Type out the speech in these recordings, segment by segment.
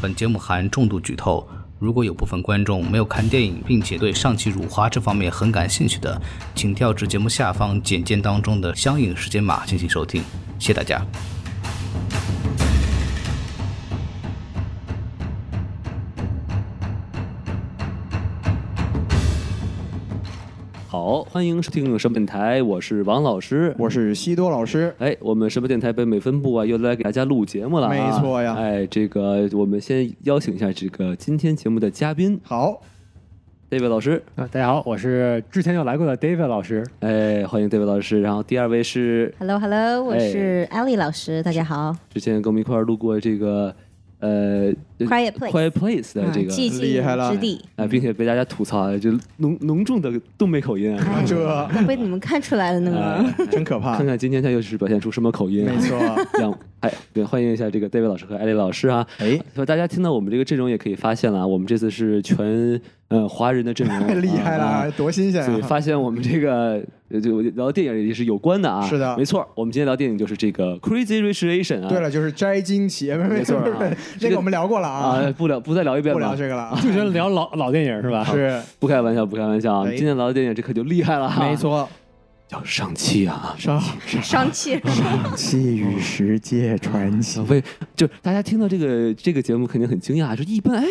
本节目含重度剧透。如果有部分观众没有看电影，并且对上汽辱华这方面很感兴趣的，请跳至节目下方简介当中的相应时间码进行收听。谢谢大家。好，欢迎收听有声本台，我是王老师。我是西多老师。哎，我们什么电台北美分部啊，又来给大家录节目了、啊。没错呀哎，这个我们先邀请一下这个今天节目的嘉宾好， David 老师。啊，大家好，我是之前就来过的 David 老师。哎，欢迎 David 老师。然后第二位是 Hello Hello，我哎是 Ellie 老师，大家 好。之前跟我们一块儿录过这个呃 Quiet Place 啊 Quiet Place 的这个。寂厉害静了之地，啊，并且被大家吐槽啊，就浓浓重的东北口音啊，这被你们看出来了呢。 哎呃真可怕看。看今天他又是表现出什么口音、啊？没错， 让哎，对，欢迎一下这个 David 老师和艾丽老师啊。哎，所以大家听到我们这个阵容也可以发现了啊，我们这次是全呃华人的阵容，太 厉害了，啊多新鲜所以啊！发现我们这个 呃就聊电影也是有关的啊。是的没错，我们今天聊电影就是这个 Crazy Rich Asian 啊。对了，就是摘金鞋，没没错啊这这个个我们聊过了啊啊，，不聊不再聊一遍不吧。聊这个了啊。就觉得聊老老电影是吧？是，不开玩笑，不开玩笑啊！哎今天聊的电影这可就厉害了哈，没，错，叫上汽啊，上上 啊气， 气与世界传奇为啊就是大家听到这个这个节目肯定很惊讶，说一般哎，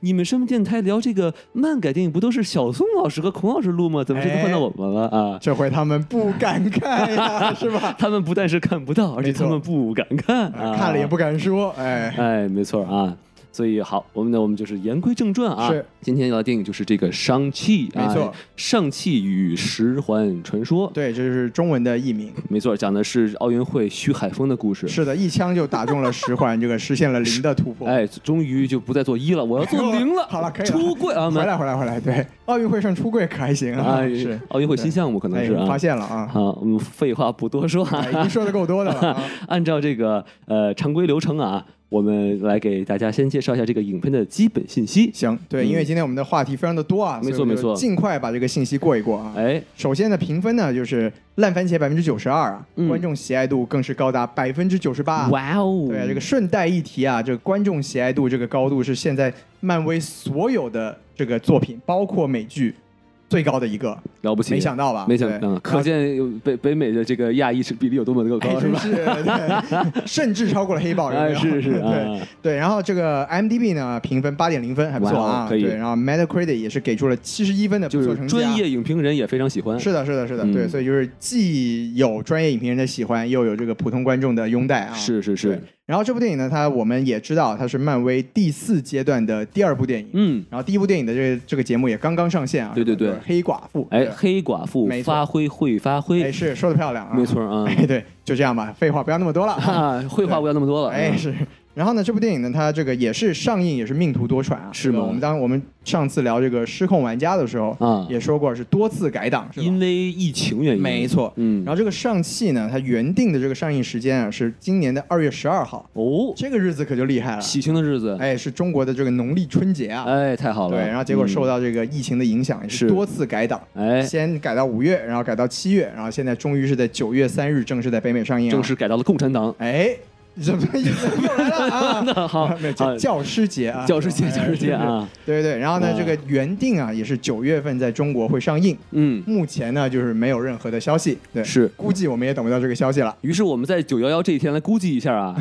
你们什么电台聊这个漫改电影不都是小宋老师和孔老师录吗？怎么这次换到我们了啊？哎这回他们不敢看呀，是 吧？他们不但是看不到，而且没错哎他们不敢看，啊、看了也不敢说，哎，哎，没错啊。所以好，我们呢，我们就是言归正传啊。是，今天聊的电影就是这个《上汽》啊，没错《上汽与十环传说》。对，这就是中文的译名。没错，讲的是奥运会徐海峰的故事。是的，一枪就打中了十环，这个实现了零的突破。哎，终于就不再做一了，我要做零了。好了可以了出柜啊！回来，回来，回来！对，奥运会上出柜可还行啊啊，，是，奥运会新项目可能哎是，啊。发现了啊，好，我们废话不多说啊，哎已经说的够多的了啊。 按照这个呃常规流程啊，我们来给大家先介绍一下这个影片的基本信息。嗯行，对，因为今天我们的话题非常的多啊，没错所以我们没错就尽快把这个信息过一过啊。哎，首先呢，评分呢就是烂番茄百分之九十二啊，嗯观众喜爱度更是高达百分之九十八。啊哇哦，对，这个顺带一提啊，这个观众喜爱度这个高度是现在漫威所有的这个作品，包括美剧最高的 一个，了不起，没想到吧？没想对到，嗯可见有北北美的这个亚裔是比例有多么的哎，高，是真吧？是，对甚至超过了黑豹，有没哎，有？是是啊，对对，然后这个 IMDB 呢，评分八点零分，还不哇错哦啊。可以对，然后 Metacritic 也是给出了七十一分的就不错是成绩、啊。专业影评人也非常喜欢，是的，是的，是的，嗯对，所以就是既有专业影评人的喜欢，又有这个普通观众的拥戴啊。是是是对，然后这部电影呢，它我们也知道它是漫威第四阶段的第二部电影，嗯，然后第一部电影的这个这个节目也刚刚上线啊。对对对是吧黑寡妇。哎，对黑寡妇没错发挥会发挥哎，，是说的漂亮啊。没。错啊，哎， 对，就这样吧，废话不要那么多了啊。啊，绘画不要那么多了，嗯哎，是。然后呢，这部电影呢，它这个也是上映也是命途多舛啊。是对吧吗我们当我们上次聊这个《失控玩家》的时候，啊也说过是多次改档，是吧？因为疫情原因，没，错。嗯，然后这个上汽呢，它原定的这个上映时间啊是今年的二月十二号，哦，这个日子可就厉害了，喜庆的日子，哎，是中国的这个农历春节啊。哎，太好了，对，然后结果受到，到这个疫情的影响，也是是多次改档，哎，先改到五月，然后改到七月，然后现在终于是在九月三日正式在北美上映、啊。正式，改到了共产党。哎，什么意思？又来了啊！那好， 没有啊教教师节啊，教师节，哎教师节！啊， 对对对，然后呢，哇这个原定啊也是九月份在中国会上映，嗯，目前呢就是没有任何的消息，对，是。估计我们也等不到这个消息了。于是我们在九幺幺这一天来估计一下 啊，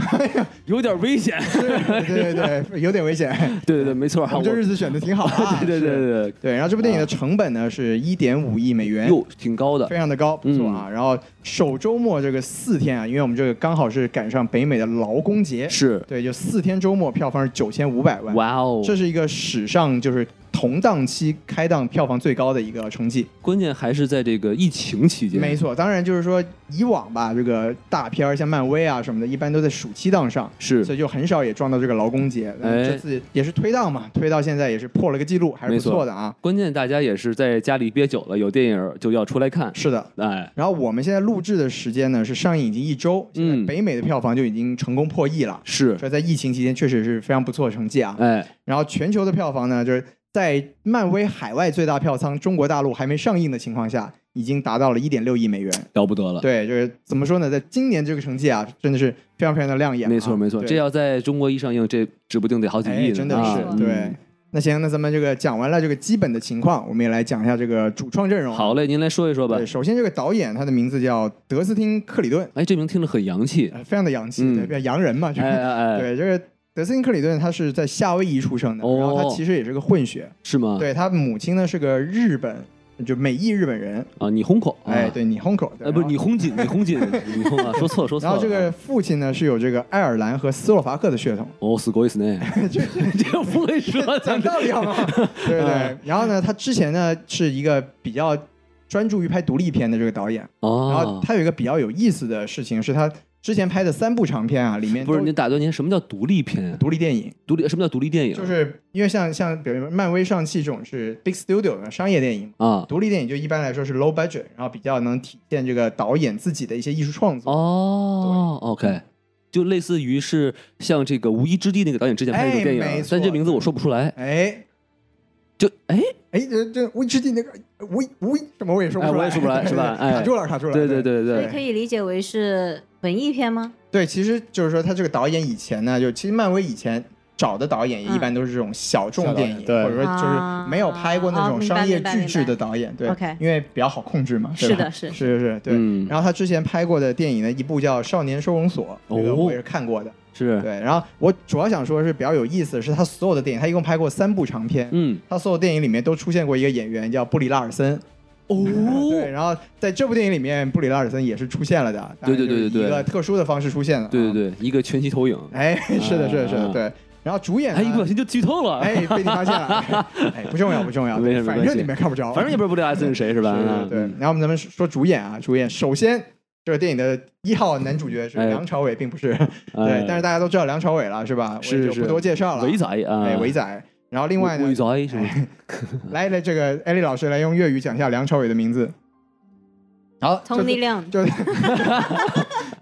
有点危险。对对对，有点危险。对对对，没错啊，我我们这日子选的挺好啊。对 对对是对对。然后这部电影的成本呢是一点五亿美对，元，哟，挺高的嗯非。常的高，不错啊。然后首周末这个四天啊，因为我们这个刚好是赶上北美的劳工节，是，对，就四天周末票房是九千五百万，哇哦！这是一个史上就是同档期开档票房最高的一个成绩。 关键还是在这个疫情期间。没错，当然就是说以往吧，这个大片儿像漫威啊什么的，一般都在暑期档上。是所以就很少也撞到这个劳工节。但哎这次也是推档嘛，推到现在也是破了个记录，还是没不错错的啊。关键大家也是在家里憋久了，有电影就要出来看。是的。哎，然后我们现在录制的时间呢是上映已经一周，现嗯在北美的票房就已经成功破亿了，是，这在疫情期间确实是非常不错的成绩啊。哎，然后全球的票房呢就是。在漫威海外最大票仓中国大陆还没上映的情况下，已经达到了一点六亿美元。了不得了。对，就是怎么说呢，在今年这个成绩啊，真的是非常非常的亮眼啊、没错没错，对这要在中国一上映，这指不定得好几亿哎，呢。真的啊是、啊对。那行，那咱们这个讲完了这个基本的情况，我们也来讲一下这个主创阵容。好嘞，您来说一说吧对，。首先这个导演他的名字叫德斯汀·克里顿，哎，这名听着很洋气。呃非常的洋气，嗯对，比较洋人嘛，就哎是、哎哎， 对，这个德斯汀·克里顿他是在夏威夷出生的，然后他哦啊其实也是个混血，是吗？对他母亲呢是个日本，就美裔日本人，啊，你轰口。哎，啊，对你 Honko，哎，不是你轰紧，你轰紧， 你轰啊！说错了，说错然了。后这个父亲呢是有这个爱尔兰和斯洛伐克的血统，哦，死鬼死呢？ 这不会说讲的。道理好 吗？对哎对。然后呢，他之前呢是一个比较专注于拍独立片的这个导演，然后哦，他有一个比较有意思的事情是他之前拍的三部长片啊，里面不是都您打断您，什么叫独立片啊？独立电影，独立什么叫独立电影？啊就是因为像像比如漫威上汽这种是 big studio 的商业电影嘛。啊，独立电影就一般来说是 low budget，然后比较能体现这个导演自己的一些艺术创作。哦，OK，就类似于是像这个《无依之地》那个导演之前拍的一哎种电没影错，但这名字我说不出来。哎就哎，哎，这这无意之地那个无意无意什么我也说不出来，哎我也说不出来是吧哎卡住了，卡住了。对对对所以对，可以理解为是文艺片吗？对，其实就是说，他这个导演以前呢，就其实漫威以前找的导演嗯也一般都是这种小众电影，小导演对或者说就是没有拍过那啊种明白商业明白巨制的导演，对白 OK 因为比较好控制嘛，对是吧的是是是是，对。嗯然后他之前拍过的电影呢，一部叫《少年收容所》，这个哦我也是看过的。是，对，然后我主要想说是比较有意思的是，他所有的电影，他一共拍过三部长片，嗯，他所有电影里面都出现过一个演员叫布里拉尔森， 对，哦，然后在这部电影里面，布里拉尔森也是出现了的，当然对对对对哎就是以一对个特殊的方式出现了，对啊对对，一个全息投影，哎，是的，是的，是的，啊对。然后主演呢哎，一不小，心就剧透了，哎，被你发现 了，哎，不重要，不重要，没事没反关正系你们也看不着，反正也不知道布莱森是谁，是吧？对对。嗯然后咱们说主演啊，主演，首先这个电影的一号男主角是哎梁朝伟，并不是，哎 对，但是大家都知道梁朝伟了，是吧？我也是就是不多介绍了，伟，仔啊，哎，伟 仔。然后另外伟呢，哎仔是吧？来来，这个艾丽老师来用粤语讲一下梁朝伟的名字。好，就通力量就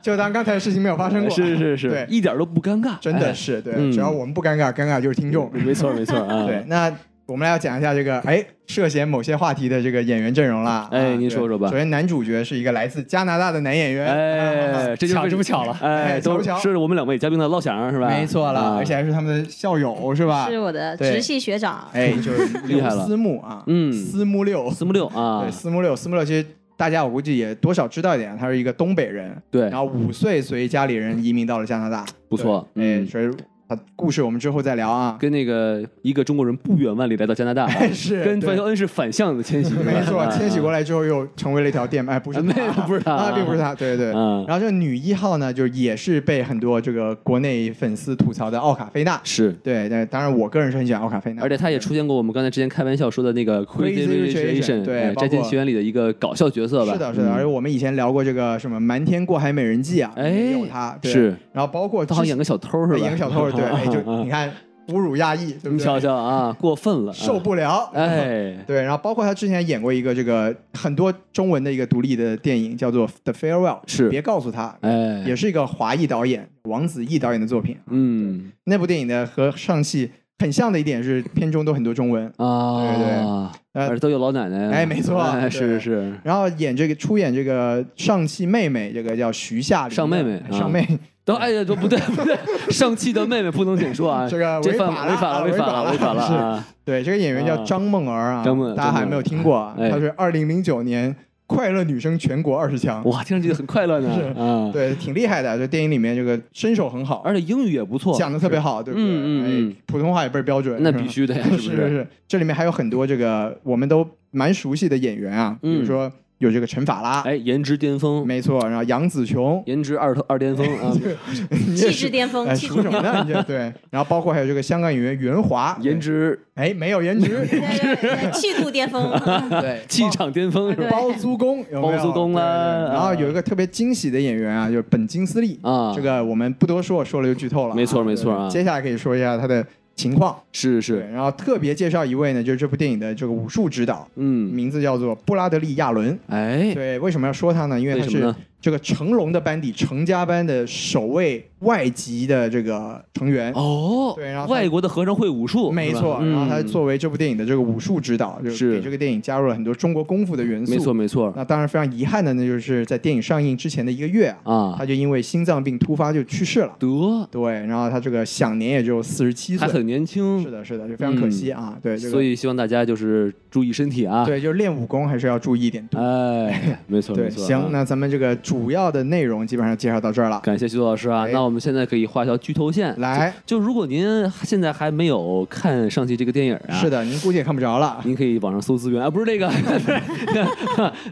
就当刚才的事情没有发生过，是是对是，一点都不尴尬，真的哎是对，嗯只要我们不尴尬，尴尬就是听众。没错 没错啊。对，，那我们来讲一下这个哎涉嫌某些话题的这个演员阵容啦。哎啊您对说说吧首先，男主角是一个来自加拿大的男演员，啊，哎，这就是巧为什这不么巧了，哎，哎巧都不巧是我们两位嘉宾的落响是吧？没错了，啊而且还是他们的校友是吧？是我的对直系学长，哎， 就是 厉害了刘思慕啊，嗯思慕六，四木六啊对，，思慕六，思慕六，其实大家我估计也多少知道一点，他是一个东北人，对然，后五岁随家里人移民到了加拿大，不错，对哎，嗯，所以他故事我们之后再聊啊。哎跟那个一个中国人不远万里来到加拿大， 啊是跟对范肖恩是反向的迁徙，没错，迁徙过来，啊来之后又成为了一条电哎脉，不是没他有不是他啊，并不是他，对对。嗯，然后这个女一号呢，就也是被很多这个国内粉丝吐槽的奥卡菲娜，是。对，但当然我个人是很喜欢奥卡菲娜，而且他也出现过我们刚才之前开玩笑说的那个 Crazy Rich Rich Asian， Asian，对哎包括摘金学院里的一个搞笑角色吧？是的，是的。嗯而且我们以前聊过这个什么《瞒天过海美人计》啊，哎也有她，对是。然后包括他好像演之个小偷是吧？哎演个小偷，对，哎 就啊你看侮辱亚裔，对不你瞧对？瞧啊，过分了，啊受不了，。哎， 对，然后包括他之前演过一个这个很多中文的一个独立的电影，叫做《The Farewell》，是别告诉他，哎，也是一个华裔导演王子异导演的作品。嗯那部电影呢和上戏很像的一点是片中都很多中文。对对啊，呃而且都有老奶奶，哎没错哎对是是是，然后演这个出演这个上戏妹妹，这个叫徐夏玲尚妹妹哎啊尚妹，都哎呀，都不对不对，上汽的妹妹 不能简说啊，这个这犯法违法了，违法了，违法了是啊！对，这个演员叫啊张梦儿啊，张梦大家还没有听过啊？张梦儿哎她是二零零九年快乐女声全国二十强，哇，听上去很快乐是呢啊，对，挺厉害的。这电影里面这个身手很好，而且英语也不错，讲的特别好，对不对？嗯嗯哎普通话也倍儿标准，那是吧必须 的呀，是不是是？是，这里面还有很多这个我们都蛮熟悉的演员啊，比如嗯说有这个陈法拉，哎，颜值巅峰，没错，然后杨紫琼，颜值二头二巅峰 啊，嗯你气也质是巅峰，哎，气属质什巅么峰。呢？你这对，然后包括还有这个香港演员袁华，颜值哎没 有颜值， 对对对气度巅峰， 对气场巅峰是吧？对包租公有没有啊包租公啊啦对对对然后有一个特别惊喜的演员啊，就是本金斯利啊这个我们不多说，说了就剧透了啊，没错对没错啊接下来可以说一下他的情况，是对，是，然后特别介绍一位呢，就是这部电影的这个武术指导，嗯，名字叫做布拉德利·亚伦。哎，对，为什么要说他呢？因为为他什么是呢？这个成龙的班底成家班的首位外籍的这个成员。哦，对然后他外国的和尚会武术，没是吧错，嗯然后他作为这部电影的这个武术指导，就是给这个电影加入了很多中国功夫的元素。没错，没错那当然非常遗憾的呢，就是在电影上映之前的一个月啊，啊他，就因为心脏病突发就去世了。得对，然后他这个享年也只有四十七还岁。很年是轻，嗯的，是的，就非常可惜啊。对，这个所以希望大家就是注意身体啊。对，就是练武功还是要注意一点。哎，没错，对，没错。行啊，那咱们这个主要的内容基本上介绍到这儿了。感谢徐老师啊哎。那我们现在可以画一条剧透线，来就。就如果您现在还没有看上期这个电影啊，是的，您估计也看不着了。您可以网上搜资源啊，不是这个，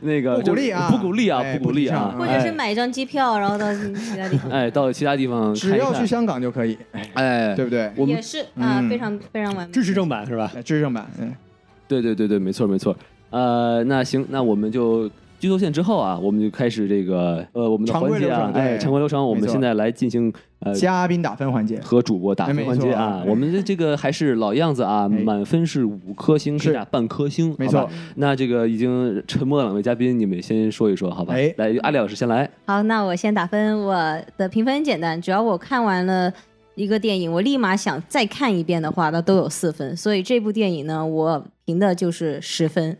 那个 不鼓励啊就是不鼓励啊，哎不鼓励不啊，或者是买一张机票，然后到其他地方。哎，到其他地方看只一要看去香港就可以，哎，对不对？我们也是啊嗯，非常非常完美支。持正版是吧？哎这是正版，嗯，对对对对，没错没错。呃，那行，那我们就剧透线之后啊，我们就开始这个呃我们的常规环节流啊程，对哎，常规流程，我们没错现在来进行呃嘉宾打分环节，和主播打哎没分环节啊错，哎我们的这个还是老样子啊，哎满分是五颗星，是是打半颗星，没好吧错。那这个已经沉默的两位嘉宾，你们先说一说，好吧哎？来，阿里老师先来，好，那我先打分，我的评分很简单，只要我看完了一个电影，我立马想再看一遍的话，那都有四分。所以这部电影呢，我评的就是十分。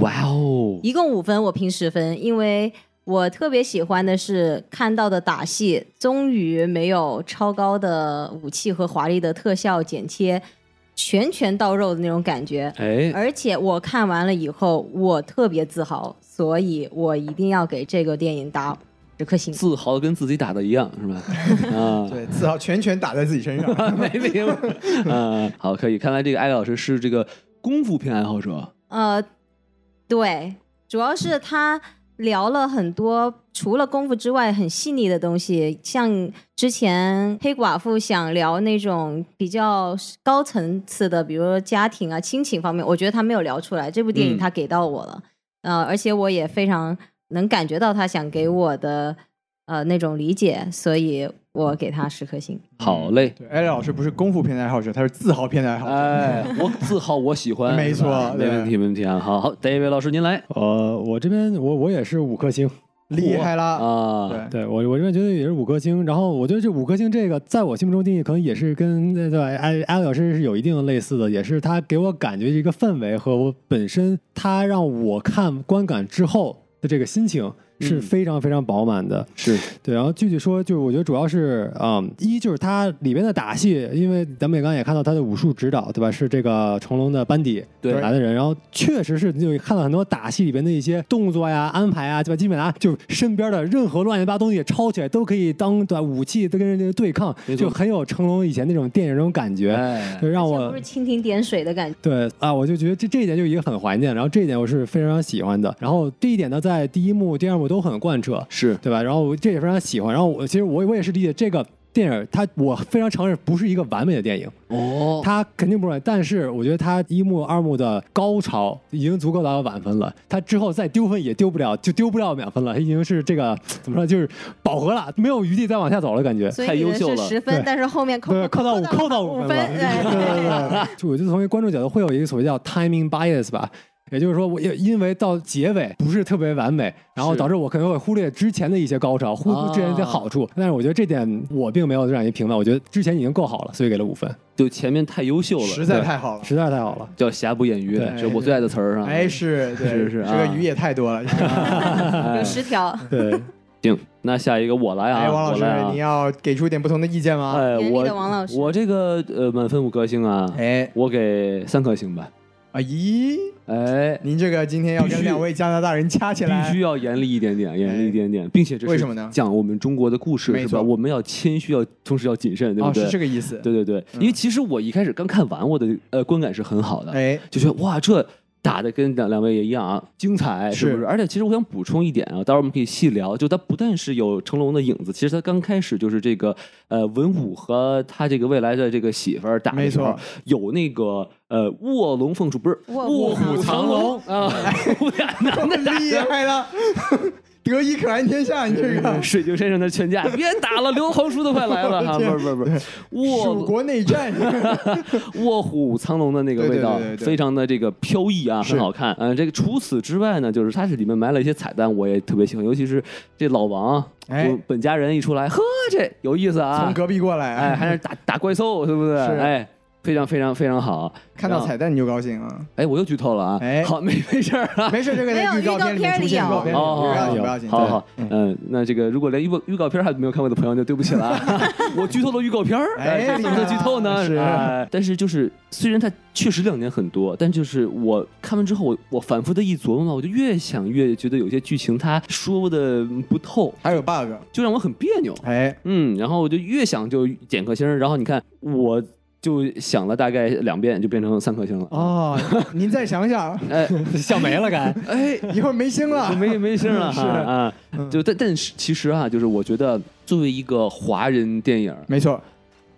哇哦，一共五分，我评十分，因为我特别喜欢的是看到的打戏终于没有超高的武器和华丽的特效剪切，拳拳到肉的那种感觉。哎，而且我看完了以后，我特别自豪，所以我一定要给这个电影打十颗星。自豪的跟自己打的一样，是吧？ 啊，对，自豪全拳打在自己身上。 没理由。啊，好，可以。看来这个艾老师是这个功夫片爱好者。呃，对，主要是他聊了很多除了功夫之外很细腻的东西，像之前黑寡妇想聊那种比较高层次的，比如说家庭啊、亲情方面，我觉得他没有聊出来。这部电嗯影他给到我了，呃，而且我也非常能感觉到他想给我的呃那种理解，所以嗯我给他十颗星。嗯好嘞，对，艾丽老师不是功夫片的爱好者，他是自豪片的爱好者。哎，我自豪，我喜欢，没是吧错没对问题，没问题啊。好好，David 老师您来呃，我这边我我也是五颗星，厉害啦！啊，对，对我我这边觉得也是五颗星。然后我觉得这五颗星这个在我心目中定义可能也是跟对吧艾艾老师是有一定的类似的，也是他给我感觉一个氛围和我本身他让我看观感之后的这个心情是非常非常饱满的。嗯是对，然后具体说，就是我觉得主要是，嗯，一就是它里边的打戏，因为咱们也刚刚也看到他的武术指导，对吧？是这个成龙的班底对来的人，然后确实是就看到很多打戏里边的一些动作呀、安排啊，对吧？基本上就是身边的任何乱七八糟东西抄起来都可以当对吧武器，都跟人家对抗没，错就很有成龙以前那种电影那种感觉，哎就而让且我不是蜻蜓点水的感觉，对啊，我就觉得这这一点就已经很怀念，然后这一点我是非常喜欢的，然后这一点呢，在第一幕、第二幕都很贯彻，是，对吧？然后我这也非常喜欢。然后我其实我我也是理解这个电影，它我非常承认不是一个完美的电影，哦，它肯定不是完美。但是我觉得它一幕二幕的高潮已经足够达到满分了，它之后再丢分也丢不了，就丢不了两分了，已经是这个怎么说就是饱和了，没有余地再往下走了感觉。所太以优你的秀是了十对分，但是后面扣对，扣到五，扣到五五分，了。对。对对对， 就我觉得从一个观众角度会有一个所谓叫 timing bias 吧。也就是说，我也因为到结尾不是特别完美，然后是导致我可能会忽略之前的一些高潮，忽啊略之前的好处。但是我觉得这点我并没有让人评判，我觉得之前已经够好了，所以给了五分，就前面太优秀了，实在太好了。实在是太好了。叫瑕不掩瑜，对这我最爱的词儿啊。 哎，是，对，是是这个啊哎鱼也太 多了。有十条，对，行，那下一个我来啊，哎，王老我来师，啊你要给出一点不同的意见吗？哎，严厉的我王老师，我这个呃满分五颗星啊，哎，我给三颗星吧。啊咦，哎，您这个今天要必跟须两位加拿大人掐起来，哎必 须要严厉一点点，严厉一点点，并且这是为什么呢讲我们中国的故事没是错吧？我们要谦虚，要同时要谨慎，对哦，不对？是这个意思。嗯对对对，因为其实我一开始刚看完，我的呃观感是很好的，哎，就觉得哇，这打的跟两两位也一样啊，精彩是不是是？而且其实我想补充一点啊，待会儿我们可以细聊，就它不但是有成龙的影子，其实他刚开始就是这个呃文武和他这个未来的这个媳妇儿打没的时候错，有那个呃卧龙凤雏不是卧卧虎虎藏藏龙啊，我俩男的打厉害了，得一可安天下，你这 个水晶山上的 劝架，别打了，刘皇叔都快来了哈！不是不是不是，蜀卧国 内战， 卧虎藏龙的那个味道对对对对对非常的这个飘逸啊，是很好看。嗯，这个除此之外呢，就是它是里面埋了一些彩蛋，我也特别喜欢，尤其是这老王，哎我本家人一出来，呵，这有意思啊从！隔壁过来，哎，还是 打打怪兽，是不是？是哎，非常非常非常好。看到然后彩蛋你就高兴啊。哎，我又剧透了啊！哎好，没没事儿啊。没事，这个在没有预告片里面出现，预预告告片里有片里面不要哦紧，哦不要紧。好好，对，嗯，那这个如果连预告预告片还没有看过的朋友，就对不起了啊，我剧透了预告片儿，哎这怎么叫剧透呢？是哎但是就是虽然它确实亮点很多，但就是我看完之后，我我反复的一琢磨嘛，我就越想越觉得有些剧情它说的不透，还有 bug，就让我很别扭。哎，嗯，然后我就越想就减颗星儿，然后你看我就想了大概两遍，就变成三颗星了。哦，您再想想， 哎笑没了该。哎，一会儿没星了就，没没声了 是哈啊，嗯就但但是其实啊，就是我觉得作为一个华人电影没错，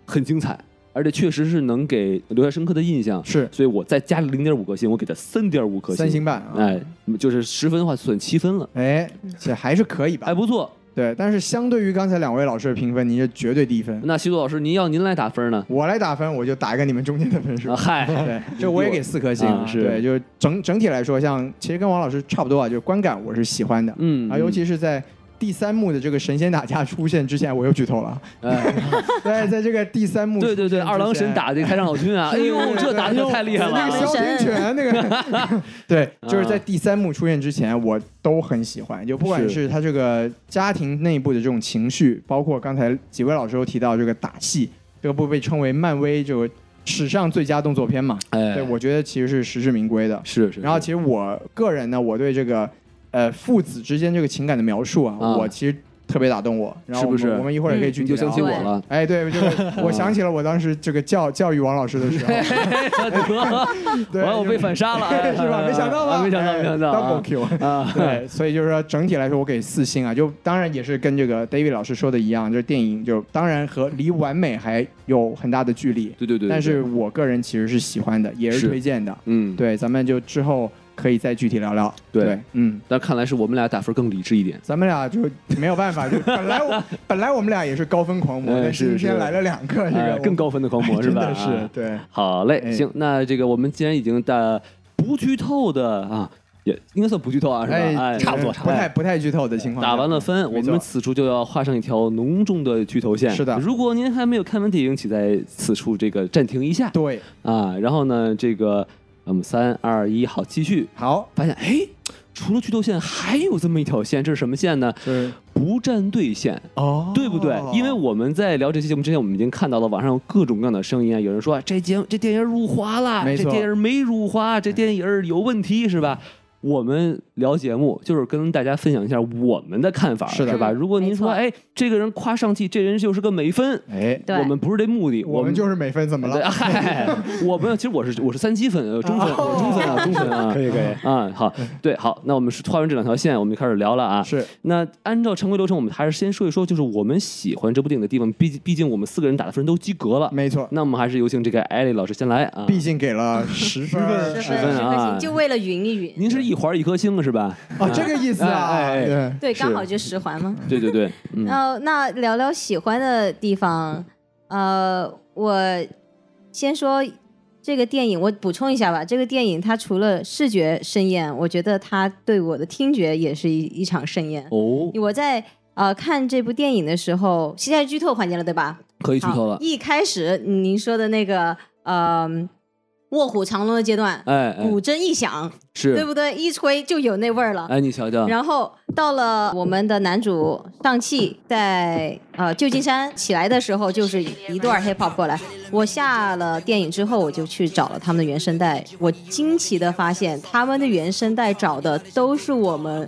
很精彩，而且确实是能给留下深刻的印象，是所以我再加了零点五颗星，我给它三点五颗星，三星半啊，哎，就是十分的话算七分了，哎，这还是可以吧还？不错。对，但是相对于刚才两位老师的评分，您是绝对低分。那西渡老师，您要您来打分呢？我来打分，我就打一个你们中间的分数啊，。嗨，对，这我也给四颗星。啊是对，就是整整体来说，像其实跟王老师差不多啊，就是观感我是喜欢的，嗯，啊，尤其是在。第三幕的这个神仙打架出现之前，我又剧透了。哎， 在在这个第三幕出对现之对对， 前，二郎神打这个太上老君啊，哎 呦，这打的太厉害那个是了萧天泉 那个，对，就是嗯在第三幕出现之前，我都很喜欢。就不管是他这个家庭内部的这种情绪，包括刚才几位老师都提到这个打戏，这个部被称为漫威这个史上最佳动作片嘛，哎，对，我觉得其实是实至名归的。是是，然后是其实我个人呢，我对这个呃父子之间这个情感的描述啊，啊我其实。特别打动我，然后我们是不是嗯我们一会儿也可以具你体就聊想起我了，哎，对，就是我想起了我当时这个教教育王老师 的时候，哎得。对，完我被就是反杀了，哎 是吧？没想到吧？啊没想到，哎没想到，double 啊 Q。啊！ 对，所以就是说，整体来说，我给四星啊，就当然也是跟这个 David 老师说的一样，就是电影就当然和离完美还有很大的距离，对对对对，但是对我个人其实是喜欢的，也是是推荐的。嗯，对，咱们就之后可以再具体聊聊。对嗯，但看来是我们俩打分更理智一点。咱们俩就没有办法，就本 来我本来我们俩也是高分狂魔，哎但是今天是来了两个，这哎个更高高分的狂魔是真吧？的是啊对，好嘞，哎行，那这个我们既然已经的不剧透的啊，也应该算不剧透啊，是吧？哎，差不多不太不太剧透的情况下，打完了分，没我错们此处就要画上一条浓重的剧透线。是的如果您还没有看完电影，请在此处这个暂停一下对，啊。然后呢，这个呃我们三二一，好，继续。好，发现哎，除了剧透线，还有这么一条线，这是什么线呢？就是不站队线。哦对不对？因为我们在聊这期节目之前，我们已经看到了网上有各种各样的声音啊，有人说这节目这电影辱华了，没这错电影没辱华，这电影有问题是吧？我们聊节目就是跟大家分享一下我们的看法，是的吧？嗯如果您没错说哎，这个人夸上汽，这人就是个美分，哎，对我们不是这目的，我们们就是美分，怎么对，了？ 嗨，我们其实我是我是三七粉，呃中分，哦我中分啊，中分啊可，以可以，啊、好，对，好，那我们是画完这两条线，我们就开始聊了啊。是那按照常规流程，我们还是先说一说，就是我们喜欢这部电影的地方。毕毕竟我们四个人打的分都及格了，没错，那我们还是有请这个艾丽老师先来啊。毕竟给了十分儿十十分分十颗啊星，就为了匀一匀。您是一环一颗星是吧？啊，这个意思啊哎哎哎，对对，刚是好就十环嘛。对对对，嗯，呃，那聊聊喜欢的地方。呃，我先说这个电影，我补充一下吧。这个电影它除了视觉盛宴，我觉得它对我的听觉也是一一场盛宴。哦，我在呃看这部电影的时候，现在剧透环节了，对吧？可以剧好，透了。一开始您说的那个呃卧虎藏龙的阶段，哎哎，古筝一响，对是，不对？一吹就有那味儿了。哎，你瞧瞧，然后到了我们的男主上汽在呃旧金山起来的时候，就是一段 hip hop 过来。我下了电影之后，我就去找了他们的原声带，我惊奇的发现他们的原声带找的都是我们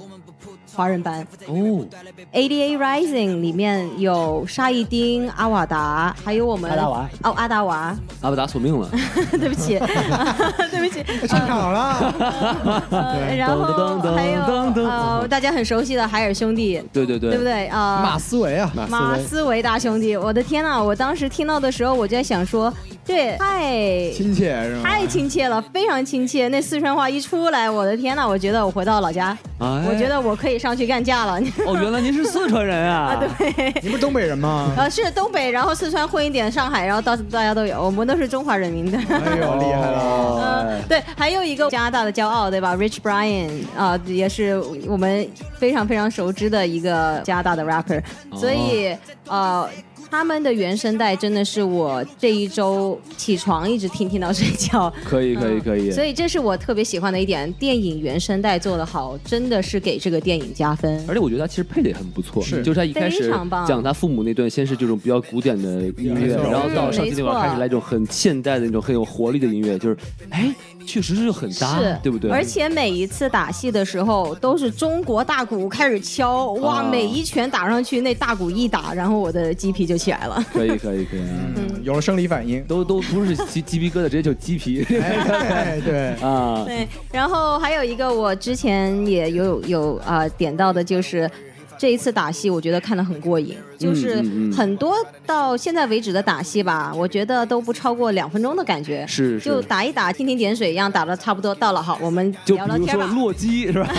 华人班。哦， ADA Rising 里面有沙一丁、阿瓦达，还有我们阿达娃哦，阿达娃，阿布达索 命了， 对不 起， 对不起，哎上场了， 呃然后噔噔噔还有噔噔呃大家很熟悉的海尔兄弟，对对对，对不？对啊？马思唯啊，马思唯大兄弟，我的天呐！我当时听到的时候，我就在想说，对，太亲切是吗？太亲切了，非常亲切。那四川话一出来，我的天呐，我觉得我回到老家，哎我觉得我可以上去干架了。 哦，原来您是四川人啊！啊，对， 你不是东北人吗？呃，是东北，然后四川混一点上海，然后到大家都有，我们都是中华人民的。 哎呦，厉害了！嗯，哎对，还有一个加拿大的骄傲，对吧？Rich Brian 啊、也是我们非常非常熟知的一个加拿大的 rapper，所哦以呃，他们的原声带真的是我这一周起床一直听听到睡觉。可以可以嗯可以。所以这是我特别喜欢的一点，电影原声带做得好，真的是给这个电影加分哎而。且我觉得他其实配的也很不错，是就是他一非开始常棒讲他父母那段，先是这种比较古典的音没乐，错然后到嗯上期没那块错开始来一种很现代的那种很有活力的音乐，就是哎，确实是很搭是，，对不对？而且每一次打戏的时候，都是中国大鼓开始敲，哇，啊每一拳打上去，那大鼓一打，然后我的鸡皮就起来了。可以可以可以，啊嗯，有了生理反应。都都不是鸡鸡皮疙瘩，直接就鸡皮哎，对， 啊。对，然后还有一个我之前也有有啊、呃点到的就是。这一次打戏，我觉得看得很过瘾，就是嗯嗯很多到现在为止的打戏吧，我觉得都不超过两分钟的感觉，是是就打一打，蜻蜓点水一样，打的差不多到了，好，我们就聊比聊如天说吧。洛基 是吧？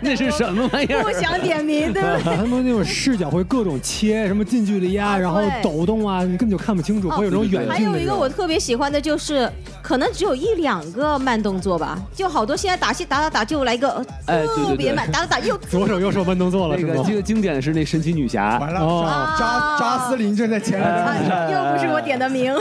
那是什么玩意不儿？想点名，对不对？ 他们那种视角会各种切，什么近距离呀，然后对抖动啊，你根本就看不清楚，哦会有这种远还近有的一这个我种。特别喜欢的就是，可能只有一两个慢动作吧，就好多现在打戏打打打就来一个呃哎对对特别对慢，打打打 又左手右手慢动作了，那是个吗？经经典是那神奇女侠，完了，哦扎扎扎斯林正在前哎面。啊 又不是我点的名。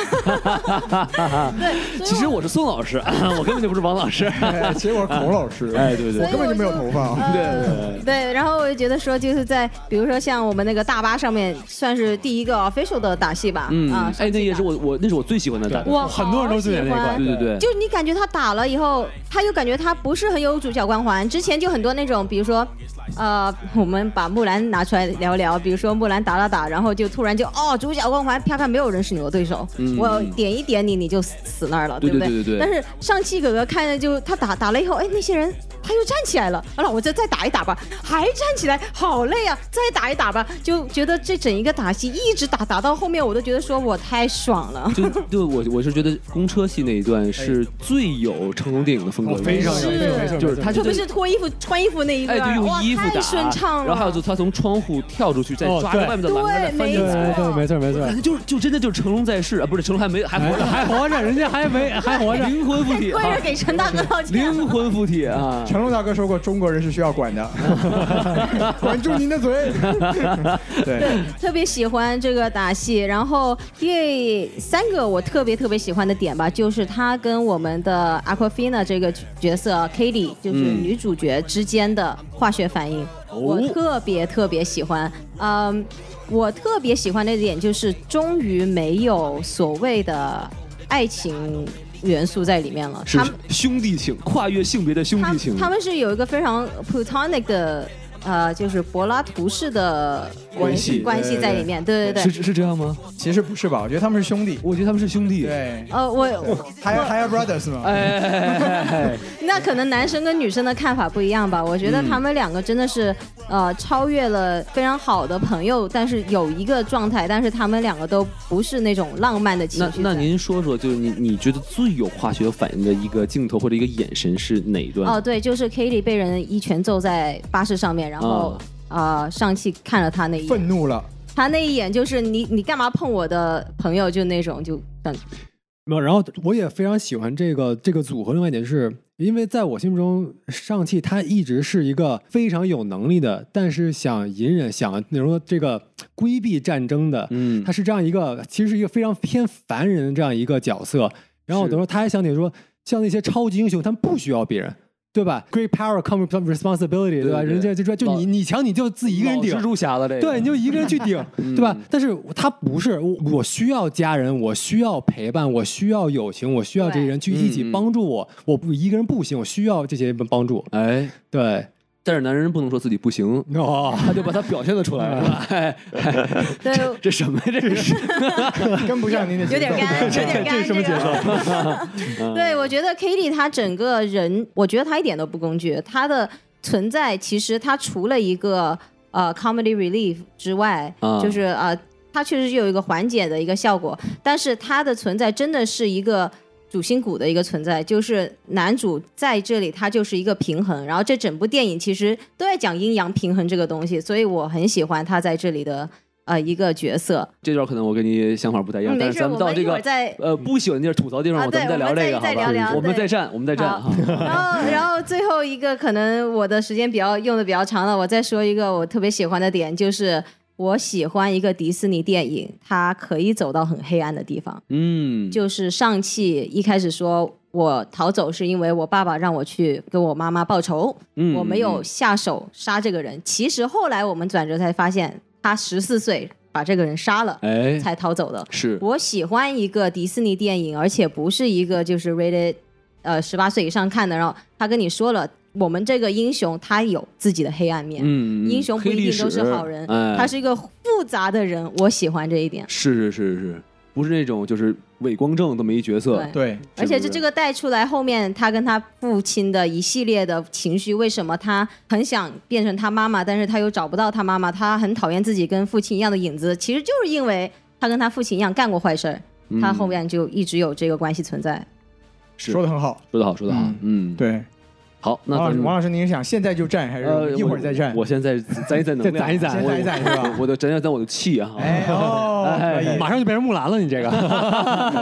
对，所以其实我我是宋老师， 我根本就不是王老师。哎其实我是孔老师， 哎，对对我根本就没有头发。呃对，然后我就觉得说，就是在比如说像我们那个大巴上面，算是第一个 official 的打戏吧，嗯啊，，哎，上那去也打是我我那是我最喜欢的打，我很多人都喜最那一块欢对对对，就你感觉他打了以后，他又感觉他不是很有主角光环。之前就很多那种，比如说，呃，我们把木兰拿出来聊聊，比如说木兰打打打，然后就突然就哦，主角光环，啪啪，没有人是你的对手，我点一点你，你就死死那儿了，对不嗯对对对对但是上汽哥哥看着就他打打了以后，哎，那些人。他又站起来了，好了，我再再打一打吧，还站起来，好累啊！再打一打吧，就觉得这整一个打戏一直打打到后面，我都觉得说我太爽了。 就就我我是觉得公车戏那一段是最有成龙电影的风格的，哎哦非常有是非常有非常有就是他特就别是脱衣服、穿衣服那一段哎，儿，就用哇，衣服打，太顺畅了。然后还有就他从窗户跳出去，再哦抓对着外面的栏杆再翻对进对来，没错对，没错没错。感觉就是就真的就是成龙在世啊，不是成龙还没还活着，还活着，人家还没还活着。灵魂附体跪啊着，给陈大哥道歉。灵魂附体啊，成龙大哥说过，中国人是需要管的， 管住您的嘴。对，特别喜欢这个打戏，然后第三个我特别特别喜欢的点吧，就是他跟我们的 Aquafina 这个角色 Katie，就是嗯女主角之间的化学反应，哦我特别特别喜欢。嗯，我特别喜欢的点就是终于没有所谓的爱情元素在里面了，是他们兄弟情，跨越性别的兄他弟情，他们是有一个非常 platonic 的，呃，就是柏拉图式的关系关系在里面。对对对。 是是这样吗？其实不是吧？我觉得他们是兄弟。我觉得他们是兄弟，对，呃，我我还还有 brothers 嘛？哎，那可能男生跟女生的看法不一样吧。我觉得他们两个真的是，呃，超越了非常好的朋友，但是有一个状态，但是他们两个都不是那种浪漫的情那绪在。那您说说，就是你你觉得最有化学反应的一个镜头或者一个眼神是哪一段？哦，对，就是 Kitty 被人一拳揍在巴士上面，然后啊、呃上汽看了他那一眼，愤怒了，他那一眼就是你你干嘛碰我的朋友，就那种就很没有，然后我也非常喜欢这个这个组合。另外一点是，因为在我心目中，上汽他一直是一个非常有能力的，但是想隐忍、想那种这个规避战争的，嗯他是这样一个，其实是一个非常偏凡人的这样一个角色。然后我是等会儿他还想起说，像那些超级英雄，他们不需要别人。对吧？Great power comes from responsibility，对吧？对对人家就说，就老你你强，你就自己一个人顶老。蜘蛛侠了，这个对，你就一个人去顶，对吧嗯？但是他不是我，我需要家人，我需要陪伴，我需要友情，我需要这些人去一起嗯嗯帮助我。我不一个人不行，我需要这些人帮助。 哎，对，但是男人不能说自己不行，哦，他就把他表现的出来了。哎，对，这什么呀？ 这是 跟不上您的节有奏点。干，有点干。这是什么节奏？ 嗯对，我觉得 Kitty 她整个人，我觉得她一点都不公爵，她的存在其实她除了一个呃 comedy relief 之外，啊就是呃它确实是有一个缓解的一个效果，但是它的存在真的是一个主心骨的一个存在，就是男主在这里他就是一个平衡，然后这整部电影其实都在讲阴阳平衡这个东西，所以我很喜欢他在这里的呃一个角色。这段可能我跟你想法不太一样，嗯但没是事，咱我到们这一会个儿再。呃嗯不喜欢的地儿吐槽地方，啊我咱们对聊我们这再个好再吧？聊聊我们对再战，我们再战啊好哈。 然后，然后最后一个可能我的时间比较用的比较长了，我再说一个我特别喜欢的点，就是我喜欢一个迪士尼电影，它可以走到很黑暗的地方。嗯，就是上汽一开始说我逃走是因为我爸爸让我去跟我妈妈报仇，嗯我没有下手杀这个人。其实后来我们转折才发现，他十四岁把这个人杀了，哎才逃走的。是我喜欢一个迪士尼电影，而且不是一个就是 rated 呃十八岁以上看的。然后他跟你说了，我们这个英雄他有自己的黑暗面，嗯嗯英雄不黑一历定都是史好人，哎他是一个复杂的人。我喜欢这一点。是是是是，不是那种就是伪光正这么一角色对，对，而且这是不是这个带出来后面他跟他父亲的一系列的情绪，为什么他很想变成他妈妈，但是他又找不到他妈妈，他很讨厌自己跟父亲一样的影子，其实就是因为他跟他父亲一样干过坏事儿，嗯他后面就一直有这个关系存在。是说的很好。说得好，说得好，嗯，，对，好，那王老咱师，们王老师，您想现在就站还呃是一会儿再站我？我现在攒一攒 能量，啊再攒一嗯 攒先我攒一攒是吧？我就攒一攒我的气啊，哎哎哦，可以，马上就变成木兰了，你这个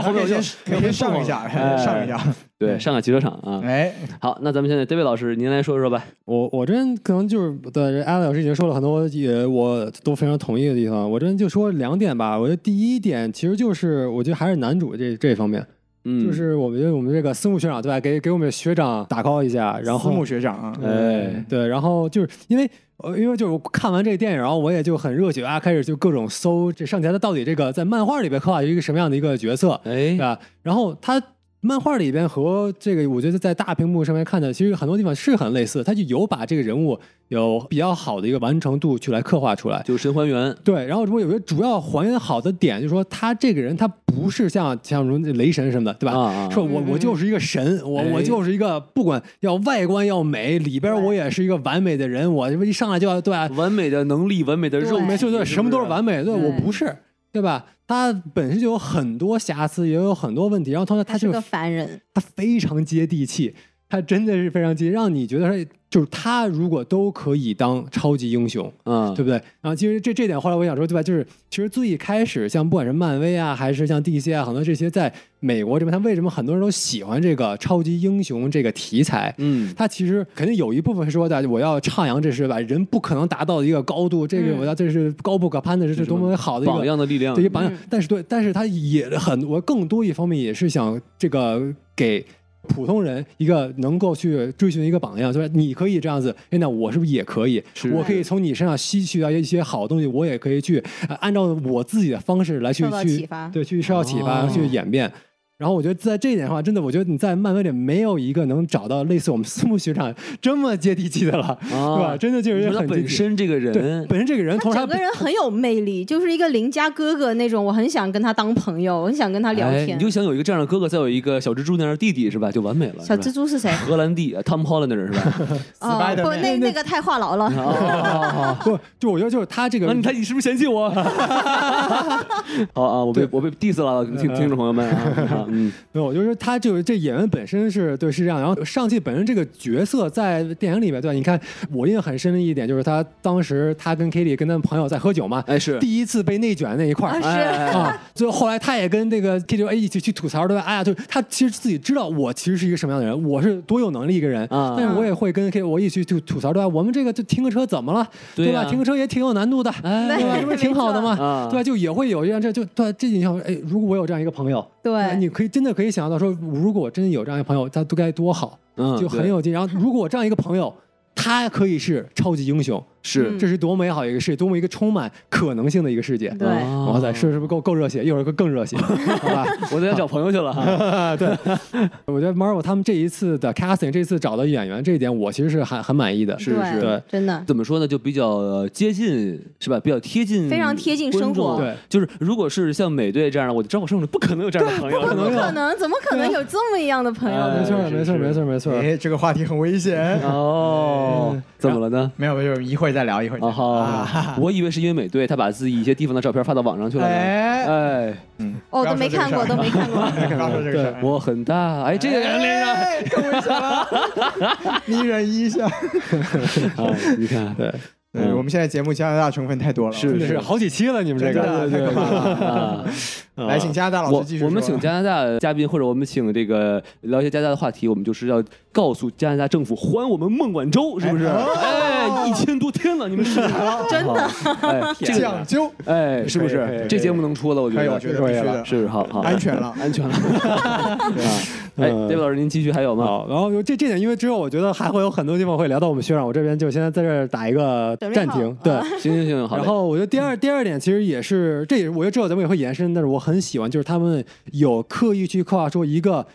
后面先可以先上一下，哎上一下。 对，上海汽车厂啊，哎，好，那咱们现在 David 老师您来说说吧，我我这人可能就是对艾老师已经说了很多也我都非常同意的地方，我这人就说两点吧。我觉得第一点其实就是我觉得还是男主这这方面，嗯，就是我们觉得我们这个私募学长对吧，给给我们学长打 call 一下，然司后慕学长啊，哎，对，然后就是因为呃，因为就是我看完这个电影，然后我也就很热血啊，开始就各种搜这上前他到底这个在漫画里边刻画一个什么样的一个角色，哎对，吧？然后他漫画里边和这个，我觉得在大屏幕上面看的，其实很多地方是很类似，他就有把这个人物有比较好的一个完成度去来刻画出来。就是神还原，对，然后如果有一个主要还原好的点，就是说他这个人他不是像像什么雷神什么的，对吧？啊啊说我我就是一个神，我我哎就是一个不管要外观要美，里边我也是一个完美的人，我一上来就要对吧？完美的能力，完美的肉对体，没错，对，不什么都是完美，对对我不是，对吧？他本身就有很多瑕疵，也有很多问题，然后同时他是就个凡人，他非常接地气，他真的是非常接，让你觉得说哎就是他如果都可以当超级英雄，嗯，对不对？然后其实这这点后来我想说，对吧？就是其实最一开始像不管是漫威啊，还是像 DC 啊，很多这些在美国这边，他为什么很多人都喜欢这个超级英雄这个题材？嗯，他其实肯定有一部分说的，我要倡扬这是吧，人不可能达到的一个高度，这个嗯我要这是高不可攀的，这是多么好的一榜个样的力量，对一个榜样嗯。但是对，但是他也很，我更多一方面也是想这个给普通人一个能够去追寻一个榜样，就是你可以这样子，哎，那我是不是也可以？是我可以从你身上吸取到一些好东西，我也可以去、呃按照我自己的方式来去受到启去发对去受到启发、哦去演变。然后我觉得在这一点上，真的，我觉得你在漫威里没有一个能找到类似我们私募学长这么接地气的了，啊对吧？真的就是你说他很接地本气身这个对人，本身这个人，同他时整个人很有魅力，就是一个邻家哥哥那种，我很想跟他当朋友，我很想跟他聊哎，天。你就想有一个这样的哥哥，再有一个小蜘蛛那样的弟弟，是吧？就完美了。小是吧蜘蛛是 谁？荷兰弟呃，Tom Holland 是吧？哦，不， Spider-Man 那那个太话痨了。啊，不就我觉得就是他这个那你看你是不是嫌弃我？好啊，我被对我被 diss 了，听听众朋友们啊，嗯， 没有，就是他就是这演员本身是对是这样，然后上汽本身这个角色在电影里面，对吧？你看我印象很深的一点就是他当时他跟 Kitty 跟他朋友在喝酒嘛，哎是，第一次被内卷那一块啊儿。哎哎哎啊，最后后来他也跟那个 Kitty 哎一起去吐槽，对吧？哎呀，就是他其实自己知道我其实是一个什么样的人，我是多有能力一个人，啊但是我也会跟 Kitty 我一起去吐槽，对吧？我们这个就停个车怎么了，对对吧？呀停个车也挺有难度的，哎对吧？这不是挺好的吗？啊对吧？就也会有这样，这就对这影响。哎，如果我有这样一个朋友，对，你可以真的可以想象到说，如果真的有这样一个朋友，他都该多好，嗯，就很对有劲。然后，如果这样一个朋友，他可以是超级英雄，是嗯这是多美好一个世界，多么一个充满可能性的一个世界。啊对哇塞，是是不是够够热血？一会儿更 热血，好吧？嗯我在家找朋友去了嗯哈，我觉得 Marvel 他们这一次的 casting，这次找的演员这一点，我其实是很很满意的。是对是对真的。怎么说 呢？就比较呃接近是吧？比较贴近，非常贴近生活对，就是如果是像美队这样的，我知道我生活中不可能有这样的朋友，不怎么 可能？怎么可能对有这么一样的朋友啊哎没呢？错，是没错，嗯是没错，没错。哎，这个话题很危险。哦，怎么了呢？没有，没有，一会儿儿再聊，一会儿再啊聊哈，我以为是因为美队他把自己一些地方的照片发到网上去了呢。哎哎，嗯哦，不要都说没这个看过，事都儿没看过。不要说这个事儿。我很大，哎，这个人连上，哎更危险啊了， 你忍 一下。哎，你看，对对，嗯我们现在节目加拿大成分太多了，是是好几期了，你们这个真的太可怕了 啊，来，请加拿大老我师继续说。啊我们请加拿大嘉宾，或者我们请这个聊一些加拿大的话题，我们就是要告诉加拿大政府还我们孟晚舟，是不是？哎哦哎，一千多天了，你们是 真的？哎，这个啊讲究，哎，是不可以可以可是以？这节目能出了，我觉可以，得哎我觉得必须的，是好好安全了。 安全 了。对啊哎，嗯戴老师，您继续还有吗？好，然后这这点，因为之后我觉得还会有很多地方会聊到我们学长，我这边就现在在这儿打一个准备暂好停，对。 行行行，好嘞。然后我觉得第二第二点其实也是，这也是我觉得之后咱们也会延伸，但是我很喜欢就是他们有刻意去刻画出一个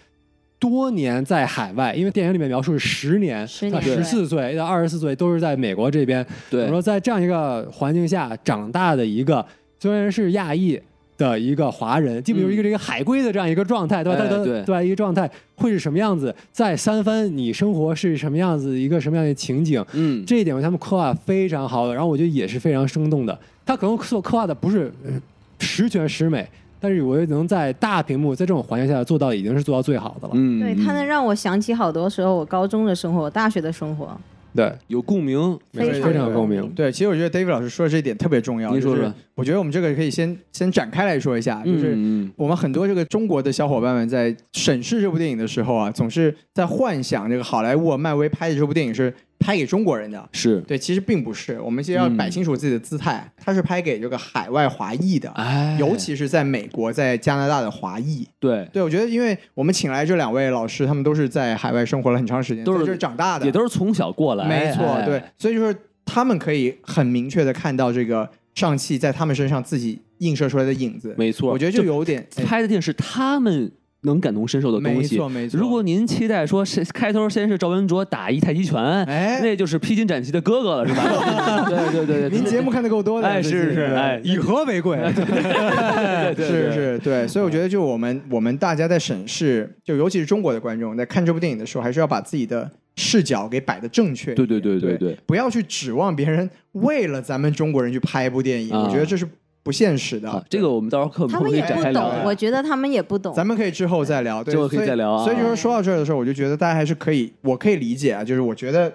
多年在海外，因为电影里面描述是十年，十他年十四岁到二十四岁都是在美国这边，对我，说在这样一个环境下长大的一个，虽然是亚裔的一个华人，基本嗯就是一个这个海归的这样一个状态，对吧？哎他的对对吧？一个状态会是什么样子？在三藩你生活是什么样子？一个什么样的情景？嗯，这一点他们刻画非常好，然后我觉得也是非常生动的。他可能所刻画的不是呃十全十美，但是我觉得能在大屏幕在这种环境下做到，已经是做到最好的了。嗯，对，它能让我想起好多时候我高中的生活、我大学的生活，对，有共鸣，没非错常非常有共鸣。对，其实我觉得 David 老师说的这一点特别重要。您说就是说我觉得我们这个可以先先展开来说一下，就是嗯，我们很多这个中国的小伙伴们在审视这部电影的时候啊，总是在幻想这个好莱坞、啊、漫威拍的这部电影是拍给中国人的。是，对，其实并不是，我们先要嗯摆清楚自己的姿态，它是拍给这个海外华裔的，哎，尤其是在美国、在加拿大的华裔。对，对，我觉得，因为我们请来这两位老师，他们都是在海外生活了很长时间，都是在这儿长大的，也都是从小过来，没错，哎对，，所以就是他们可以很明确的看到这个上汽在他们身上自己映射出来的影子。没错，我觉得就有点哎拍的电视，他们能感同身受的东没西。错没错。如果您期待说是开头先是赵文卓打一太极拳，哎，那就是披荆斩棘的哥哥了，是 吧？对对对对，您对节目看的够多的，哎最是近是哎，以和为贵， 对 对嗯是，是，对，所以我觉得就我们我们大家在审视，就尤其是中国的观众在看这部电影的时候，还是要把自己的视角给摆的正确一对点，对对对对对，不要去指望别人为了咱们中国人去拍一部电影，啊我觉得这是不现实好的，。这个我们到时候可我他们可们以也展不开聊懂，聊我。觉得他们也不懂。啊 咱们可以之后再聊，对，之后可以所再聊啊所以就是嗯说到这儿的时候，我就觉得大家还是可以，我可以理解啊，就是我觉得，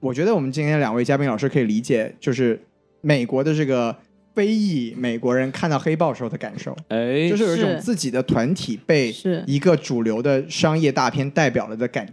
我觉得我们今天两位嘉宾老师可以理解，就是美国的这个非裔美国人看到黑豹时候的感受，哎就，是有一种是自己的团体被是一个主流的商业大片代表了的感觉。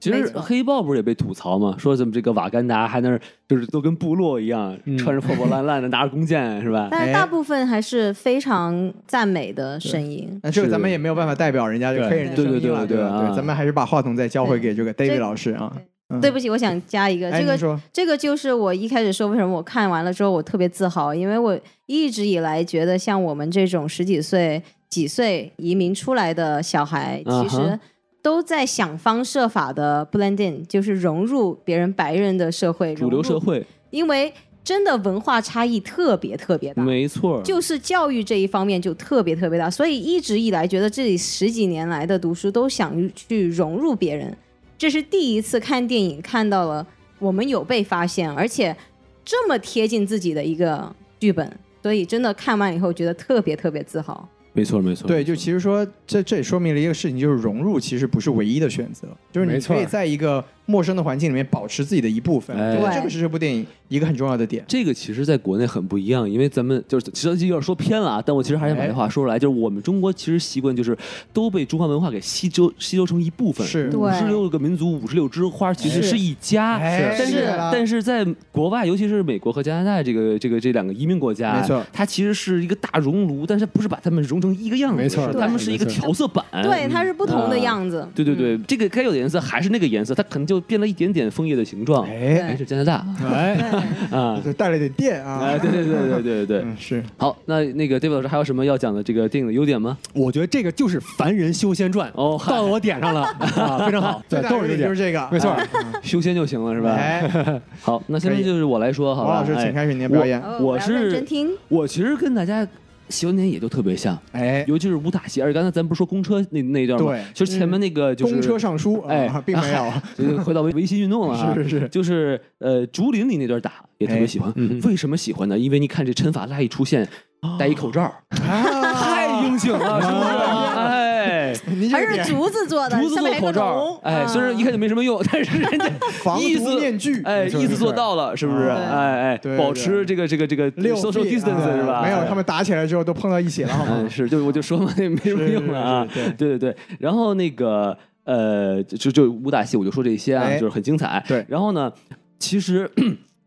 其没实错黑豹不是也被吐槽吗？说怎么这个瓦干达还那儿就是都跟部落一样，嗯穿着破破烂烂的，拿着弓箭，是吧？但是大哎部分还是非常赞美的声音。那这个是咱们也没有办法代表人家这个黑人的对声对音了，对对吧？对啊对，咱们还是把话筒再交回给这个 David 这老师啊。嗯对不起，我想加一个，这哎，您个说，这个就是我一开始说为什么我看完了之后我特别自豪，因为我一直以来觉得像我们这种十几岁、几岁移民出来的小孩，啊哈其实都在想方设法的 blend in，就是融入别人白人的社会，主融入流社，会，因为真的文化差异特别特别大。没错，就是教育这一方面就特别特别大，所以一直以来觉得自己十几年来的读书都想去融入别人，这是第一次看电影看到了我们有被发现，而且这么贴近自己的一个剧本，所以真的看完以后觉得特别特别自豪。没错没错，对，就其实说这这也说明了一个事情，就是融入其实不是唯一的选择，就是你没错可以在一个陌生的环境里面保持自己的一部分。哎我觉得对这个是这部电影一个很重要的点。这个其实在国内很不一样，因为咱们就是其实有点说偏了啊，但我其实还是哎想把这话说出来，就是我们中国其实习惯就是都被中华文化给吸收吸收成一部分，是五对十六个民族，五十六枝花，其实是是一家。哎是但是的但是在国外，尤其是美国和加拿大这个这个这两个移民国家，没错它其实是一个大熔炉，但是它不是把它们融成一个样子，没错是它们对是一个没错调色板，对，它是不同的子。样子。嗯对对对，这个该有的颜色还是那个颜色，它可能就变了一点点枫叶的形状。哎，哎，这加拿大哎，对， 啊，就带了点电啊。哎，对对对对对对， 嗯，是好，那那个 David 老师还有什么要讲的这个电影的优点吗？我觉得这个就是凡人修仙传，哦嗨到了我点上 了，啊，非常好，对，都是这这就点，是这个，没错哎修仙就行了是吧？哎，嗯好，那现在就是我来说好王了。老师，哎请开始您的表演。哦我要认是真听，我其实跟大家喜欢电影也就特别像，哎，尤其是武打戏。而且刚才咱不是说公车那那一段吗？对嗯其实前面那个就是公车上书，哎啊， 并没有， 就是回到维维新运动了、啊，是是是就是呃，竹林里那段打也特别喜欢、嗯为什么喜欢呢？因为你看这陈法拉一出现，戴一口罩， 太啊应景了，是不是？啊 哎。你这还个是点竹子做的，竹子上做面还有口个罩龙，，哎，嗯虽然一看就没什么用，但是 人家防意毒思面具，哎没错意没思错做到了，是不是？啊对哎哎，对保对持这个这个这个六 social feet， distance 哎是吧？没有，哎他们打起来之后都碰到一起了，好嗯，吗？是，就我就说嘛， 那没什么是用了啊。是是对对对，然后那个呃，就就武打戏我就说这些啊，哎就是很精彩。对然后呢，其实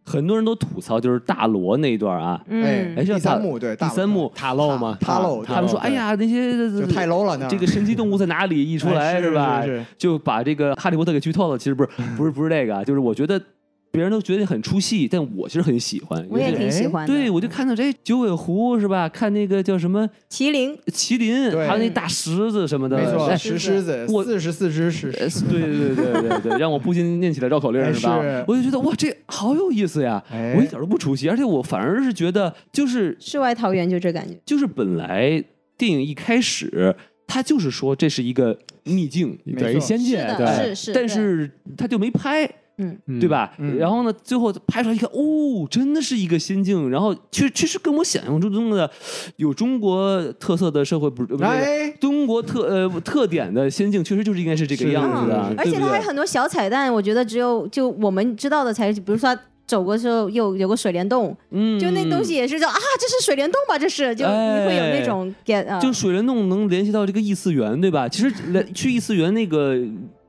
很多人都吐槽，就是大罗那一段啊，嗯哎，第叫三大幕对，第大三幕塔漏嘛塔塔漏他们对说哎呀那些就太 low 了那儿这个神奇动物在哪里？一出来哎是吧是是？就把这个哈利波特给剧透了。其实不是，不是，不是 这个啊，就是我觉得别人都觉得很出戏，但我其实很喜欢。我也就是挺喜欢的。对，我就看到这九尾狐是吧？看那个叫什么麒麟，麒麟，对还有那大石子什么的，没错，哎石狮子，我四十四只石呃狮子，对对对对对，让我不禁念起了绕 口令儿哎吧是？我就觉得哇，这好有意思呀！哎我一点都不出戏，而且我反而是觉得，就是世外桃源就这感觉。就是本来电影一开始，它就是说这是一个逆境，没等于错仙是界，的，是，对是，对但是他就没拍，嗯，对吧？嗯然后呢，最后拍出来一看，哦，真的是一个仙境。然后确确实跟我想象中的有中国特色的社会，不是不是哎中国特呃特点的仙境，确实就是应该是这个是样子嗯的，而啊对且它不还对有？很多小彩蛋，我觉得只有就我们知道的才，比如说它走过之后有有个水帘洞，嗯，就那东西。也是叫啊，这是水帘洞吧？这是就你会有那种 get 啊，哎就水帘洞能联系到这个异次元，对吧？其实来去异次元那个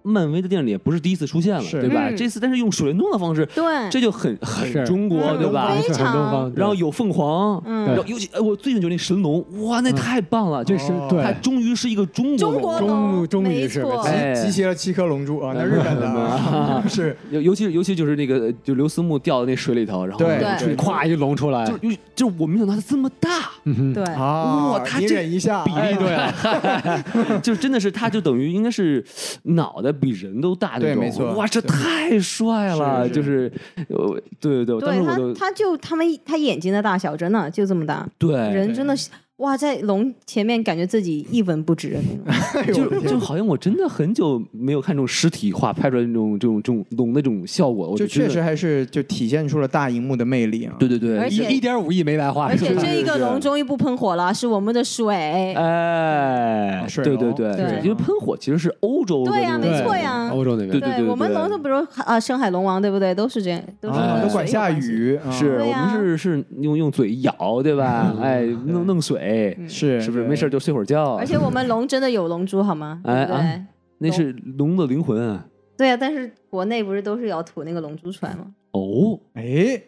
漫威的电影里也不是第一次出现了，是对吧？嗯这次但是用水帘洞的方式，对，这就很很是中国，嗯对吧？非是很东方。对然后有凤凰，嗯然后尤其哎，我最喜欢就是那神龙，哇，那太棒了！这就是哦对它终于是一个中国中龙，国中中没女士错，哎集集齐了七颗龙珠啊，那日本 的啊是尤尤其是尤其就是那个呃就刘思慕掉到那水里头，然后对对出去咵，咵一龙出来，就是尤其就是我没想到它这么大，嗯哼，对，啊哦哇，他你这忍一下，哎比例对啊 了，啊就是真的是它就等于应该是脑袋比人都大那对种，没错哇，这对太帅了，是是就是呃，对对对，当时对他我就他就他们他眼睛的大小真的就这么大，对。人真的是哇，在龙前面感觉自己一文不值的 那种。哎呦就我的天就好像我真的很久没有看这种实体化拍出来那种这种这种龙的这种效果，我就觉得确实还是就体现出了大荧幕的魅力啊。对对对，而且一点五亿没白花，而且 是这一个是啊龙终于不喷火了，是我们的水。哎啊，水对对龙对，对因为喷火其实是欧洲的对呀那种没错对呀欧洲那边对对我们龙的比如啊，深海龙王对不对？都是这样，都是啊跟都水管有下关系。雨，啊嗯是对我们呀是是用用嘴咬，对吧？哎，弄弄水，是是不是？对没事就睡会儿觉嗯而。且我们龙真的有龙珠好吗？哎对不对啊？那是龙的灵魂啊对呀，但是国内不是都是要吐那个龙珠出来吗？哦，哎，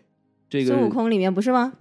这个孙悟空里面不是吗？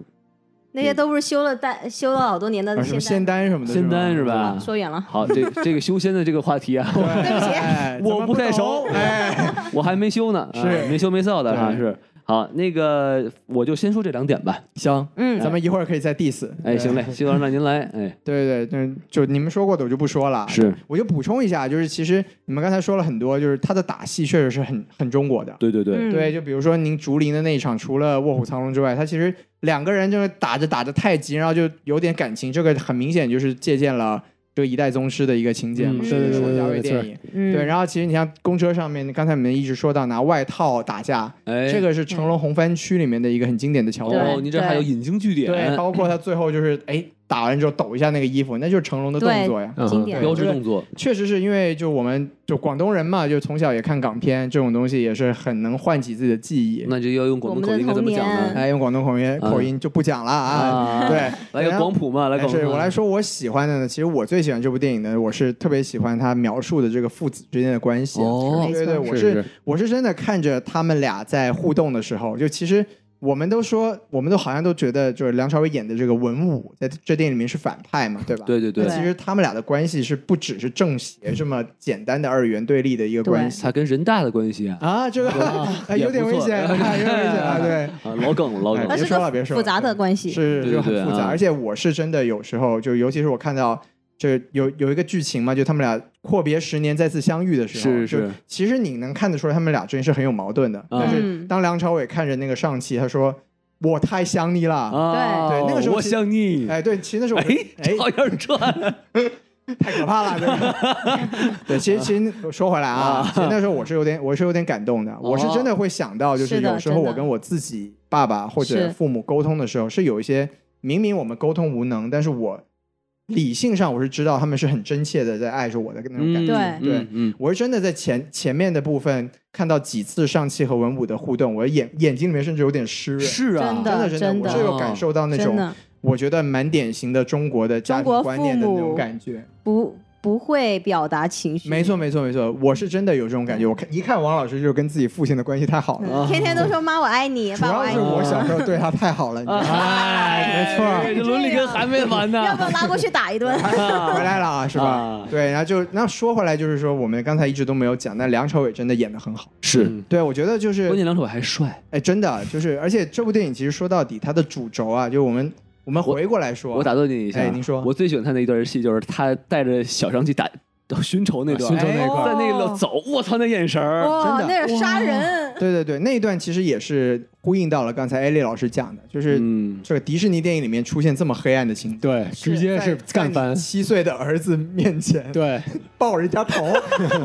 那些都不是修了丹修了好多年的啊什么仙仙丹什么的，仙丹是吧？吧啊？说远了，好，这这个修仙的这个话题啊，对不起 哎我咱们不太懂熟哎， 我还没修呢，啊是没羞没臊的啊，对是。好，那个我就先说这两点吧。行，嗯咱们一会儿可以再 diss。哎，行 嘞，希望让您来。哎，对对对，嗯，就你们说过的我就不说了。是，我就补充一下，就是其实你们刚才说了很多，就是他的打戏确实是很很中国的。对对对，嗯对，就比如说您竹林的那一场，除了卧虎藏龙之外，他其实两个人就是打着打着太极，然后就有点感情，这个很明显就是借鉴了这个一代宗师的一个情节嘛，嗯就对对是王对家对卫对电对影。嗯对，然后其实你像公车上面，刚才你们一直说到拿外套打架，哎，这个是成嗯龙红番区里面的一个很经典的桥段。哦，你这还有引经据典，对，包括他最后就是哎打完之后抖一下那个衣服，那就是成龙的动作呀。嗯经典标志动作，确实是因为就我们就广东人嘛，就从小也看港片，这种东西也是很能唤起自己的记忆。那就要用广东口音该怎么讲我们的童呢？年哎，用广东口音口音就不讲了啊。啊，对，来个然后广普嘛，来哎广是普。我来说我喜欢的呢，其实我最喜欢这部电影呢，我是特别喜欢他描述的这个父子之间的关系。哦对对对，没我是是是我是真的看着他们俩在互动的时候，就其实我们都说，我们都好像都觉得，就是梁朝伟演的这个文武在这电影里面是反派嘛，对吧？对对对那，其实他们俩的关系是不只是正邪这么简单的二元对立的一个关系他跟人大的关系啊，啊，这个、 哎有点危险，也不错啊有点危险 啊，对。啊，老梗了老梗它哎了是别说了个别说复了杂的关系，是对就对很对复杂。啊而且我是真的有时候就，尤其是我看到这有有一个剧情嘛，就他们俩阔别十年再次相遇的时候，是是就其实你能看得出来，他们俩之间是很有矛盾的。但是嗯当梁朝伟看着那个上汽，他说。我太想你了。啊，对那个时候我其想你，哎，对，其实那时候我哎，照样转， 太可怕了，这个。对，其实其实说回来啊，其实那时候我是有点，我是有点感动的，我是真的会想到，就是是哦的有时候真的我跟我自己爸爸或者是父母沟通的时候，是有一些明明我们沟通无能，但是我理性上我是知道他们是很真切的在爱着我的那种感觉。对对嗯嗯，我是真的在前前面的部分看到几次上汽和文武的互动，我眼眼睛里面甚至有点湿润，是啊，真真的真真我的是有感受到那真种的我觉得蛮典型的中国的家中庭国观父念的那种母感觉。不不会表达情绪，没错，没错，没错，我是真的有这种感觉。我看一看王老师，就是跟自己父亲的关系太好了，啊嗯，天天都说妈我爱你， 主爸我要爱是你，啊我小时候对他太好了。你知道吗 哎，没错儿这伦理根还没完呢，要不要拉过去打 一顿？回来了啊，是吧啊？对，然后就那说回来，就是说我们刚才一直都没有讲，但梁朝伟真的演的很好。是，对，我觉得就关是，键梁朝伟还帅，哎，真的就是，而且这部电影其实说到底，它的主轴啊，就我们我们回过来说，我打断你一下，哎您说我最喜欢他那一段戏就是他带着小张去打 寻仇那段，寻哎仇啊那一块在那个走，我操那眼神儿，哇，真的那是杀人， 对对对，那一段其实也是呼应到了刚才艾丽老师讲的，就是嗯，这个迪士尼电影里面出现这么黑暗的情节，对，直接是干翻，七岁的儿子面前， 对，爆人 家头。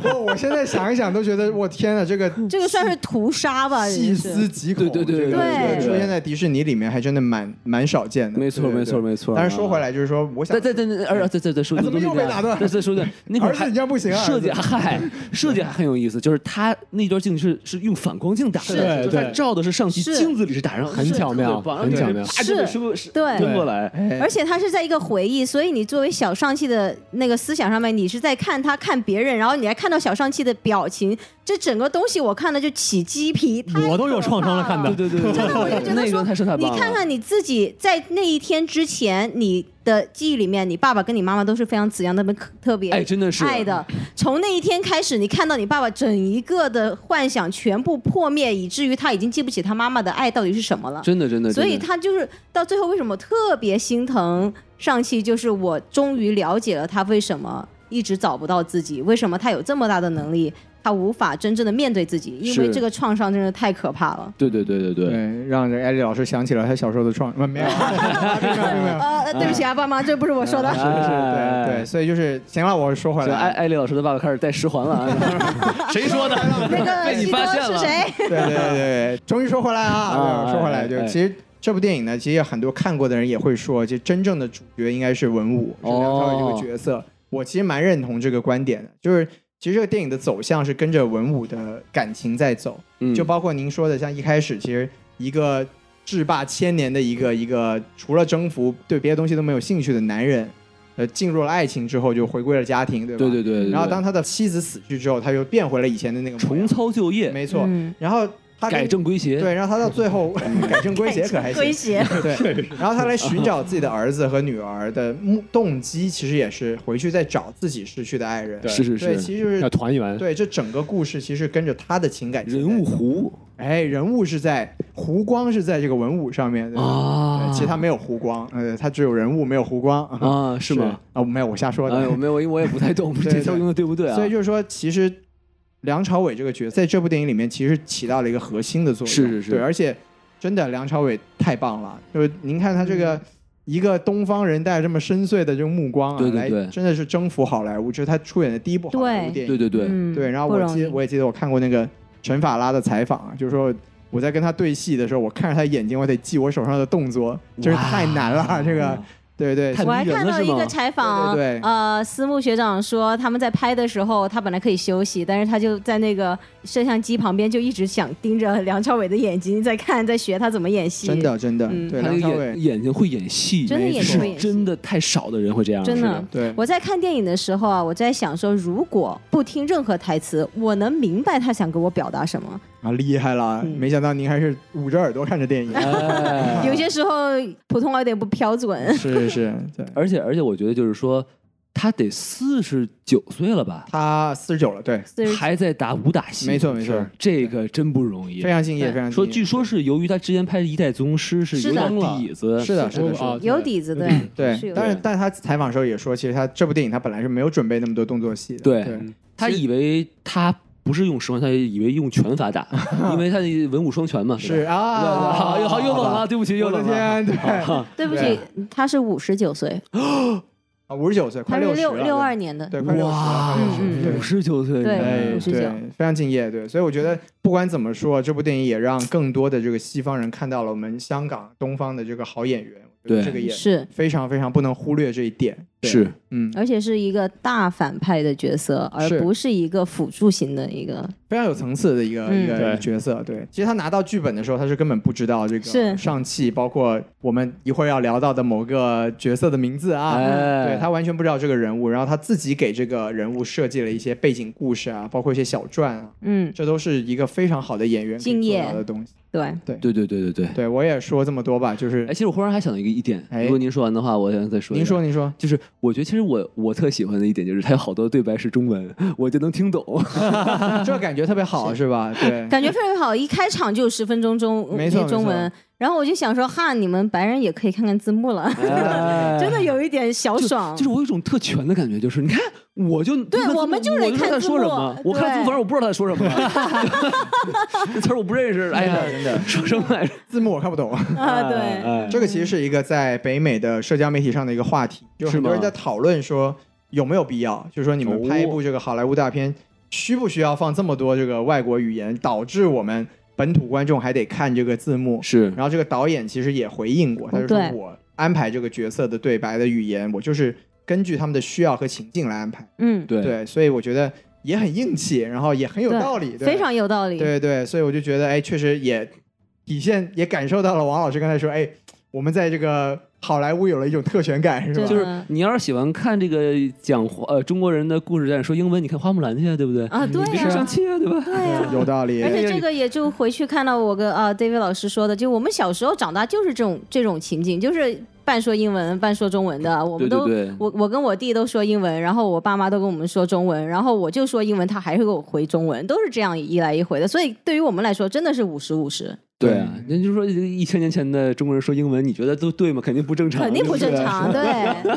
我我现在想一想都觉得，我天啊呐，这个这个算是屠杀吧？细也是思极恐，对对对这个对出现在迪士尼里面还真的蛮蛮少见的。没错对没错。对对没错。啊但是说回来，就是说，我想再，再再再呃再再再说，哎怎么又被打断再再说一段，那会儿儿子还你这样不行啊，设计儿子嗨，设计还很有意思，就是他那段镜是是用反光镜打是的，对就是他对照的是上级是镜子里是打上，很巧妙很巧啊妙是伸过对伸过来，哎而且他是在一个回忆，所以你作为小上气的那个思想上面，你是在看他看别人，然后你还看到小上气的表情，这整个东西我看了就起鸡皮，太我都有创伤了可怕看了的。对对对， 真的我就觉得那一说段太太你棒了，看看你自己在那一天之前，你的记忆里面，你爸爸跟你妈妈都是非常怎样那么特别哎，真的是爱的。从那一天开始，你看到你爸爸整一个的幻想全部破灭，以至于他已经记不起他妈妈的爱到底是什么了。真的真的，所以真的他就是到最后为什么特别心疼上汽，就是我终于了解了他为什么一直找不到自己，为什么他有这么大的能力，他无法真正的面对自己，因为是这个创伤真的太可怕了。对对对对对，对，让这个艾丽老师想起了他小时候的创，不没有，没有，没有没有。呃，对不起啊，爸妈，这不是我说的。 是对对，，所以就是行了，我说回所以艾来，艾丽老师的爸爸开始戴十环了啊， 谁说 的？那 被个你西发多现了是谁？对对对 对，终于说回来啊，啊对说回来，哎就哎其实这部电影呢，其实有很多看过的人也会说，就真正的主角应该是文武，是哦梁朝伟这个角色。我其实蛮认同这个观点的，就是其实这个电影的走向是跟着文武的感情在走，嗯就包括您说的，像一开始其实一个制霸千年的一个一个除了征服对别的东西都没有兴趣的男人，呃，进入了爱情之后就回归了家庭，对吧？对对对，对然后当他的妻子死去之后，他又变回了以前的那个模重样操旧业，没错。然后他跟改正归邪，对，然后他到最后 改正归邪可还归行。邪，对，然后他来寻找自己的儿子和女儿的目动机，其实也是回去再找自己失去的爱人。对是是对，是，其实就要是团圆，对这整个故事，其实跟着他的情感线人物在走，弧哎，人物是在湖光是在这个文武上面的，啊对，其实他没有湖光，呃，他只有人物没有湖光啊是 吗？啊，没有，我瞎说的。哎，我没有，因为我也不太懂对这条用的对不对啊？所以就是说，其实梁朝伟这个角色在这部电影里面其实起到了一个核心的作用，是是是对，而且真的梁朝伟太棒了，就是您看他这嗯个。一个东方人带着这么深邃的这种目光啊，对对对来真的是征服好莱坞，这是他出演的第一部好莱坞对电对影。对对，嗯对然后不我容记易我也记得我看过那个陈法拉的采访啊，就是说我在跟他对戏的时候，我看着他眼睛，我得记我手上的动作，真是哇太难了。这个，对对，太我还迷人看了到是一个吗采访，对对对呃，私募学长说他们在拍的时候，他本来可以休息，但是他就在那个摄像机旁边就一直想盯着梁朝伟的眼睛，在看，在学他怎么演戏。真，的真的，嗯对他梁那朝个伟眼，眼睛会演戏，真的没眼错睛会演戏真的太少的人会这样，真是的。对我在看电影的时候啊，我在想说，如果不听任何台词，我能明白他想给我表达什么。啊，厉害了！嗯没想到您还是捂着耳朵看着电影，哎 有些时候普通话有点不标准，是是是，对，而且而且，我觉得就是说，他得四十九岁了吧，他四十九了，对，所以还在打武打戏，没错没错，这个真不容易非。常敬业，非常说，敬业据说是由于他之前拍《一代宗师》是是有的哦点底子，是的，是的，是的。啊有底子对。 是 对，有但是的但他采嗯访时候也说，其实他这部电影他本来是没有准备那么多动作戏的，对对他以为他不是用十环，他以为用拳法 打，因为他文武双全嘛。是吧对对啊，对好，又好又冷了，吧对不起，又我冷的了。天，啊 对，对不起，他是五十九岁，啊，五十九岁，他 快是十六了，六二年的，对，快六十了，哇快60了嗯嗯对五十九岁，对哎， 59对，非常敬业，对，所以我觉得不管怎么说，这部电影也让更多的这个西方人看到了我们香港东方的这个好演员，我觉得对这个也是，非常非常不能忽略这一点，对，是嗯，而且是一个大反派的角色，而是不是一个辅助型的一个。非常有层次的一个、嗯一个对角色。对，其实他拿到剧本的时候，他是根本不知道这个是上汽，包括我们一会儿要聊到的某个角色的名字啊，嗯哎对他完全不知道这个人物，然后他自己给这个人物设计了一些背景故事啊，包括一些小传啊，嗯，这都是一个非常好的演员可以敬业做到的东西。对，对对对对对。对我也说这么多吧，就是哎，其实我忽然还想到一个一点，哎如果您说完的话，我想再说。您说，您说，就是我觉得其实我我特喜欢的一点就是它有好多对白是中文，我就能听懂。 这感觉特别好是吧？对。感觉非常好，一开场就十分钟中没错那中没文，然后我就想说，哈，你们白人也可以看看字幕了，哎 真的有一点小就爽，就是我有一种特权的感觉，就是你看，我就对你看我们就是我就知道看他字说什幕么，对我看字幕，反正我不知道他在说什 么，这 词儿我不认识，哎呀，真的说什么来着？哎字幕我看不懂，啊，对，这个其实是一个在北美的社交媒体上的一个话题，就是很多人吗在讨论说有没有必要，就是说你们拍一部这个好莱坞大片，需不需要放这么多这个外国语言，导致我们本土观众还得看这个字幕。是然后这个导演其实也回应过，他就说对我安排这个角色的对白的语言，我就是根据他们的需要和情境来安排。嗯，对对，所以我觉得也很硬气，然后也很有道理，对非常有道理，对对，所以我就觉得，哎，确实也体现也感受到了王老师刚才说，哎，我们在这个好莱坞有了一种特权感，是真吧？就的是你要是喜欢看这个讲呃中国人的故事，但是说英文，你看花木兰去啊，对不对？啊，对你别看上呀，气啊，对吧？对呀。有道理而，且这个也就回去看到我跟啊 David 老师说的，就我们小时候长大就是这种这种情景，就是半说英文半说中文的，我对们都对对，我我跟我弟都说英文，然后我爸妈都跟我们说中文，然后我就说英文，他还是给我回中文，都是这样一来一回的。所以对于我们来说，真的是五十五十，对啊，人就说一千年前的中国人说英文，你觉得都对吗？肯定不正常，啊肯定不对正对。常。对，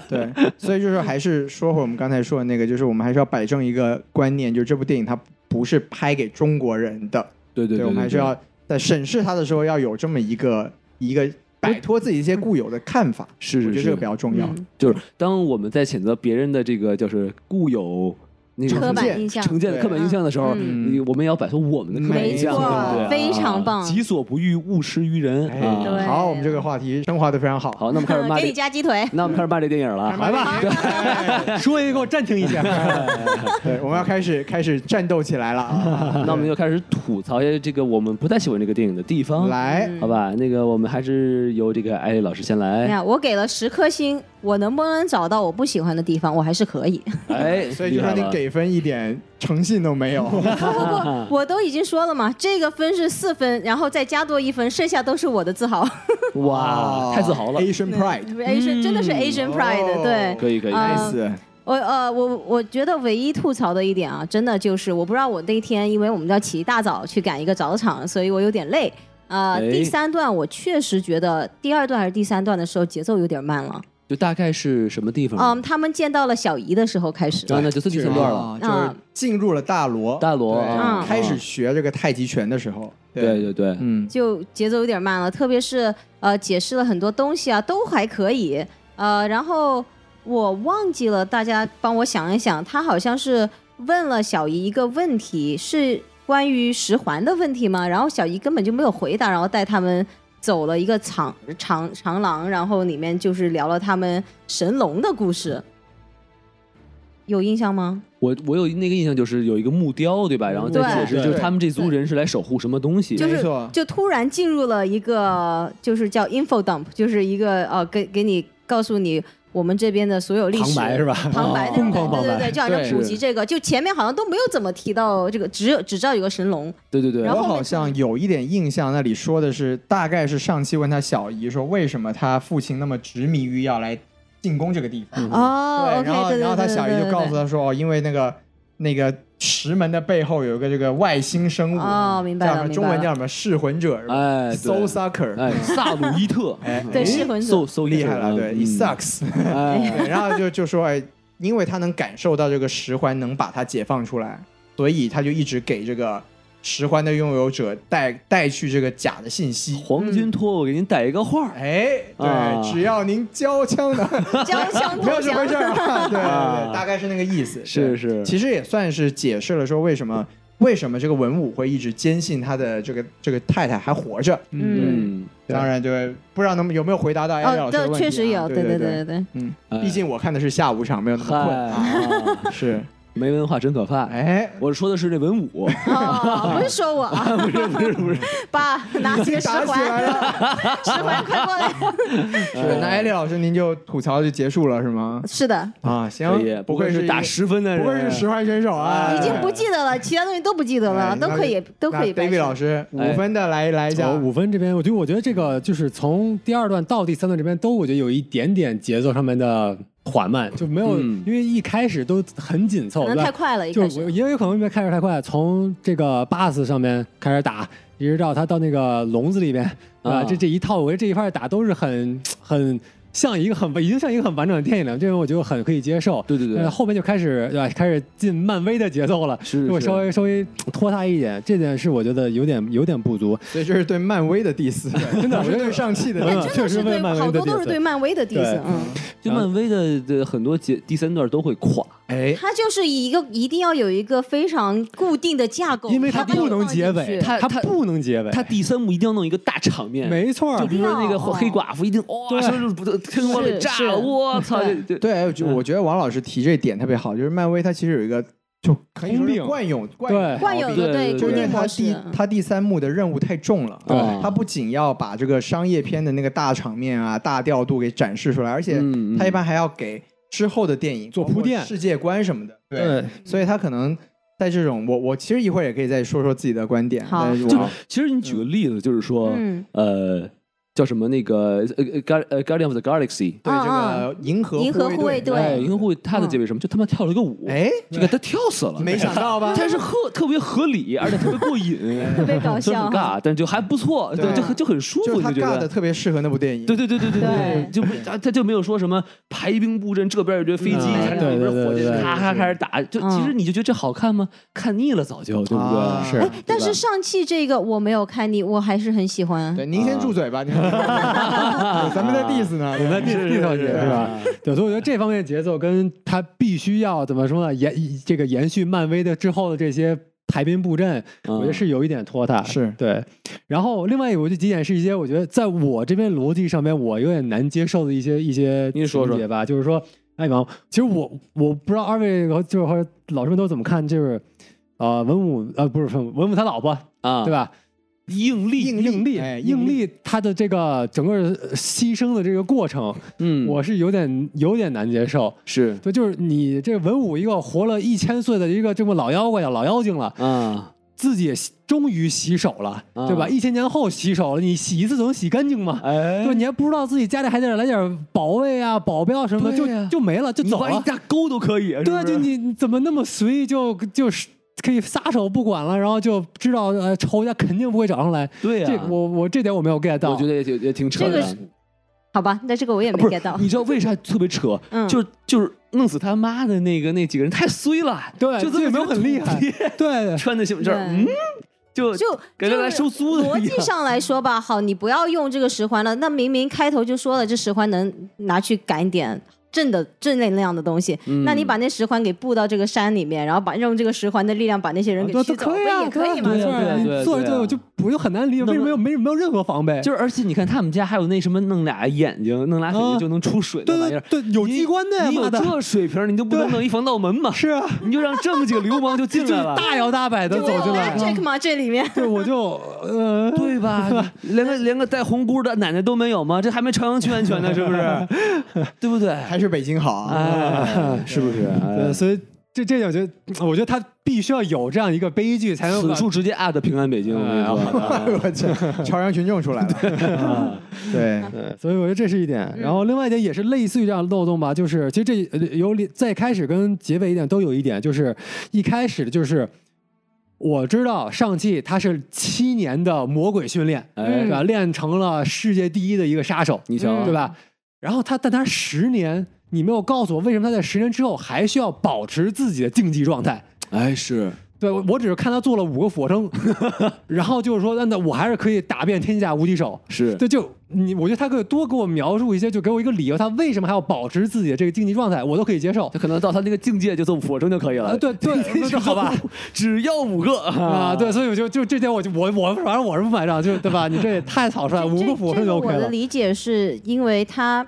对， 所以就是还是说回我们刚才说的那个，就是我们还是要摆正一个观念，就是这部电影它不是拍给中国人的，对对我们还是要在审视它的时候要有这么一个一个摆脱自己一些固有的看法，是我是觉得这个比较重要。嗯就是当我们在谴责别人的这个就是固有那种刻成板见印象，成见的刻板印象的时候，嗯你我们也要摆脱我们的刻板印象，没错对不对？非常棒啊己所不欲，勿施于人。哎啊对好，我们这个话题升华的非常好，好，那我 们开始骂给这你，加鸡腿。那我们开始骂这电影了。来吧， 说嗯一个，给我暂停一下。 嗯对，我们要开始开始战斗起来了啊。 那我们就开始吐槽一下这个我们不太喜欢这个电影的地方，来，嗯好吧？那个我们还是由这个艾丽老师先你来。看，哎我给了十颗星，我能不能找到我不喜欢的地方？我还是可以。 哎，所以就厉害说你了给分一点诚信都没有， 我都已经说了嘛，这个分是四分，然后再加多一分，剩下都是我的自豪。 哇，太自豪了， ，Asian Pride， Asian 真的是 Asian pride，对。可以可以，啊，nice，我呃，我我觉得唯一吐槽的一点啊，真的就是我不知道我那天，因为我们要起一大早去赶一个早场，所以我有点累。呃，哎第三段我确实觉得第二段还是第三段的时候节奏有点慢了。就大概是什么地方？嗯，他们见到了小姨的时候开始，嗯啊，那就算第三段了。啊就是进入了大罗，大罗对啊开始学这个太极拳的时候，对，对对，嗯，就节奏有点慢了，特别是呃解释了很多东西啊，都还可以。呃，然后我忘记了，大家帮我想一想，他好像是问了小姨一个问题，是关于十环的问题吗？然后小姨根本就没有回答，然后带他们走了一个长长长廊，然后里面就是聊了他们神龙的故事，有印象吗？我我有那个印象，就是有一个木雕，对吧？然后再解对释，就是对他们这族人是来守护什么东西。就没是错，就突然进入了一个就是叫 info dump，就是一个呃给给你告诉你我们这边的所有历史旁白是吧？旁白那疯种感狂觉，旁对对白对，就好哦对像普及这个，就前面好像都没有怎么提到这个，只有只知道有个神龙，对对对，然我后后面好像有一点印象，那里说的是大概是上期问他小姨说为什么他父亲那么执迷于要来进攻这个地方，嗯哦对， ，OK，然后对对对，然后他小姨就告对。对诉对他说，哦，因为那个那个石门的背后有一个这个外星生物，哦明白了叫什么明白了中文叫什么噬魂者是吧？哎对 Soul Sucker，哎，萨鲁伊 特，哎对哎噬魂者搜搜厉害了，对，It sucks，嗯哎， 对然后就就说哎，因为他能感受到这个石环能把他解放出来，所以他就一直给这个十环的拥有者带带去这个假的信息。黄金托，我给您带一个画儿。哎，对，啊只要您交枪的，交枪没有投这回事降。儿啊。对对啊对，大概是那个意思。是对是其实也算是解释了说为什么为什么这个文武会一直坚信他的这个这个太太还活着。嗯，对当然，对，不知道能有没有回答到艾瑞哦，老师的问对，题确啊、实有，对对对对对，嗯哎，毕竟我看的是下午场，没有那么困啊。嗨，是，没文化真可怕。哎，我说的是这文武，哦， 不是说我啊， 不是不是不是，爸，拿起个十打起来环，了。 十环快过来。 是，呃那艾丽老师您就吐槽就结束了是吗？是的，啊，可行以，不不愧愧是是一打个十分的不人，愧是十环选手啊，已经不记得了，其他东西都不记得了，哎都可以那，都可以那掰 David 扯。老师五哎分的来来一下哦，，五分这边，我觉得我觉得这个就是从第二段到第三段这边都，我觉得有一点点节奏上面的缓慢，就没有，嗯因为一开始都很紧凑，可能对吧太快了，一就开是始我。也有可能因为开始太快，从这个 bus 上面开始打，一直到他到那个笼子里边啊，啊这这一套，我觉得这一块打都是很很像一个很已经像一个很完整的电影了，这个我觉得很可以接受。对对对呃，后面就开始对吧？开始进漫威的节奏了，是是如果稍是微稍微拖沓一点，这点是我觉得有点有点不足。所以这是对漫威 的 diss，真的，不是对上汽的我觉得 diss。真确的实是对为漫威的好多都 diss 是对漫威的 diss，对嗯，就漫威的的很多节第三段都会垮，哎，它就是以一个一定要有一个非常固定的架构，因为它它把你不能放进结尾，去它它它不能结尾，他第三幕一定要弄一个大场面，没错儿就，比如说那个哦黑寡妇一定哇，对说是不得天光给炸是了，我操！对这这 对，哎我觉我觉得王老师提这点特别好，就是漫威它其实有一个就可以说通是病惯用惯用对，惯有的对固就因为定他模第式，他第三幕的任务太重了，对他不仅要把这个商业片的那个大场面啊、大调度给展示出来，而且嗯嗯他一般还要给之后的电影做包括铺垫世界观什么的。对，所以他可能在这种我我其实一会儿也可以再说说自己的观点。好但是我就是其实你举个例子，就是说嗯呃叫什么那个呃呃 Guar- 呃 Guardian of the Galaxy，对嗯这个银河银河护卫嗯队，对哎，银河护卫他的结尾什么就他妈跳了一个舞，哎，就给他跳死了，没想到吧？ 但是合特别合理，而且特别过瘾， 特别搞虽然笑很哈，尬， 但就还不错，对对，就很就很舒就服，是你他就觉尬的得。特别适合那部电影。对对对对对对就没他他就没有说什么排兵布阵，这边有一堆飞机，嗯那对边有对火对箭，对咔咔开始打，就嗯其实你就觉得这好看吗？看腻了早就，对不啊对？是哎，但是上汽这个我没有看你，我还是很喜欢对，。您先住嘴吧，嗯您 咱们在 diss 呢，我我们 diss 地上去，对吧？对，所以我觉得这方面节奏跟他必须要怎么说呢？延这个延续漫威的之后的这些排兵布阵，我觉得是有一点拖沓。嗯是对。然后另外一个我就几点是一些我觉得在我这边逻辑上面我有点难接受的一些一些您说说情节吧，就是说，哎王，其实我我不知道二位和就是和老师们都怎么看，就是呃文武呃不是文武他老婆啊，对吧？应力，应力应力哎，应应力，他的这个整个呃牺牲的这个过程，嗯，我是有点有点难接受。是对，就是你这文武一个活了一千岁的一个这么老妖怪呀、老妖精了，啊，自己终于洗手了，对吧？啊一千年后洗手了，你洗一次总洗干净嘛？哎对，你还不知道自己家里还得来点保卫啊、保镖什么的，对呀就就没了，就你走挖一了。大沟都可以，是对，不是就你你怎么那么随意就就是可以撒手不管了，然后就知道呃仇家肯定不会找上来。对呀这我我这点我没有 get 到。我觉得也挺也挺扯这个的。是好吧，那这个我也没不 get 是啊到，。你知道为啥特别扯？嗯就是就是弄死他妈的那个那几个人太衰了，对，就这这也没有很厉害。对， 穿的行不正，对嗯，就就感觉来收租的一样逻辑上来说吧，好，你不要用这个十环了。那明明开头就说了，这十环能拿去改点正的正能量的东西，嗯那你把那十环给布到这个山里面，然后把用这个十环的力量把那些人给对驱都走，可以不啊，也可以吗？对对啊啊你对啊坐着对啊坐着我就我就很难理解为什么没有没有没有任何防备，就是，而且你看他们家还有那什么弄俩眼睛，弄俩水啊就能出水对那玩意对儿。对，有机关的呀，你有妈的，这水平，你就不能弄一防盗门吗？是啊，你就让这么几个流氓就 进就来了，啊大摇大摆的就走没有进来 magic 了，吗？这里面对，我就呃， 对吧？啊连个连个带红箍的奶奶都没有吗？这还没朝阳区安全呢，是 不是？对不对？还是北京好啊。哎，是不是？对，所以这这点我觉得，我觉得他必须要有这样一个悲剧才能哎此把处直接 at 平安北京，我跟你说， 啊我去，朝阳群众出来了。 对，嗯对所以我觉得这是一点，然后另外一点也是类似于这样的漏洞吧，就是其实这呃有里在开始跟结尾一点都有一点，就是一开始就是我知道上汽他是七年的魔鬼训练，哎对吧？练成了世界第一的一个杀手，你瞧对吧？然后他但他十年，你没有告诉我为什么他在十年之后还需要保持自己的竞技状态，哎，是对，我我只是看他做了五个俯卧 撑，然后就是说，那那我还是可以打遍天下无敌手。是对，就你，我觉得他可以多给我描述一些，就给我一个理由，他为什么还要保持自己的这个竞技状态，我都可以接受。他可能到他那个境界就做俯卧撑就可以了啊，。对 对，好吧，只要五个啊，对，所以我就就这点我就我我反正我是不买账，就对吧？你这也太草率，了，五这个俯卧撑这就个 OK 我的了。理解是因为他，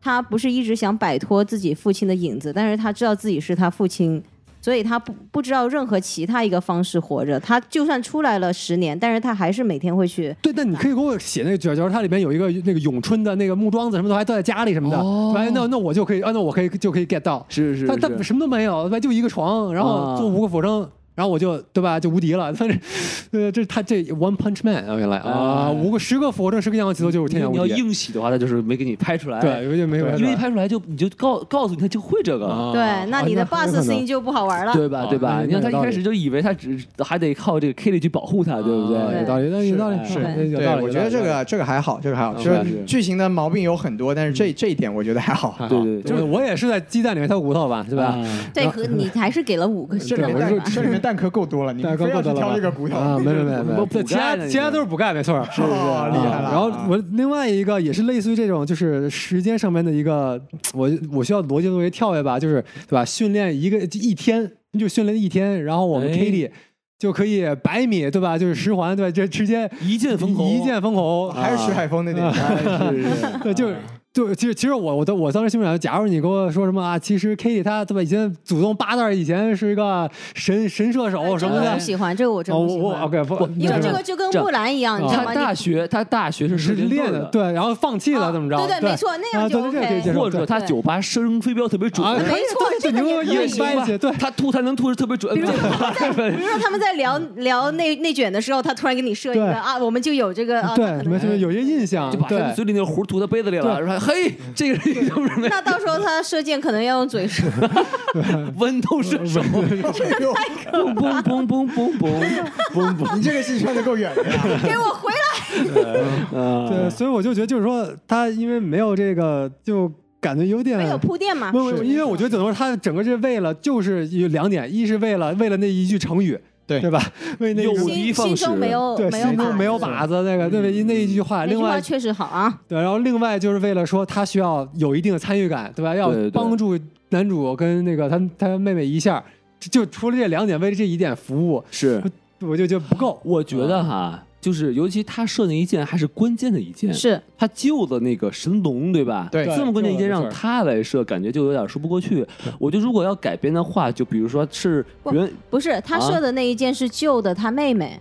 他不是一直想摆脱自己父亲的影子，但是他知道自己是他父亲，所以他不不知道任何其他一个方式活着。他就算出来了十年，但是他还是每天会去。对，但你可以给我写那个卷轴，它里面有一个那个咏春的那个木桩子什么的，还都在家里什么的。哦哎，那那我就可以，啊，那我可以就可以 get 到。是是他他是，什么都没有，对吧？就一个床，然后啊做五个俯卧撑，然后我就对吧，就无敌了。但 是，呃，这他这 One Punch Man 啊，原来啊，哎五个十个俯卧撑，十个仰卧起坐就是天下你无要敌。啊硬洗的话，他就是没给你拍出来。对，，有点没有办法，因为一拍出来就你就告告诉你他就会这个。啊对，那你的啊 boss 有可能声音就不好玩了。对吧？啊对吧？那你看他那有道一理开始就以为他只还得靠这个 K 力去保护他，对不啊有对？道理，那有道理，是啊是有对道，理。我有觉道得理啊这个这个还好，这个还好，嗯就是是剧情的毛病有很多，但是嗯这这一点我觉得还好。对对，啊就是我也是在鸡蛋里面挑骨头吧，是对吧吧？？对，和 你还是给了五个十这里个对面我吧就蛋这里 面蛋壳够多了，你蛋壳非要够去多了挑吧这个骨头啊，没没没没补，钙其他呢其他都是补钙，没错儿。哦厉害啊了。然后啊我另外一个也是类似于这种，就是时间上面的一个，我我需要逻辑作为跳跃吧，就是对吧？训练一个就一天，就训练一天，然后我们哎 K 里就可以百米对吧？就是十环对吧？这直接一剑封喉，一剑封喉，啊啊还是徐海峰那点， 对，就是。对，其实其实我我当我当时心里想，假如你跟我说什么啊，其实 Kitty 她对吧，以前祖宗八代儿以前是一个神神射手哦这什么个我的不，喜欢，这个我真哦，不我喜我欢。 OK 不，因为这个是就跟这样木兰一样，你知道他 吗？大你学他大学是射啊是箭队练的，的，对，然后放弃了怎么着？哦对对，没错，那啊样就对对这个可以 OK 接。受或者他对酒吧声飞镖特别准，啊，没可以错对对这个对，你也给我可硬以掰一吧些，对，他吐才能吐是特别准，比如 太比如说他们在聊聊内内卷的时候，他突然给你设一对个啊，我们就有这个啊，对他可，能没错，有些印象，就把他对们。嘴里那个糊吐到杯子里了，然 后嘿，这个人就是 那到时候他射箭可能要用嘴射， 温度射手， 嘣 嘣嘣嘣嘣嘣嘣 嘣，你这个戏穿的够远的呀。 给 我回来。嗯对，所以我就觉得就是说，他因为没有这个，就感觉有点没有铺垫嘛？不不，因为我觉得怎么说，他整个是为了就是有两点，一是为了为了那一句成语，对对吧？为那有个无敌心放心矢中没有对没有心中把没有把，靶子那个对那一句话，那句另话外确实好啊。对，然后另外就是为了说他需要有一定的参与感，对吧？要对对帮助男主跟那个他他妹妹一下，就除了这两点，为了这一点服务，是我就觉得不够。我觉得哈，就是尤其他射那一箭还是关键的一箭，是，他救了那个神龙，对吧？对这么关键一件让他来射，感觉就有点说不过去。我觉得如果要改编的话，就比如说是不原不是他射的那一箭是救的他妹妹，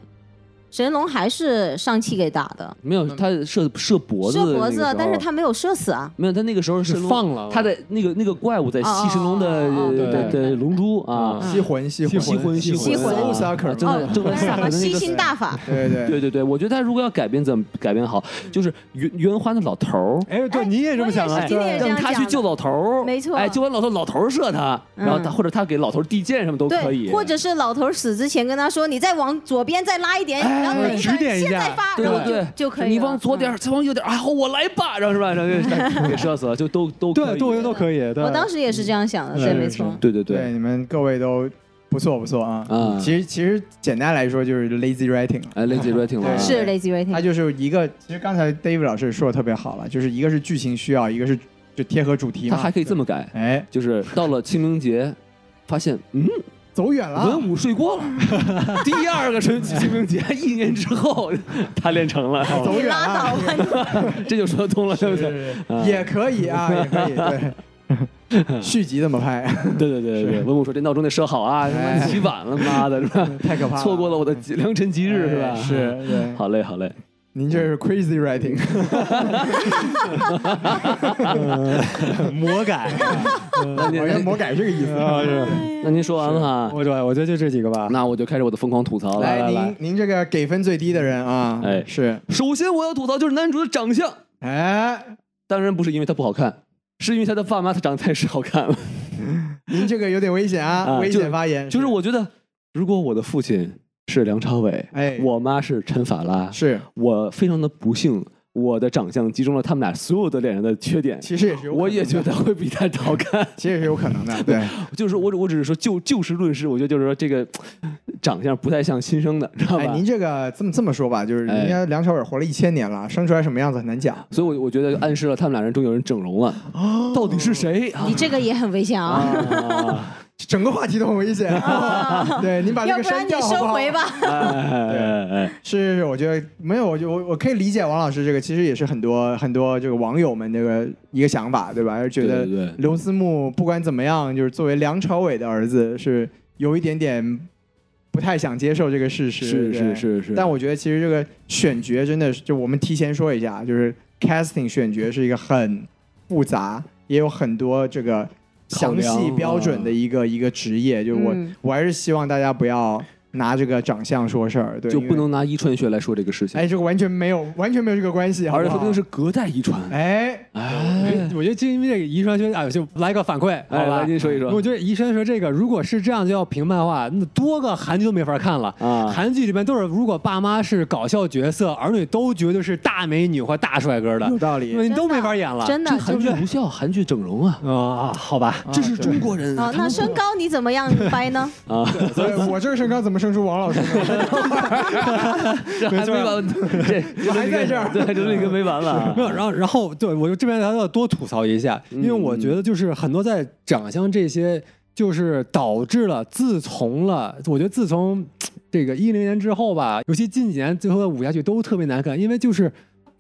神龙还是上气给打的，没有他射射脖子的射那个时候，脖子，但是他没有射死啊。没有他那个时候是神龙放了他在那个那个怪物在吸神龙的哦哦哦哦呃对的的龙珠啊，吸魂，吸吸魂吸吸魂，soul 啊 sucker，正在正在那下什的么那吸个。星大法，对对对对对，我觉得他如果要改编，怎么改编好？就是圆圆环的老头儿，哎，对，你也这么想我啊也？是今天也这让样他讲去的救老头儿，没错哎，救完老头儿，老头儿射他，嗯然后他或者他给老头儿递剑什么都可以，对，或者是老头死之前跟他说，你再往左边再拉一点，哎然后等指点一现下在发，对然后对就对，就可以了。你往左点儿，再往右点儿，啊，好，我来吧，然后是吧，然后就给射死了，就都都对可，以对，我觉得都可以。对我当时也是这样想的，嗯对，是啊没是错。对对对，对，你们各位都不错不错啊。啊其实其实简单来说就是 lazy writing 了。哎，lazy writing 了啊，对是 lazy writing，它就是一个，其实刚才 David 老师也说的特别好了，就是一个是剧情需要，一个是就贴合主题他嘛。还可以这么改，哎，就是到了清明节，发现嗯，走远了，文武睡过 了。第二个春清明节一年之后，他练成了，走你远拉倒了，吧你！这就说得通了，对不对？啊也可 以啊，也可以，对，续集怎么拍？哎对对对对对，文武说这闹钟得设好啊，他妈起晚了，妈的，是吧？太可怕了，错过了我的吉良辰吉日，是吧？哎是，，对，好嘞，好嘞。您这是 crazy writing， 魔改，哎那您 好像魔改这个意思。那您说完了哈，我对，我觉得就这几个吧。那我就开始我的疯狂吐槽了。来，您您这个给分最低的人啊，哎是，首先我要吐槽就是男主的长相，哎，当然不是因为他不好看，是因为他的爸妈他长得太是好看了。您这个有点危险啊，啊危就险发言，就是，我觉得，如果我的父亲是梁朝伟，哎我妈是陈法拉，是我非常的不幸，我的长相集中了他们俩所有的脸上的缺点，其实也是有可能的，我也觉得会比他好看。 其实也是有可 能的，对，就是我只我只是说就就事论事，我觉得就是说这个长相不太像亲生的，知道吧？哎，您这个这么这么说吧，就是哎人家梁朝伟活了一千年了，生出来什么样子很难讲。哦所以我，我觉得暗示了他们俩人中有人整容了， 到底是谁？啊你这个也很危险啊，整个话题都很 危险， 啊对，您把这哦要个不然删你掉好不收好？ 回吧。哎嗯哎哎哎是，是我觉得没有，我就我我可以理解王老师这个，其实也是很多很多这个网友们这个一个想法，对吧？觉得对对对刘思慕不管怎么样，就是作为梁朝伟的儿子，是有一点点不太想接受这个事实。是对是是是，但我觉得其实这个选角真的是，就我们提前说一下，就是 casting 选角是一个很复杂，也有很多这个考详量嗯细标准的一个一个职业。就是我、嗯我还是希望大家不要拿这个长相说事儿，对，就因为不能拿遗传学来说这个事情，哎，这个完全没有完全没有这个关系，好而不且好说不定是隔代遗传。哎，哎，我觉得就因为这个遗传学啊，就来个反馈，好哎，吧来？您说一说我觉得遗传学这个，如果是这样就要评判的话，那多个韩剧都没法看了。啊，韩剧里面都是，如果爸妈是搞笑角色，儿女都绝对是大美女或大帅哥的有，道理那。你都没法演了。真的这韩就剧是无效，韩剧整容啊，哦啊，好吧，这是中 国人哦，那身高你怎么样掰 呢？啊，对我这个身高怎么生出王老师呢？这 还没完，这我还在这儿 对，这一个没完了啊没有，然后然后对我就这边还要多吐槽一下，因为我觉得就是很多在长相这些，就是导致了自从了，我觉得自从这个一零年之后吧，尤其近几年最后的武侠剧都特别难看，因为就是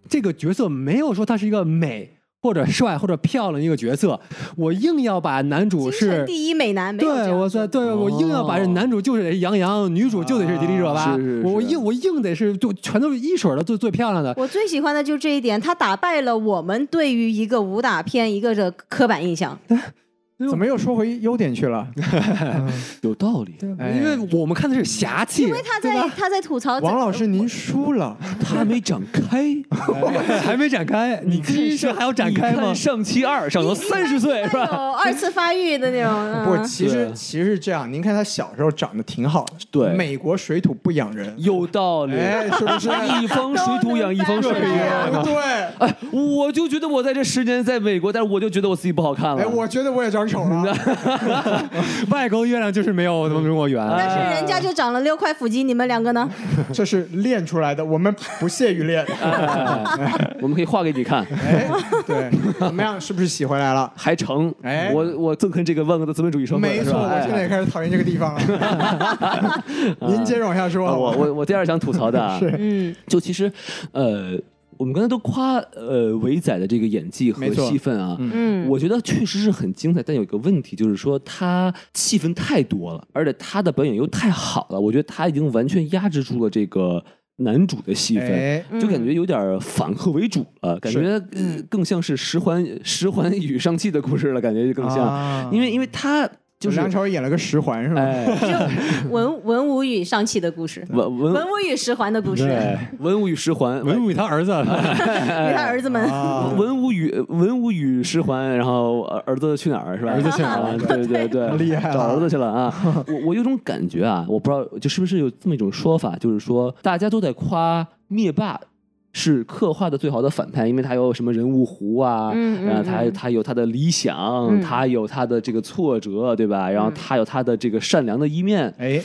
这个角色没有说他是一个美或者帅或者漂亮的一个角色，我硬要把男主京是城。第一美男，没有这对，样我说在对我硬要把这男主就是得是杨洋女主就得是迪丽热巴，哦啊是是是我硬我硬得是就全都是一水儿的最最漂亮的，我最喜欢的就是这一点，他打败了我们对于一个武打片一个的刻板印象。怎么又说回优点去了？有道理。哎因为我们看的是侠气，因为他在他在吐槽王老师， 您输了。他没长 开，还没展开，你第一是还要展开你吗看？上期二上到三十岁是有吧？二次发育的那种。不，嗯其实对其实这样，您看他小时候长得挺好的，对美国水土不养人，有道理，哎，是不是？ 一方水土养一方都水能搬出来土啊。对，哎，我就觉得我在这十年在美国，但是我就觉得我自己不好看了。哎，我觉得我也长丑 了，外国月亮就是没有咱们中国圆。但是人家就长了六块腹肌，你们两个 呢？这是练出来的，我们不屑 于练。哎我们可以画给你看，哎，对，怎么样？是不是洗回来了？还成。哎我我憎恨这个万恶的资本主义社会。没是错，吧我现在也哎开始讨厌这个地方了。您接着往下说啊好不我好，我我第二想吐槽的 啊，嗯，就其实，呃，我们刚才都夸呃伟仔的这个演技和没错戏份啊，嗯我觉得确实是很精彩，但有一个问题就是说他戏份太多了，而且他的表演又太好了，我觉得他已经完全压制住了这个男主的戏份。哎，就感觉有点反客为主了，感觉呃更像是十环十环与上气的故事了，感觉就更像，啊因为因为他就是梁朝伟演了个十环是吧？哎就文文武与上气的故事，文文文武与十环的故事，与文武与十环，文武他儿子，他儿子们。啊，文武与文武与十环，然后呃儿子去哪儿是吧？儿子去哪儿啊对对对，厉害了找儿子去了啊！我我有种感觉啊，我不知道就是不是有这么一种说法，就是说大家都在夸灭霸。是刻画的最好的反派，因为他有什么人物弧啊，嗯嗯然后他嗯他有他的理想，嗯他有他的这个挫折，对吧？然后嗯他有他的这个善良的一面，哎，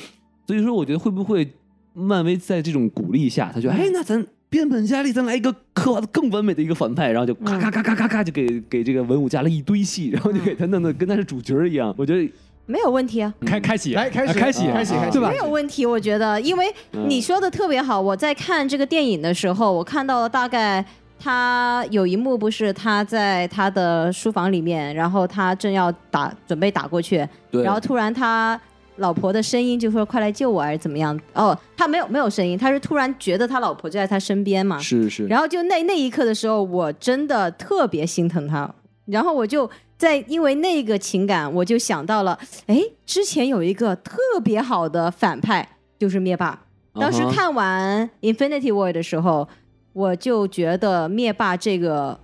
所以说，我觉得会不会漫威在这种鼓励下，他就哎，那咱变本加厉，咱来一个刻画的更完美的一个反派，然后就咔咔咔咔咔咔就给给这个文武加了一堆戏，然后就给他弄得跟他是主角一样。我觉得没有问题啊，开开启，来开始，开启，啊开启，开启对吧没？有问题，我觉得，因为你说的特别好。我在看这个电影的时候，我看到了大概他有一幕，不是他在他的书房里面，然后他正要打，准备打过去，对然后突然他老婆的声音就说：“快来救我！”还是怎么样？哦，他没有没有声音，他是突然觉得他老婆就在他身边嘛。是是，然后就那那一刻的时候，我真的特别心疼他，然后我就在因为那个情感，我就想到了，哎，之前有一个特别好的反派就是灭霸，当时啊哈看完《Infinity War》的时候，我就觉得灭霸这个。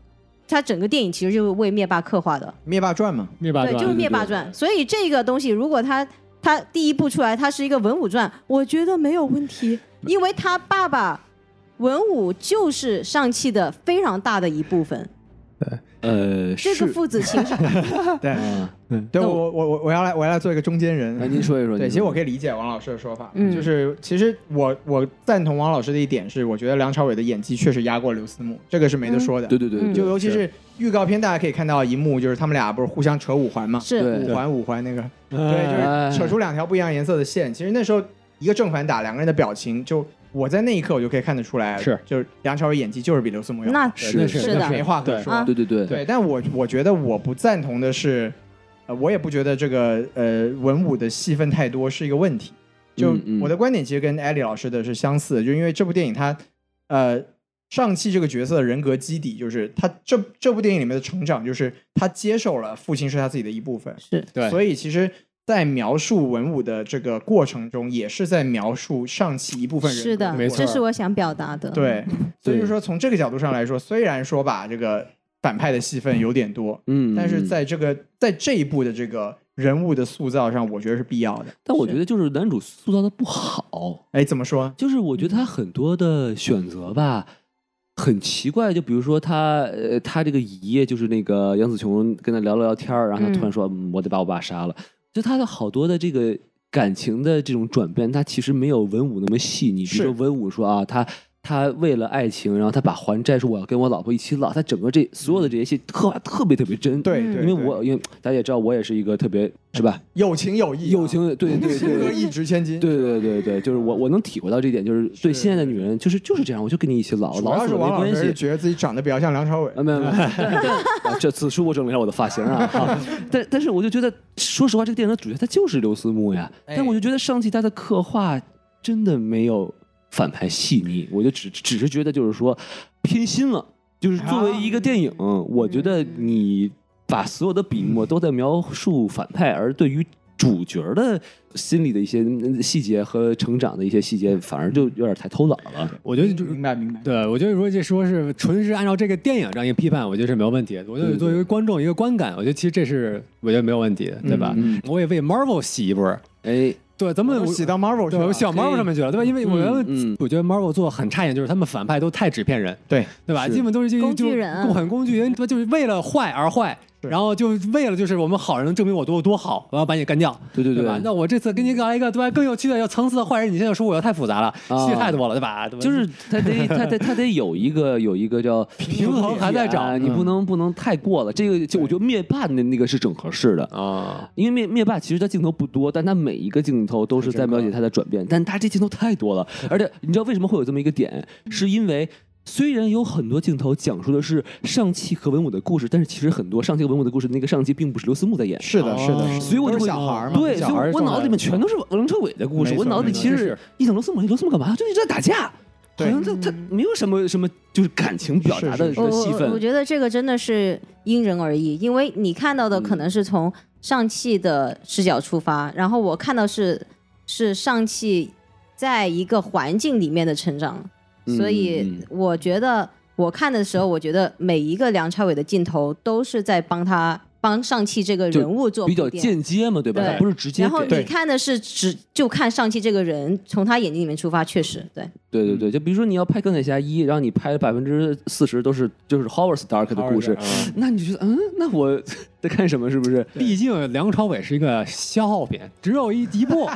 他整个电影其实就是为灭霸刻画的，灭霸传嘛，灭霸对，就是《灭霸传》。所以这个东西，如果他他第一部出来，他是一个文武传，我觉得没有问题，因为他爸爸文武就是上汽的非常大的一部分。呃，这个是父子 情是对啊，对那我我我我要来我要来做一个中间人，来您说一说。对，您其实我说可以理解王老师的说法，嗯就是其实我我赞同王老师的一点是，我觉得梁朝伟的演技确实压过刘思慕，这个是没得说的。对对对，对嗯就尤其是预告片，大家可以看到一幕，就是他们俩不是互相扯五环嘛，是对五环五环那个，哎对，就是扯出两条不一样颜色的线。其实那时候一个正反打，两个人的表情，就我在那一刻我就可以看得出来，是就是梁朝伟演技就是比刘思慕要好那是是是这个的，没话可对说。啊对对对，对，但我我觉得我不赞同的是，呃，我也不觉得这个呃文武的戏份太多是一个问题。就嗯嗯我的观点其实跟艾丽老师的是相似的，就因为这部电影它，呃，上汽这个角色的人格基底就是他这这部电影里面的成长，就是他接受了父亲是他自己的一部分，是对所以其实。在描述文武的这个过程中，也是在描述上汽一 部分人是格的过，程这是我嗯想表达的。，对，所以对就是说从这个角度上来说，虽然说吧，这个反派的戏份有点多，嗯，但是嗯在这个在这一步的这个人物的塑造上，我觉得是必要的。但我觉得就是男主塑造的不好，哎，怎么说？就是我觉得他很多的选择吧。很奇怪，就比如说他，呃，他这个姨，就是那个杨紫琼跟他聊了聊天儿然后他突然说、嗯我得把我爸杀了”，就他的好多的这个感情的这种转变，他其实没有文武那么细腻。比是如说文武说啊，他他为了爱情，然后他把还债说我要跟我老婆一起老，他整个这所有的这些戏特特别特别真。嗯对嗯对，因为对我因为大家也知道，我也是一个特别是吧，有情有义啊，友情对 对情对可一掷千金。，对对对对，就是我我能体会到这一点，就是对现在的女人，就是就是这样，我就跟你一起老，主老要死是我没王老关师是系。觉得自己长得比较像梁朝伟啊，。没有没有，啊这此处我整理一下我的发 型啊，哈但但是我就觉得，说实话，这个电影的主角他就是刘思慕呀，哎但我就觉得上期他的刻画真的没有反派细腻，我就只只是觉得就是说偏心了，就是作为一个电影，嗯我觉得你把所有的笔墨都在描述反派，而对于主角的心理的一些嗯细节和成长的一些细节，反而就有点太偷懒了。我觉得就明白明白。对，我觉得如果这说是纯是按照这个电影这样一个批判，我觉得是没有问题的。我觉得对作为观众一个观感，我觉得其实这是我觉得没有问题的，对吧？嗯我也为 Marvel 洗一波儿，哎，对，咱们我洗到 Marvel 去对，我了，想 Marvel 上面去了，对吧？因为我原来、嗯嗯我觉得 Marvel 做得很差一点，就是他们反派都太纸片人，对对吧？是基本都是就工就具人啊很工具人，对吧就是为了坏而坏，是然后就为了就是我们好人证明我多多好，我要把你干掉，对对对对吧？那我这次跟你搞一个对吧更有趣的、有层次的坏人，你现在说我要太复杂了，啊戏太多了，对吧？对吧就是他得他得他得有一个有一个叫平衡还在找啊你不能不能太过了。这个就我觉得灭霸的那个是正合适的，啊。因为灭灭霸其实他镜头不多，但他每一个镜头都是在描写他的转变，但他这镜头太多了，而且你知道为什么会有这么一个点，是因为。虽然有很多镜头讲述的是上汽和文武的故事，但是其实很多上汽和文武的故事，那个上汽并不是刘思慕在演，是的，是的，哦是的所以我就会都是小孩儿嘛，对，小所以孩儿我送脑子来里面的全都是梁朝伟的故事，没错我脑子里其没错实一想罗斯姆，罗斯姆干嘛？就一直在打架，好对像他他没有什么什么就是感情表达的是是是我的戏我我份。觉得这个真的是因人而异，因为你看到的可能嗯是从上汽的视角出发，然后我看到是是上汽在一个环境里面的成长，嗯所以嗯我觉得我看的时候，我觉得每一个梁朝伟的镜头都是在帮他帮上汽这个人物做比较铺垫间接嘛，对吧？对他不是直接然后给，你看的是只就看上汽这个人，从他眼睛里面出发，确实对。对对对，就比如说你要拍《钢铁侠一》，然后你拍百分之四十都是就是 Howard Stark 的故事，那你就觉得嗯，那我在看什么？是不是？毕竟梁朝伟是一个消耗品，只有一一 部，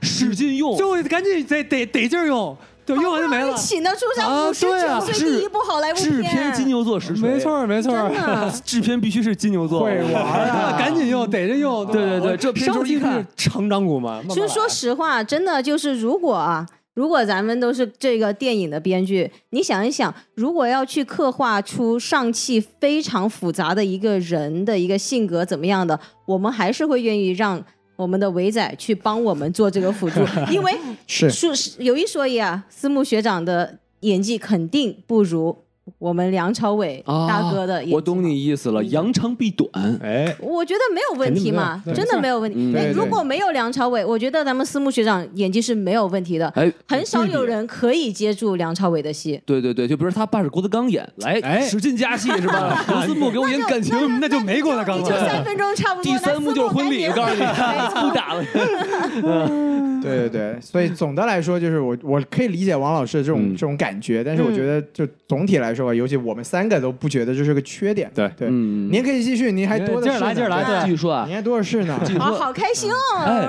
使劲用，就赶紧得得得劲儿用，对，用完就没了。哦起呢，出场啊五十对啊九岁第一部好莱坞制片金牛座实锤，没错，儿，没错儿，真 的制片必须是金牛座，会玩 啊，赶紧用，逮着用。对对对我这片啊上头期一不看是成长股嘛，慢慢其实说来实话，真的就是如果啊，如果咱们都是这个电影的编剧，你想一想，如果要去刻画出上汽非常复杂的一个人的一个性格怎么样的，我们还是会愿意让。我们的伟仔去帮我们做这个辅 助，因为是说是有一说一啊，思慕学长的演技肯定不如我们梁朝伟哦啊，大哥的演技。我懂你意思了，扬长避短。哎，我觉得没有问题嘛肯定没有，对真的没有问嗯题。哎对对如果没有梁朝伟，我觉得咱们私募学长演技是没有问题的，哎，很少有人可以接住梁朝伟的戏。对对对，就比如他爸是郭德纲演，来、哎使劲加戏是吧？刘思慕给我演感情，那就没郭德纲你就了。三分钟差不多， 第三幕就是婚礼，我告诉你，来私募赶紧不打了。对对对，所以总的来说，就是我我可以理解王老师的这种、嗯这种感觉，但是我嗯觉得就总体来说吧，尤其我们三个都不觉得这是个缺点。对对，嗯，您可以继续，您还多的劲儿是来呢劲儿来继续说啊您，还多的是呢。继续啊，说。好开心哦！哎，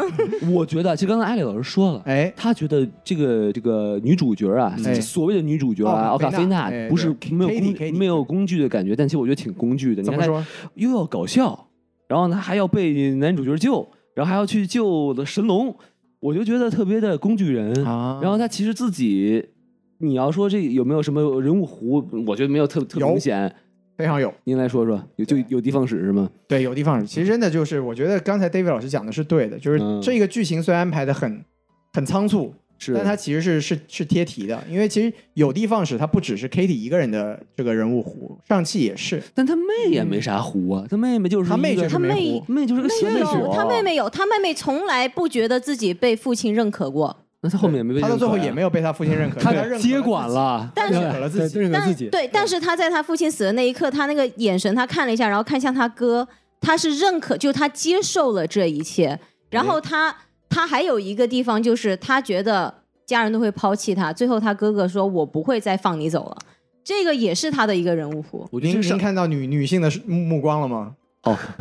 我觉得就刚才艾丽老师说了，哎，她觉得这个这个女主角啊，哎所谓的女主角啊，奥奥卡卡菲菲娜娜哎不是对没有 Katie，Katie 工没有工具的感觉，但其实我觉得挺工具的。你怎看她么说？又要搞笑，然后呢还要被男主角救，然后还要去救的神龙，我就觉得特别的工具人啊然后他其实自己，你要说这有没有什么人物弧，我觉得没有特特有明显。非常有，您来说说，有就有地方史是吗？对，有地方是。其实真的就是，我觉得刚才 David 老师讲的是对的，就是嗯这个剧情虽然安排的很很仓促，是但它其实是是是贴题的，因为其实有的放矢，它不只是 Katie 一个人的这个人物弧，上汽也是，但他妹也没啥弧啊，他妹妹就是他妹一个确实他没妹弧，妹就是个小没妹有，夫，他妹，妹有，他妹妹从来不觉得自己被父亲认可过。那他后面也没被他到认可最呀后也没有被他父亲认可，他但认可接了管了，但是对认可了自己对认可但自己，对，但是他在他父亲死的那一刻，他那个眼神，他看了一下，然后看向他哥，他是认可，就他接受了这一切。然后他他还有一个地方就是他觉得家人都会抛弃他，最后他哥哥说：“我不会再放你走了。”这个也是他的一个人物弧。我觉得您是您看到女女性的目目光了吗？哦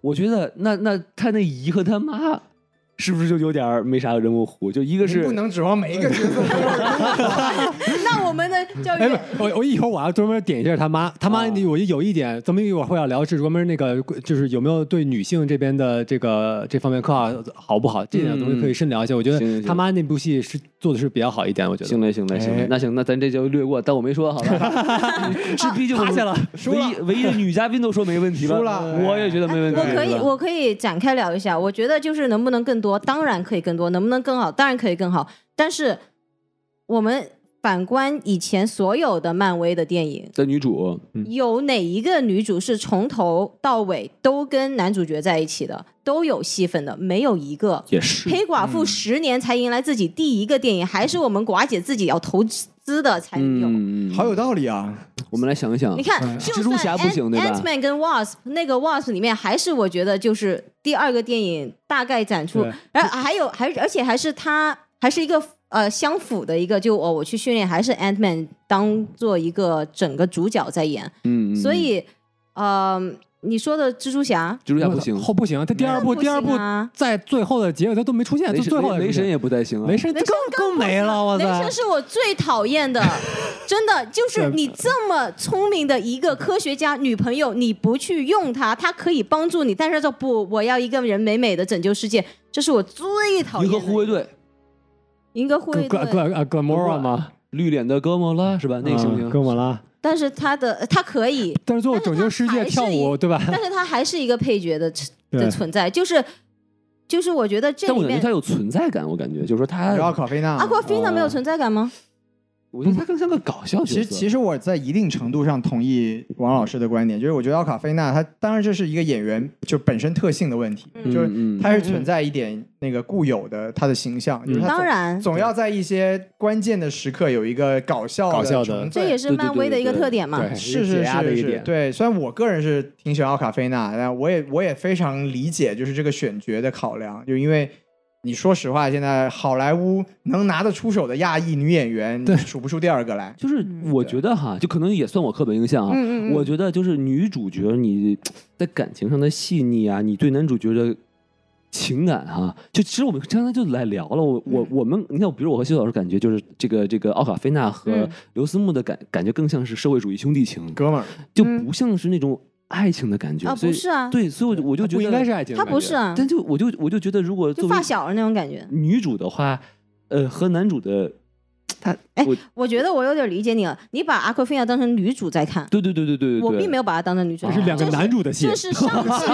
我觉得那那他那姨和他妈是不是就有点儿没啥人物弧？就一个您是不能指望每一个角色都有那我们的教 哎，育不，我我一会儿我要专门点一下他妈，他妈哦有有一点，咱们一会儿会要聊是专门那个，就是有没有对女性这边的这个这方面刻画好不好，这点东西可以深聊一下。我觉嗯行行得行他妈那部戏是做的是比较好一点，我觉得。行嘞，行嘞，行嘞哎，那行，那咱这就略过，当我没说好 了。是，毕竟我们下了唯一唯一的女嘉宾都说没问题了，输了我也觉得没问题。哎我可以是，吧我可以展开聊一下。我觉得就是能不能更多，当然可以更多；能不能更好，当然可以更好。但是我们反观以前所有的漫威的电影，的女主，嗯有哪一个女主是从头到尾都跟男主角在一起的，都有戏份的？没有一个。也是嗯黑寡妇十年才迎来自己第一个电影，还是我们寡姐自己要投资的才有。嗯，好有道理啊！我们来想一想你，看，就嗯蜘蛛算侠不行 Ant- 对吧 Ant-Man 跟 Wasp 那个 Wasp 里面，还是我觉得就是第二个电影大概展出对，然后还有还而且还是他还是一个呃相符的一个，就哦我去训练还是 Ant-Man 当做一个整个主角在演，嗯，嗯所以呃你说的蜘蛛侠，蜘蛛侠不行，后不行，他第二部那不第二部行啊在最后的结尾他都没出现，雷就最神后雷雷神也也不太行啊，雷神雷神更更没了，我雷操神！是我最讨厌 的，真的就是你这么聪明的一个科学家女朋友，你不去用她，她可以帮助你，但是她说不，我要一个人美美的拯救世界，这是我最讨银厌的。河护卫队，银河护卫格队，格格莫拉吗？绿脸的哥莫拉是吧？那个行不嗯行？哥莫拉，但是她的她可 以，但是最后但是拯他救世界还是跳舞，一对吧？ 但是她还是一个配角的的对存在，就是就是我觉得这但里我感觉面他有存在感，我感觉就是说他然，后考菲娜，阿奎菲娜没有哦存在感吗？我觉得他更像个搞笑其角实，色。其实我在一定程度上同意王老师的观点，就是我觉得奥卡菲娜她当然这是一个演员就本身特性的问题，嗯就是嗯嗯她是存在一点那个固有的她的形象，就是她总当然，总要在一些关键的时刻有一个搞笑搞笑的成分这也是对对漫威的一个对对特点嘛。对解是是压的是一是，点。对。虽然我个人是挺喜欢奥卡菲娜，但我也我也非常理解就是这个选角的考量，就因为你说实话，现在好莱坞能拿得出手的亚裔女演员，对数不出第二个来。就是我觉得哈，就可能也算我刻板印象啊。嗯嗯嗯嗯我觉得就是女主角你在感情上的细腻啊，你对男主角的情感哈、就其实我们刚才就来聊了，我嗯我我们你看，比如我和修老师感觉就是这个这个奥卡菲娜和嗯刘思慕的感感觉更像是社会主义兄弟情，哥们儿，就嗯不像是那种爱情的感觉。啊所以不是啊对，所以我就我就觉不得应该是，爱情的她感觉，不是啊，但就我就我就觉得如果就作为发小那种感觉。女主的话，呃，和男主的他，哎我我觉觉得我有点理解你了，你把阿奎菲娜当成女主在看，对对对对对对，我对并没有把她当成女主，哦这是两个男主的戏这。是 上 汽，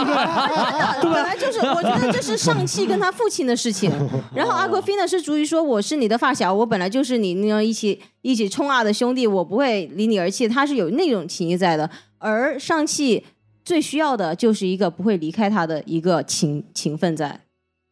本来就是，我觉得这是上汽跟他父亲的事 情。然后阿奎菲娜是属于说我是你的发小，我本来就是你那种一起一起冲啊的兄弟，我不会离你而弃，他是有那种情谊在的。而上汽最需要的就是一个不会离开他的一个情情分在。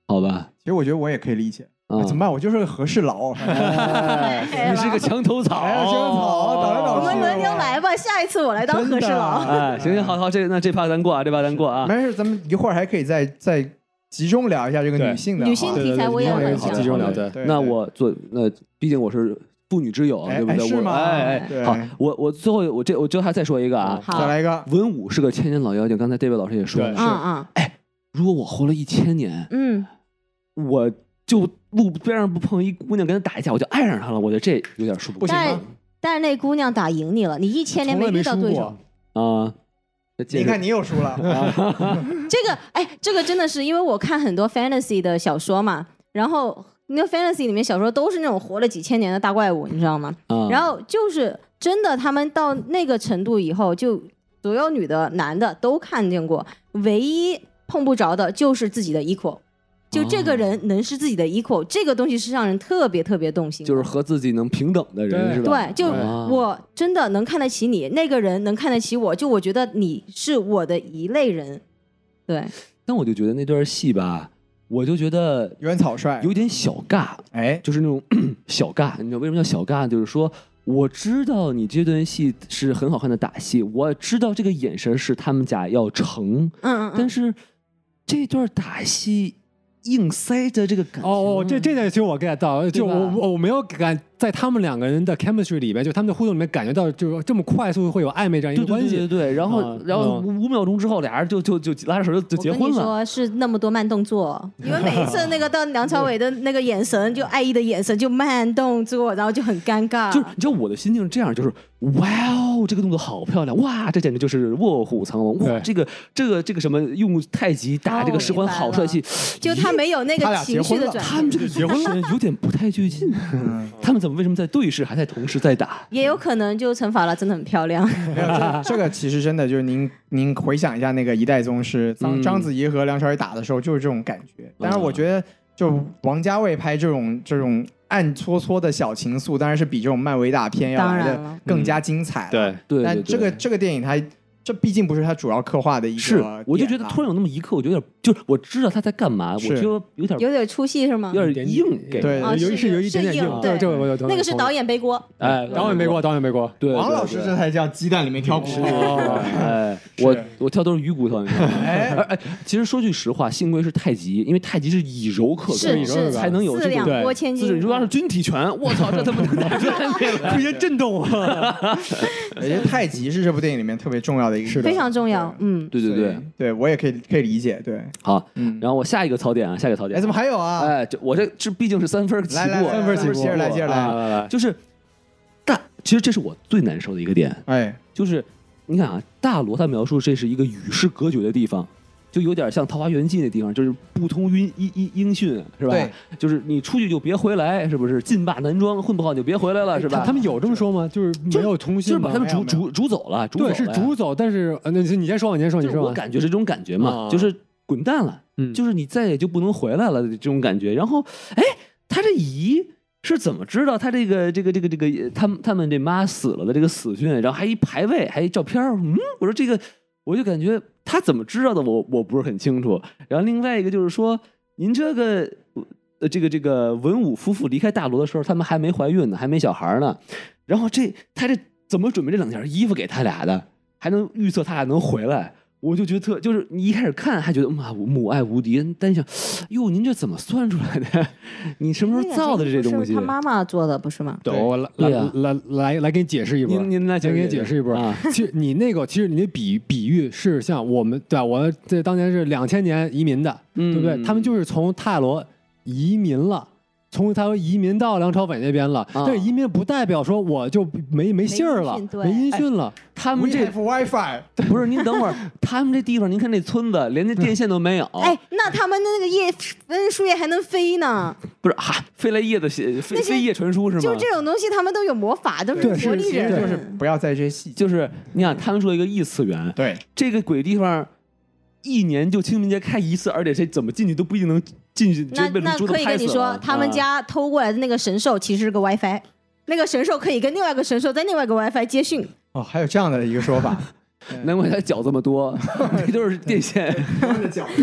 好吧。其实我觉得我也可以理解。啊哎怎么办？我就是个和事佬， 哎你是个墙头草，哎呀墙头草倒来倒我哦们去轮流来吧，下一次我来当和事佬。哎，行行好好，这那这趴咱过啊，这趴咱过啊。没事，咱们一会儿还可以再再集中聊一下这个女性的好，女性对题材我也对对很对想集中看聊对。对对那我做，那毕竟我是妇女之友啊，哎对不对？哎是吗我哎对哎，好，我我最后我这我最后还再说一个啊，再好，来一个，文武是个千年老妖精，刚才 David 老师也说对了，嗯如果我活了一千年，嗯我就路边上不碰一姑娘跟她打一架，我就爱上她了，我觉得这有点说不不嗯，行但吗是？但是那姑娘打赢你了，你一千年从来遇没到输对手过，。啊。那接你着看你又输 了，这个哎，这个真的是因为我看很多 fantasy 的小说嘛，然后那 fantasy 里面小说都是那种活了几千年的大怪物，你知道吗？啊，然后就是真的，他们到那个程度以后，就所有女的、男的都看见过，唯一碰不着的就是自己的 equal。就这个人能是自己的 equal，、这个东西是让人特别特别动心的。就是和自己能平等的人对是吧？对，就啊我真的能看得起你，那个人能看得起我，就我觉得你是我的一类人。对，但我就觉得那段戏吧，我就觉得袁草率，有点小尬，哎，就是那种 小尬。你知道为什么叫小尬？就是说，我知道你这段戏是很好看的打戏，我知道这个眼神是他们俩要成，嗯嗯但嗯，是这段打戏硬塞着这个感情。哦哦，这这点其实我 get 到，就吧我我我没有感在他们两个人的 chemistry 里面，就他们的互动里面感觉到，就是这么快速会有暧昧这样一对个对关对系对。对，然后、啊然后嗯五五秒钟之后，俩人就就就拉着手就就我结跟婚你了。说是那么多慢动 作，你们每一次那个到梁朝伟的那个眼神，就爱意的眼神，就慢动作，然后就很尴尬。就是你知道我的心境是这样，就是哇哦，这个动作好漂亮，哇，这简直就是卧虎藏龙，哇，对这个这个这个什么用太极打哦这个十环明白好帅气，就他没有那他个俩情绪结婚的了嗯转他们这个结婚了有点不太对劲，他们怎么为什么在对视还在同时在打？也有可能就惩罚了，真的很漂亮。没有这 这个其实真的就是您您回想一下那个一代宗师，章嗯章子怡和梁朝伟打的时候就是这种感觉。当然，我觉得就王家卫拍这种这种暗搓搓的小情愫，当然是比这种漫威大片要来当然的了嗯更加精彩。，对，对，但对这个对这个电影它这毕竟不是它主要刻画的一个是点啊，我就觉得突然有那么一刻，我就有点就是我知道他在干嘛，我是就有点 有点出戏是吗？有点硬给嗯对啊有是是有一是点点硬硬，对这我有同那意个是导，演背锅，哎，导演没过，导演没过，对，对王老师对这才叫鸡蛋里面挑骨 头。哦，哎，我我跳都是鱼骨头，你知道吗？哎哎哎，其实说句实话，幸亏是太极，因为太极是以柔克刚，是是才能有四这两种。拨千就是斤你。说要是军体拳，我操，这他妈瞬间震动啊！我觉得太极是这部电影里面特别重要的一个，是非常重要，嗯，对对对，，对我也可以可以理解。对，好。嗯，然后我下一个槽点啊，下一个槽点，哎，怎么？还有啊？哎，这我这这毕竟是三分起步来啊，来来，三分起步接着来，接着来。来来，就是大，其实这是我最难受的一个点，哎，就是你看啊，大罗他描述这是一个与世隔绝的地方，就有点像《桃花源记》那地方，就是不通音音音音讯，是吧？对，就是你出去就别回来，是不是？进霸男装，混不好你就别回来了，是吧？他们有这么说吗？就是没有通就是信把吗他？们没有逐没有逐逐走了，逐走对，了是呀主走，但是呃那你先说吧，你先说，你就是说我吧。感觉是这种感觉嘛，啊就是滚蛋了，嗯就是你再也就不能回来了这种感觉。然后，哎，他这姨是怎么知道他这个这个这个这个他们他们这妈死了的这个死讯？然后还一排位，还一照片儿。嗯，我说这个，我就感觉他怎么知道的我，我不是很清楚。然后另外一个就是说，您这个。呃，这个这个文武夫妇离开大罗的时候，他们还没怀孕呢，还没小孩呢。然后这他这怎么准备这两件衣服给他俩的，还能预测他俩能回来？我就觉得特就是你一开始看还觉得妈母爱无敌，但想，哟，您这怎么算出来的？你什么时候造的这东西是啊他？妈妈做的不是吗？懂，我来对来啊来来来给你解释一波。您您来来解给释你解释一波啊。 其实你那个，其实你的比比喻是像我们对吧？我这当年是两千年移民的，嗯对不对？他们就是从泰罗移民了。从泰罗移民到梁朝伟那边了，啊但是移民不代表说我就没没信儿了音讯，对没音讯了。哎他们 We 这 have WiFi。 不是您等会儿，他们这地方您看那村子连那电线都没有，嗯哎，那他们的那个叶嗯树叶还能飞呢，不是哈、飞来叶子写飞那些飞叶传书是吗？就这种东西他们都有魔法，都对魔是力其实人，就是不要在意这些细节。就是你想他们说一个异次元，对，这个鬼地方一年就清明节开一次，而且这怎么进去都不一定能进去，直那接被那猪都可以拍跟死你说了，他们、啊家偷过来的那个神兽其实是个 WiFi，那个神兽可以跟另外一个神兽在另外一个 WiFi 接讯。哦，还有这样的一个说法， 难怪他脚这么 多，那都是电线。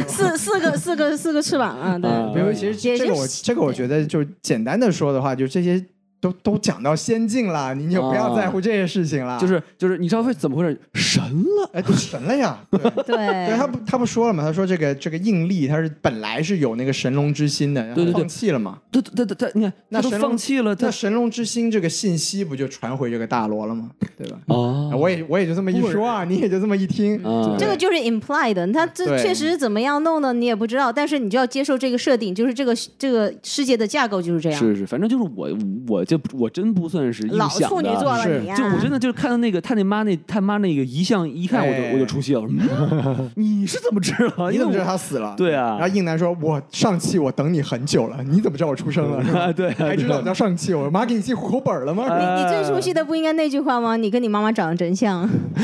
四四个四个四个翅膀啊，对，啊嗯没有，其实也这就个我是这个我觉得就简单的说的话，就这些都都讲到仙境了， 你就不要在乎这些事情了。啊就是就是，你知道为怎么回事？神了，啊哎，都神了呀！对，对 对他不他不说了吗？他说这个这个应力，他是本来是有那个神龙之心的，然对后对对放弃了嘛。对对对对，你看 那他都神龙放弃了，他那神龙之心这个信息不就传回这个大罗了吗？对吧？哦我也我也就这么一说啊，你也就这么一听。啊这个就是 implied 的，它这对确实是怎么样弄的你也不知道，但是你就要接受这个设定，就是这个这个世界的架构就是这样。是是，反正就是我我这我真不算是硬老想处女的啊座了是啊你呀、就我真的就是看到那个他那妈那他妈那个遗像，一看我就哎我就出戏了。嗯我说你是怎么知道？你因为怎么知道我他死了？对啊然后应男说：“我上气，我等你很久了，你怎么知道我出生了？是 吧对啊还知道我叫上气？我妈给你记户口本了吗？哎你最熟悉的不应该那句话吗？你跟你妈妈长得真像，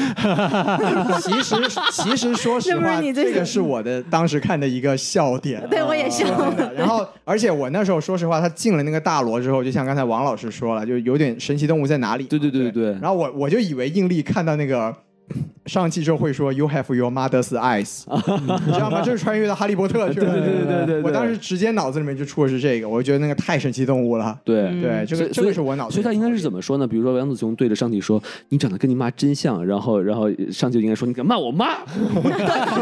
其实其实说实那不话，是你最这个是我的当时看的一个笑点。 对我也笑真了。的然后，而且我那时候说实话，他进了那个大罗之后，就像刚才王老师说了，就有点神奇动物在哪里嘛。对对对对对然后我我就以为应力看到那个。上汽之后会说 “You have your mother's eyes”，你知道吗？这是穿越到《哈利波特》去了。对对对对对对我当时直接脑子里面就出的是这个，我觉得那个太神奇动物了。对。嗯对，这嗯所个以这个是我脑子所里以他面应出的。该是怎么说呢？比如说杨子雄对着上帝说：“你长得跟你妈真像。”然后，然后上帝就应该说：“你敢骂我妈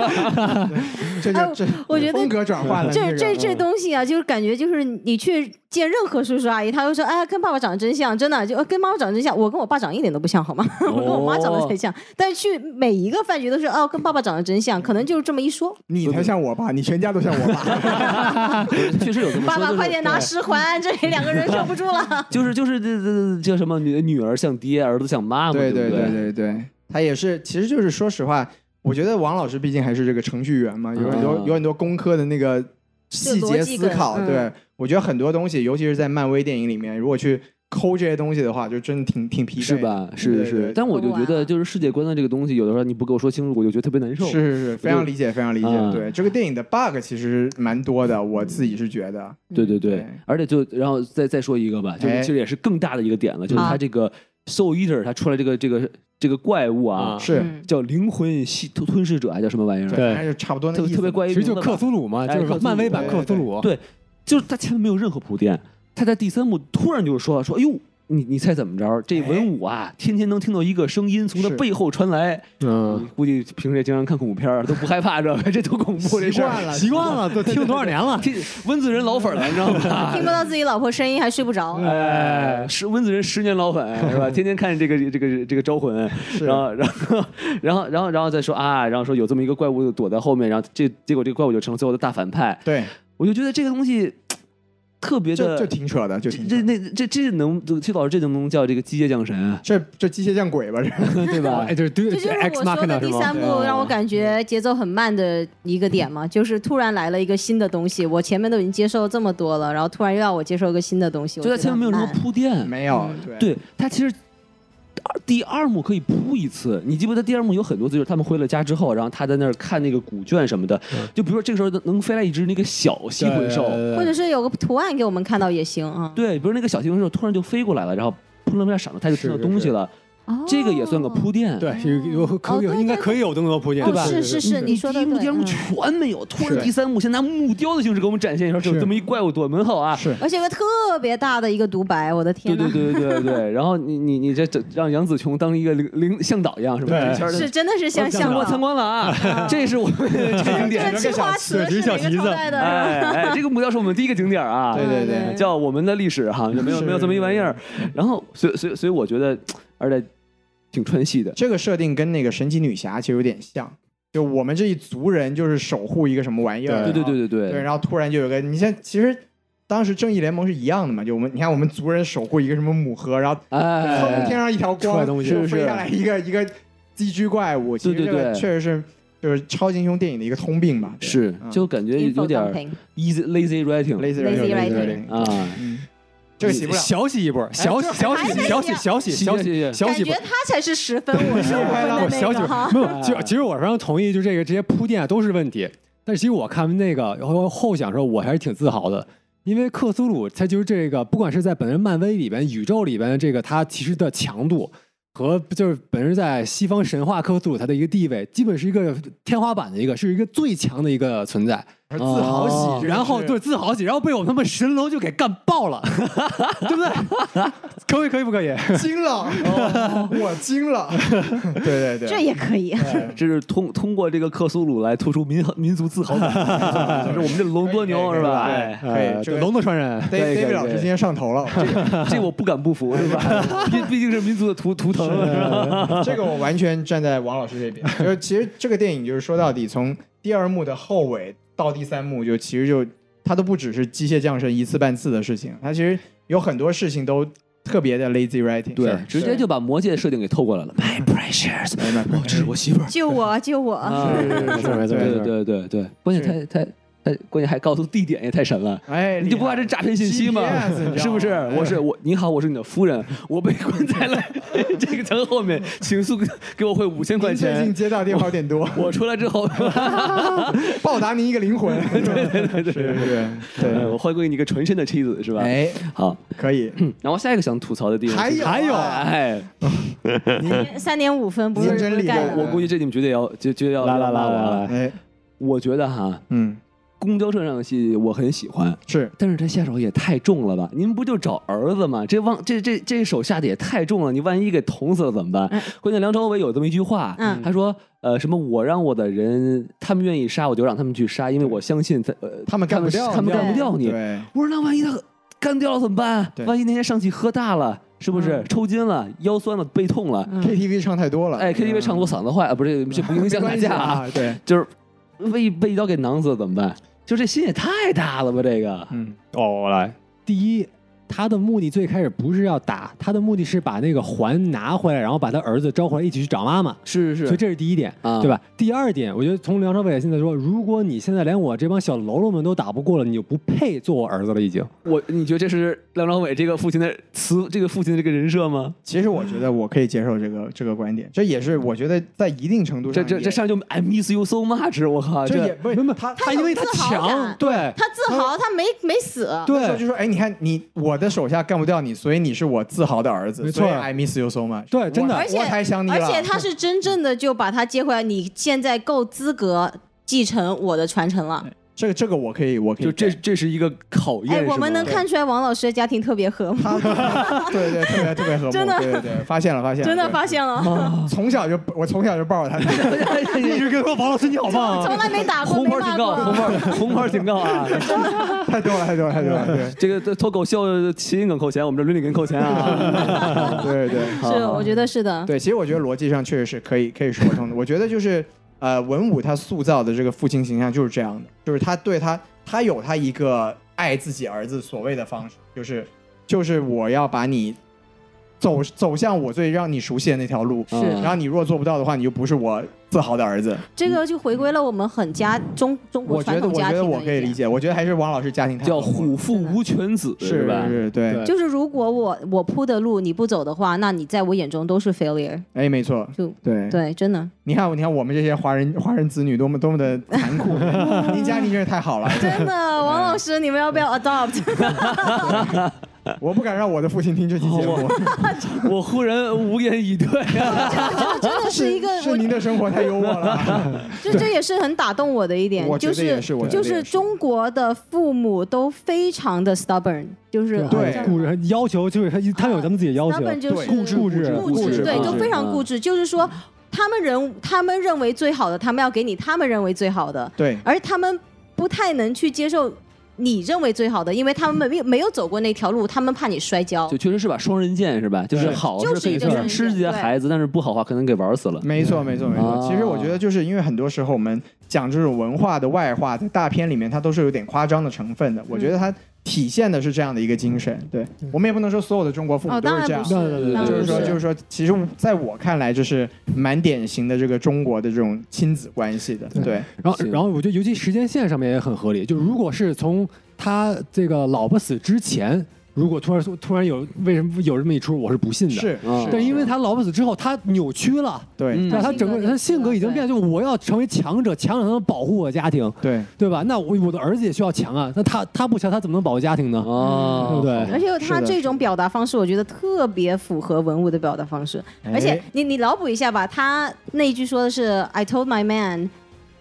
这哎就这，我觉得风格转换了。这个嗯这这 东西啊，就是感觉就是你去见任何叔叔阿姨，他都说哎，跟爸爸长得真像，真的就呃跟妈妈长得真像。我跟我爸长得一点都不像，好吗？我跟我妈长得才哦像。但是去每一个饭局都是哦，跟爸爸长得真像，可能就是这么一说。你才像我爸，你全家都像我爸。？” 确实有这么爸说，爸，就是快点拿十环，这里两个人受不住了。就是就是这这这叫什么？女女儿像爹， 儿子像妈嘛，对对对不对对对，他也是，其实就是说实话，我觉得王老师毕竟还是这个程序员嘛，有很多、嗯有很多工科的那个细节思考。就逻辑梗嗯对，我觉得很多东西，尤其是在漫威电影里面，如果去抠这些东西的话，就真的挺挺疲惫，是？吧？是对是对是对。但我就说不觉得，完就是世界观的这个东西，有的时候你不给我说清楚，我就觉得特别难受。是是是，非常理解，非常理解。嗯对这个电影的 bug 其实蛮多的，我自己是觉得，嗯对对对对，而且就然后再再说一个吧，就是哎其实也是更大的一个点了，就是好他这个 Soul Eater 他出来这个这个这个怪物啊，是，嗯叫灵魂吸吞吞噬者还叫什么玩意儿？对反正就差不多那特意思别特别怪异，其实就克苏鲁嘛，哎就克是苏鲁漫威版克苏鲁。对，就是他前面没有任何铺垫，他在第三幕突然就说说，哎呦。你你猜怎么着？这哎文武啊，天天能听到一个声音从他是背后传来。嗯，估计平时也经常看恐怖片儿，都不害怕这个， 这多恐怖！这习事儿惯了，习 惯了，都听了多少年 了。这温子仁老粉儿了，你知道嗯吗？ 听不到自己老婆声音还睡不着。哎，十温子仁十年老 粉是吧？天天看这个这个这个招魂，然后然后然后然后然后再说啊，然后说有这么一个怪物躲在后面，然后这结果这个怪物就成了最后的大反派，对，我就觉得这个东西特别就的就，挺扯的，就挺扯这那这这能崔老师这能不能叫这个机械降神啊？这这机械降鬼吧，这 对吧？哦哎，就是对这就是 X 我 m a 说 c 的 h 第是吗三？嗯部让我感觉节奏很慢的一个点嘛，就是突然来了一个新的东西，我前面都已经接受了这么多了，然后突然又要我接受一个新的东西，就在我觉前得面没有什么很慢铺垫，没有嗯，对对他其实二第二幕可以铺一次，你记不记得第二幕有很多次，就是他们回了家之后，然后他在那儿看那个古卷什么的，嗯就比如说这个时候能能飞来一只那个小吸魂兽，或者是有个图案给我们看到也行啊。对，比如那个小吸魂兽突然就飞过来了，然后扑棱一下闪了，他就听到是是东西了，哦这个也算个铺垫，对，是有可以哦有对应该可以有这么多铺垫，哦对吧？是是是，你说的第一幕、对。第二幕嗯全没有，突是然第三幕先拿木雕的形式给我们展现一下，有是这么一怪物躲门后啊，是而且有个特别大的一个独白，我的对天呐，对对对 对对，然后你你你这这让杨紫琼当一个领领向导一样是吧？对这圈儿的是真的是像像参观参了。观 了啊，这是我 们的景点。这青花瓷是对只是哪小个旗朝子代的？是吧哎哎，这个木雕是我们第一个景点 啊，对对对嗯叫我们的历史哈，就没有是没有这么一玩意儿。嗯然后，所以所以所以我觉得，而且挺穿戏的。这个设定跟那个神奇女侠其实有点像，就我们这一族人就是守护一个什么玩意对儿，对然后对对对对，然后突然就有个，你像其实当时正义联盟是一样的嘛，就我们你看我们族人守护一个什么母盒，然后砰天哎，上一条出来光，东西就是飞下来一个一个寄居怪物，其对实对这个对确实是就是超级英雄电影的一个通病吧，对是嗯就感觉有 Info 点 dumping easy lazy writing lazy Lazy writing，lazy writing writing 啊，嗯，这个洗不了。哎小洗一波，小这小洗还没小啊洗有小洗洗小洗洗小感洗一波觉。他才是十分，我是五 分我的小那洗个哈。没 有，就其实我非常同意，就这个这些铺垫都是问题。但是其实我看那个后后想说，我还是挺自豪的，因为克苏鲁它就是这个，不管是在本身漫威里边、宇宙里边，这个它其实的强度和就是本身在西方神话克苏鲁它的一个地位，基本是一个天花板的一个，是一个最强的一个存在。哦而自豪喜这个是，然后对自豪起，然后被我们他妈神龙就给干爆了，对不对？可以可以不可 以？ 惊了， 我惊了，对对 对，这也可以。 对 这是通通过这个克苏鲁来突出民民族自豪感， 这是我们这龙多牛是吧？对哎，可以呃这个龙的传人，对 David 对老师今天上头了，这我不敢不服 是吧？毕毕竟是民族的图图腾是吧？这个我完全站在王老师这边。就是其实这个电影就是说到底，从第二幕的后尾到第三幕，就其实就它都不只是机械降神一次半次的事情，它其实有很多事情都特别的 lazy writing。对，直接是就把魔戒设定给透过来了。My precious，哦这是我媳妇儿。救我！救我！啊没错没错没对错。对对对，关键太是太太，关键还告诉地点也太神了。哎，你就不怕这诈骗信息吗 GPS 你知道？吗是不是？我是我，你好，我是你的夫人，我被关在 了这个城后面，请速给我汇五千块您最近钱。接到电话有点多，我出来之后，报答您一个 灵魂。对对对，是是，对，我回归你一个纯真的妻子，是吧？哎，好，嗯可以。然后下一个想吐槽的地方还是，有还有啊哎， 三点五分不是您真不是厉害盖的哎我估计这你们绝对要绝绝对要来来要骂来我来了啊来，哎，我觉得哈，嗯，公交车上的戏我很喜欢，是但是他下手也太重了吧？您不就找儿子吗？这忘这这这手下的也太重了，你万一给捅死了怎么办？嗯关键梁朝伟有这么一句话，嗯他说呃什么我让我的人，他们愿意杀我就让他们去杀，因为我相信他呃他们干不掉他们你干不掉你。对，我说那万一他干掉了怎么办？对万一那天上去喝大了，是不是、嗯抽筋了、腰酸了、背痛了？嗯 KTV 唱太多了，嗯哎，KTV 唱多嗓子坏啊，不是 这不影没响打关系架啊，啊，对，就是被被一刀给囊死了怎么办？就这心也太大了吧，这个。嗯，哦，来，第一，他的目的最开始不是要打，他的目的是把那个环拿回来，然后把他儿子招回来一起去找妈妈。是是所以这是第一点，啊对吧？第二点，我觉得从梁朝伟现在说，如果你现在连我这帮小喽啰们都打不过了，你就不配做我儿子了，已经。我你觉得这是梁朝伟这个父亲的词，这个父亲的这个人设吗？ 其实我觉得我可以接受这个这个观点，这也是我觉得在一定程度这上这也这上来就 I miss you so much，我靠，啊这也这不是他他因为他自豪强感，对他自豪，他没没死。那时候对就说哎，你看你我的手下干不掉你，所以你是我自豪的儿子，没错所以，I miss you so much。对，真的而，且我太想你了而且他是真正的就把他接回来，你现在够资格继承我的传承了。这个这个我可以，我可以就这改这是一个考验。哎，是吗我们能看出来王老师的家庭特别和睦，他对对特别特别和睦，真的对对对，发现了发现了，真的对发现了，从小就我从小就 抱着他，一直跟说王老师你好棒啊，从来没打过，红没牌骂警告，红过。牌红牌警告啊！ 太多了太多了太多了，对这个脱口秀谐音梗扣钱，我们这伦理梗扣钱啊！ 对对。是，我觉得是的。啊对，其实我觉得逻辑上确实是可以可以说通的。我觉得就是呃，文武他塑造的这个父亲形象就是这样的，就是他对他他有他一个爱自己儿子所谓的方式，就是就是我要把你走走向我最让你熟悉的那条路。是嗯然后你若做不到的话，你就不是我自豪的儿子。这个就回归了我们很家中中国我觉传得，统我觉家庭得的我可以一点理。解。我觉得还是王老师家庭太叫和睦了虎父无犬子，是吧？是，对对，就是如果我我铺的路你不走的话，那你在我眼中都是 failure。哎，没错就，对对，真的，你看，你看我们这些华人华人子女多么多么的 残酷。您家庭真是太好了，真的，王老师，你们要不要 adopt？我不敢让我的父亲听这期节目， 我忽然哦呃无言以对啊！这 真的是一个，是我您的生活太优渥了。这这也是很打动我的一点我，觉就得也是是我觉得就也是是中国的父母都非常的 stubborn，就是啊对呃古人要求就是他他有咱们自己的要求， stubborn 就是固执固执固固执执，对，固就执非常嗯固执，就是说他们人他们认为最好的，他们要给你他们认为最好的，对，而他们不太能去接受你认为最好的，因为他们没有没有走过那条路，他们怕你摔跤就。确实是把双刃剑是吧？就是对好就是可以一个双吃刃吃剑自己的对孩子，但是不好的话可能给玩死了。没嗯错，没错，没错。啊其实我觉得，就是因为很多时候我们讲这种文化的外化，在大片里面它都是有点夸张的成分的。我嗯觉得它体现的是这样的一个精神。对我们也不能说所有的中国父母哦，都当是然这样不是，的。对对对当然就是说，不就是说，其实在我看来，这是蛮典型的这个中国的这种亲子关系的。对，然后，是然后我觉得，尤其时间线上面也很合理。就如果是从他这个老婆死之前，如果突然突然有为什么有这么一出，我是不信的。，是，嗯但是因为他老婆死之后，他扭曲了，对，嗯对吧？他整个性格他性格已经扭曲了变，就我要成为强者，强者才能保护我家庭，对，对吧？那我我的儿子也需要强啊，那他他不强，他怎么能保护家庭呢？哦，对不对？而且是他的这种表达方式，我觉得特别符合文物的表达方式。而且哎你你脑补一下吧，他那一句说的是 "I told my man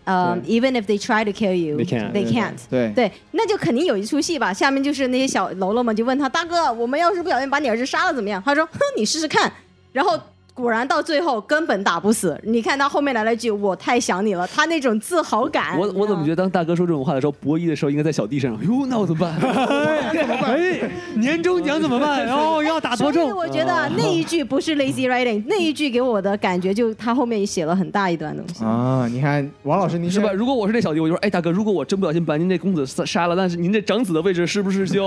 呃对，even if they try to kill you, They can't. They can't. 对对，那就肯定有一出戏吧。下面就是那些小喽啰们就问他大哥，我们要是不小心把你儿子杀了怎么样？他说，哼，你试试看。然后果然到最后根本打不死。你看他后面来了一句，我太想你了，他那种自豪感。我我怎么觉得？得当大哥说这种话的时候，博弈的时候应该在小弟身上？哟，那我怎 么办？哎，年终奖怎么办？哦，要打所多以重？我觉哦得啊那一句不是 lazy writing，那一句给我的感觉就他后面写了很大一段东 西。啊，你看王老师，你是吧？现在？如果我是那小弟，我就说，哎，大哥，如果我真不小心把您这公子杀杀了，但是您这长子的位置是不是 就？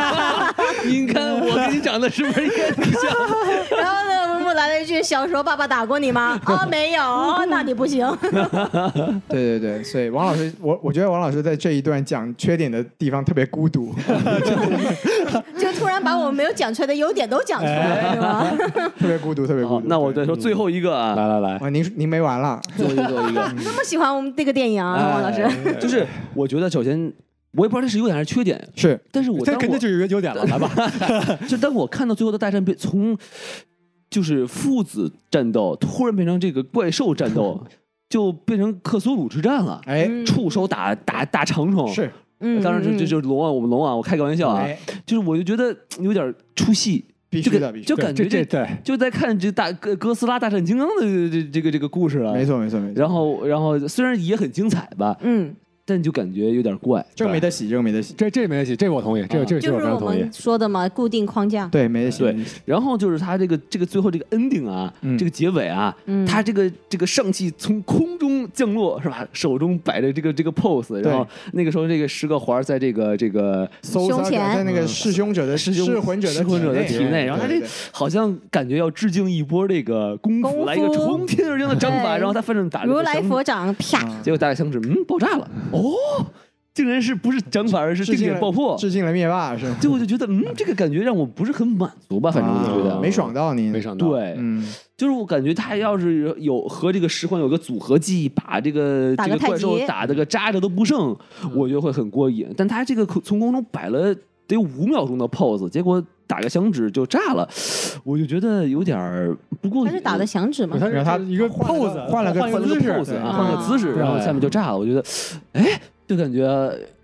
您看我跟你长得是不是也挺像？然后呢，木木来了一句：“小时候爸爸打过你 吗？”啊、没有，那你不行。 对对对，所以王老师，我我觉得王老师在这一段讲缺点的地方特别孤独。就突然把我没有讲出来的优点都讲出来了，对 吧？特别孤独，特别孤好独。那我对再说最后一个啊，来来来，啊，您您没完 了，最后一个，最后一个。这么喜欢我们这个电影啊，王老师。哎就是我觉得首先我也不知道这是优点还是缺点，是但是我这当肯我定就是有优点了，来吧。 就当我看到最后的大战变从就是父子战斗突然变成这个怪兽战斗，就变成克苏鲁之战了，哎嗯触手打打打长虫。是嗯，当然这嗯这就是龙啊，我们龙啊，我开个玩笑啊，哎就是我就觉得嗯有点出戏，必就须的，感必须就的，感这觉这这对，就在看这大哥哥斯拉大战金刚的这这个这个故事了。没。错没错没错，然后然后虽然也很精彩吧，嗯，但就感觉有点怪。这个没得洗，这个没得洗，这这没得洗，这我同意，这啊个这个这嗯个就我是非常我同意们。说的嘛，固定框架。对没得洗，对然后就是他这个这个最后这个 ending 啊，嗯这个结尾啊，嗯他这个这个上气从空中降落是吧？手中摆着这个这个 pose，然后那个时候这个十个环儿在这个这个嗯搜胸杀前在那个弑凶者的弑弑兄魂者的弑魂者的体体内，然后他这好像感觉要致敬一波这个功功夫，夫来一个冲天而降的掌法，对然后他反正打了哎如个来响佛掌，啪！啊结果打了响指，嗯，爆炸了，哦，竟然是不是掌法，而是定致敬点了爆破。致敬了灭霸是吗？对，我就觉得，嗯，这个感觉让我不是很满足吧，反正我就觉得啊没爽到你没，想到，对，嗯，就是我感觉他要是有和这个十环有个组合技，把这个打这个个嗯太怪兽极打的个扎着都不剩，我觉得会很过瘾。但他这个空从空中摆了得有五秒钟的 pose，结果打个响指就炸了，我就觉得有点儿嗯不过瘾。嗯他是打的响指嘛？他然后他一个换了个 pose，换了个换换了姿个势 pose 啊，对换了个啊姿势，然后对下面就炸了。我觉得，哎，就感觉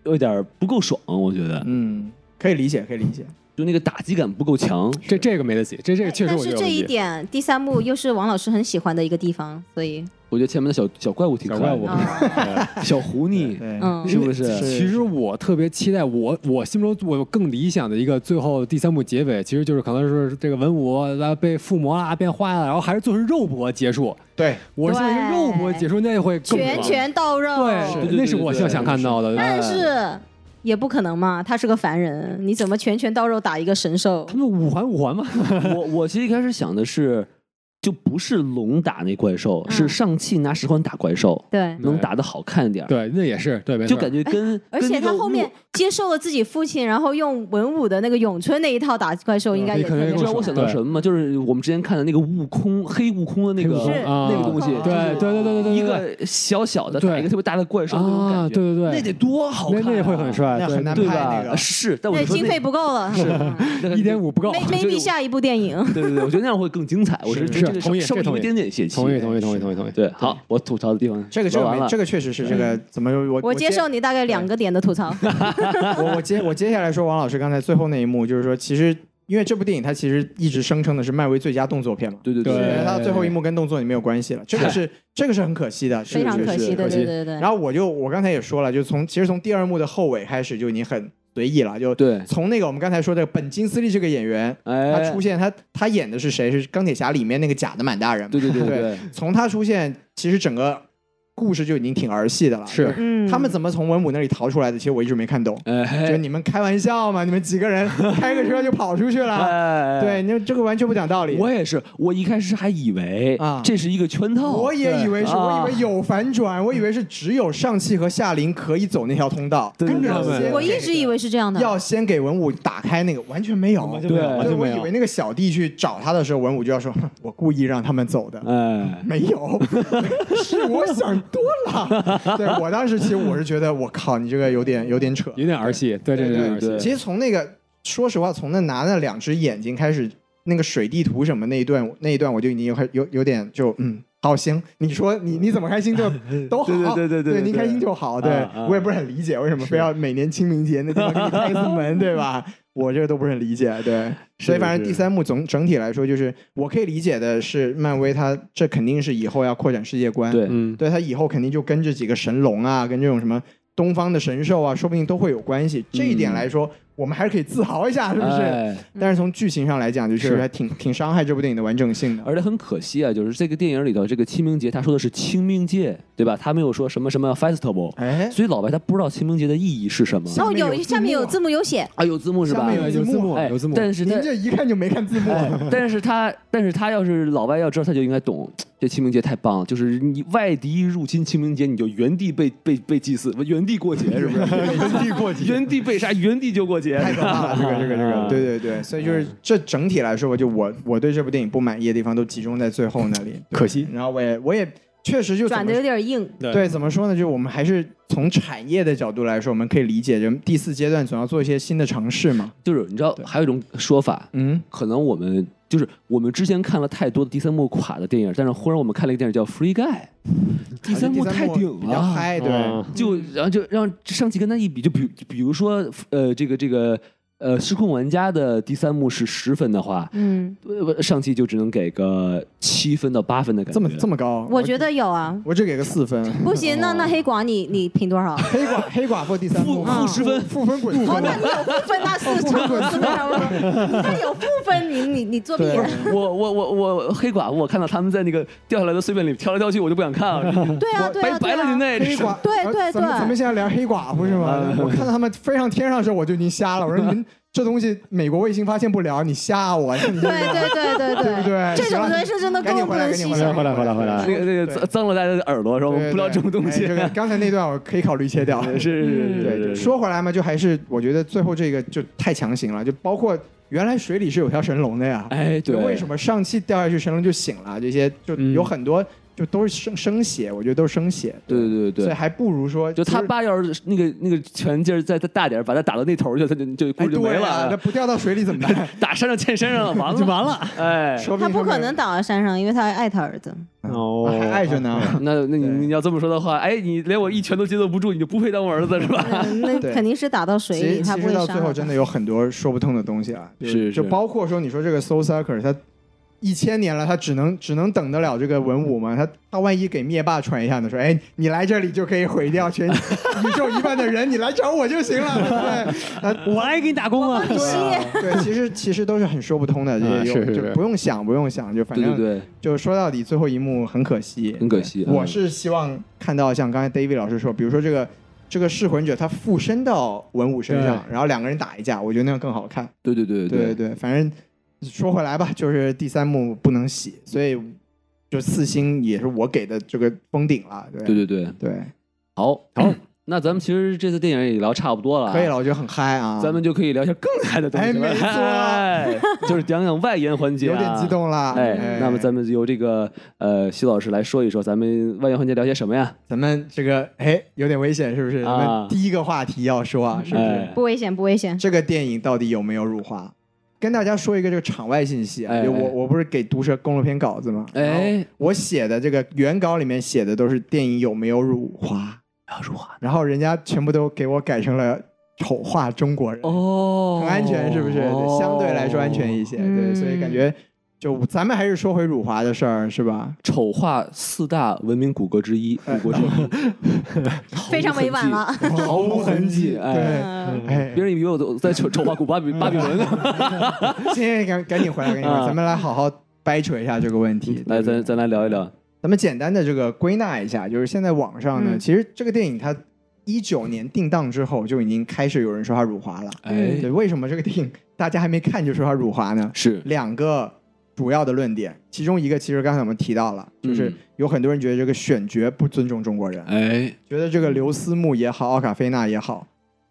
有点儿不够爽。我觉得，嗯，可以理解，可以理解，就那个打击感不够强。这这个没得洗，这这个确实但我觉得是有这问一题。点，第三幕又是王老师很喜欢的一个地方，所以我觉得前面的小小怪物挺小可怪爱物的，啊， 小狐狸对，嗯是不是？其实我特别期待我我心中我更理想的一个最后第三幕结尾，其实就是可能是这个文武啊被附魔啊变坏了，然后还是做成肉搏结束。对，我希望一个肉搏结束，那会更拳爽拳到肉。对，是那是我对对对想想看到的。但哎是也不可能嘛，他是个凡人，你怎么拳拳到肉打一个神兽他？们五环五环嘛，我我其实一开始想的是，就不是龙打那怪兽，嗯是上汽拿十环打怪兽，对，哎能打的好看一点儿，对，那也是对，没就错感觉跟 而且他后面。接受了自己父亲，然后用文武的那个咏春那一套打怪兽，应该你也可能特跟别那个你知道我爽想到什么吗？就是我们之前看的那个悟空，黑悟空的那个黑悟空是啊那个东西那个对对对对对对，一个小小的打对一个特别大的怪兽那种啊，感对觉，对对，那得多好看那啊！那会很帅，那对很难对拍吧？那个是，但我对，就说经费不够啊了， 是那一点五不够。 May- maybe 下一部电影。 对对对，我觉得那样会更精彩。我是觉是得这个同意稍微这同有意一点点泄气。同意同意同意同意同意。对，好，我吐槽的地方这个这说个完没了这。个确实是这个怎么我我接受你大概两个点的吐槽。 我我接我接下来说王老师刚才最后那一幕，就是说其实因为这部电影它其实一直声称的是漫威最佳动作片嘛，对对对对，它最后一幕跟动作也没有关系了，这个是这个是很可惜的，非常是可是惜，是对对对对。然后我就我刚才也说了，就从其实从第二幕的后尾开始就已经很随意了，就对，从那个我们刚才说的本金斯利这个演员，哎，他出现他他演的是谁？是钢铁侠里面那个假的满大人嘛，对对对 对对，从他出现，其实整个故事就已经挺儿戏的了。是就是嗯，他们怎么从文武那里逃出来的？其实我一直没看懂。就哎是你们开玩笑嘛？你们几个人开个车就跑出去了？哎，对，那这个完全不讲道理。我也是，我一开始还以为啊这是一个圈套，我也以为是，对我以啊为有反转，我以为是只有上汽和夏琳可以走那条通道，对对跟着对对先我一直以为是这样的。要先给文武打开那个，完全没有。对完对，全我没以有为。那个小弟去找他的时候，文武就要说：“我故意让他们走的。”哎，没有，是我想多了。对我当时其实我是觉得，我靠，你这个有点有点扯。有点儿戏，对对对有点儿戏对其实从那个，说实话，从那拿那两只眼睛开始，那个水地图什么那一段，那一段我就已经有开有有点就嗯，好行，你说你你怎么开心 就都好，对对对对对对您开心就好。对、啊啊我也不是很理解为什么非要每年清明节那天给你开一次 门，对吧？我这个都不是很理解。对，是所以反是正第三幕总整体来说，就是我可以理解的是，漫威它这肯定是以后要扩展世界观，对，嗯，对他以后肯定就跟这几个神龙啊，跟这种什么东方的神兽啊，说不定都会有关系。这一点来说，我们还是可以自豪一下，是不是？嗯哎但是从剧情上来讲，就是是还挺挺伤害这部电影的完整性的。而且很可惜啊，就是这个电影里头，这个清明节他说的是清明节，对吧？他没有说什么什么 festival，哎，所以老白他不知道清明节的意义是什么。下哦，面有有字下面幕有啊字幕有写，啊，有字幕是吧？下面有字幕，哎，有字幕，但是他您，这一看就没看字幕，哎但是他，但是他要是老外要知道，他就应该懂。这清明节太棒了，就是你外敌入侵清明节，你就原地被被被祭祀，原地过节，是不是？ 原地过原地被杀，原地就过节， 太可 怕了，这个这个这个， 对对对，所以哎就是这整体来说，我就我我对这部电影不满意的地方都集中在最后那 里，对可惜。然后我也我也确实就怎转么的有点硬。哎对，怎么说呢？就是我们还是从产业的角度来说，我们可以理解，人第四阶段总要做一些新的尝试嘛。就是你知道，还有一种说法，嗯，可能我们就是我们之前看了太多的第三幕垮的电影，但是忽然我们看了一个电影叫《Free Guy》，第三幕太顶比较了。嗨，对，啊嗯就然后就让上期跟他一比，就比就比如说呃这个这个呃失控玩家的第三幕是十分的话，嗯，呃上期就只能给个七分到八分的感觉。这么这么高，我觉得有啊。我只给个四分。不行，那那黑寡你你评多 少？黑寡黑寡妇第三幕负负十分负分滚哦，那分。你有负分，那四十四分什 么？那有负分，你你你作弊。对我我我我黑寡妇，我看到他们在那个掉下来的碎片里挑来挑去，我就不想看了，对啊，对白啊，对白了您啊。那黑寡对对呃咱们对咱们现在聊黑寡妇是啊吗？我看到他们飞上天上的时候，我就已经瞎了。我说 您这东西美国卫星发现不了，你吓我， 你对对对对对不对这种人是真的赶紧更不回来，能赶紧细回想来，。回来回来回来那个那个脏脏了大家的耳朵，是吧？我对不聊对这种东哎西。 这个刚才那段我可以考虑切掉。是是对，是，就是说回来嘛，就还是我觉得最后这个就太强行了，就包括原来水里是有条神龙的呀，哎，对，嗯就为什么上气掉下去神龙就醒了？这些就有很多就都是生生血，我觉得都是生血，对对对所以对，还不如说就他其实爸要是那个那个拳劲儿再再大点儿，把他打到那头儿去，他就就哎故事就没对了。啊，那不掉到水里怎么办？ 打山上见山上了，完 了就完了。哎，说他定不们可能倒到山上，因为他爱他儿子。哦啊还爱着呢。 那那你对你要这么说的话，哎，你连我一拳都接受不住，你就不配当我儿子是吧？嗯 那对肯定是打到水其里，实他其不实会到伤最后害真他。的有很多说不通的东西了，就是就是包括说你说这个 Soul Sucker 它。一千年了，他只能只能等得了这个文武吗？他他万一给灭霸传一下呢？说，哎，你来这里就可以毁掉全宇宙一半的人，你来找我就行了。 对，我来给你打工啊！你吸对引啊，对，其实其实都是很说不通的，这啊些是是就是不用想，不用想，就反对对正对，就说到底，最后一幕很可惜，很可惜我嗯是希望看到像刚才 David 老师说，比如说这个这个噬魂者他附身到文武身上，然后两个人打一架，我觉得那样更好看。对对对对对对，反正说回来吧，就是第三幕不能洗，所以就四星也是我给的这个封顶了。对对对对，对好，好，那咱们其实这次电影也聊差不多了，可以了，。我觉得很嗨啊，咱们就可以聊一下更嗨的东西了，哎 没错哎就是讲讲外延环节、有啊，点激动了。哎，那么咱们由这个呃徐老师来说一说，咱们外延环节聊些什么呀？咱们这个哎有点危险，是不是？啊咱们第一个话题要说啊，是不是？哎不危险，不危险。这个电影到底有没有辱华？跟大家说一个这个场外信息啊，哎就哎我我不是给毒蛇公了篇稿子吗？然后哎，我写的这个原稿里面写的都是电影有没有辱华，要说话然后人家全部都给我改成了丑化中国人，哦，很安全是不是？对相对来说安全一些，对，嗯所以感觉就咱们还是说回辱华的事儿是吧？丑化四大文明骨骼之一，哎骨骼之 一，非常委婉了 毫无痕迹，毫无痕迹，哎。嗯，哎别，人以为我在丑丑化古巴比巴比伦呢。 现在赶赶紧回来，赶紧回来，啊嗯咱们来好好掰扯一下这个问题。对来，不对咱咱来聊一聊。咱们简单的这个归纳一下，就是现在网上呢，嗯其实这个电影它一九年定档之后就已经开始有人说它辱华了。哎，对，为什么这个电影大家还没看就说它辱华呢？是，两个主要的论点，其中一个其实刚才我们提到了，就是嗯有很多人觉得这个选角不尊重中国人，哎觉得这个刘思慕也好，奥卡菲娜也好，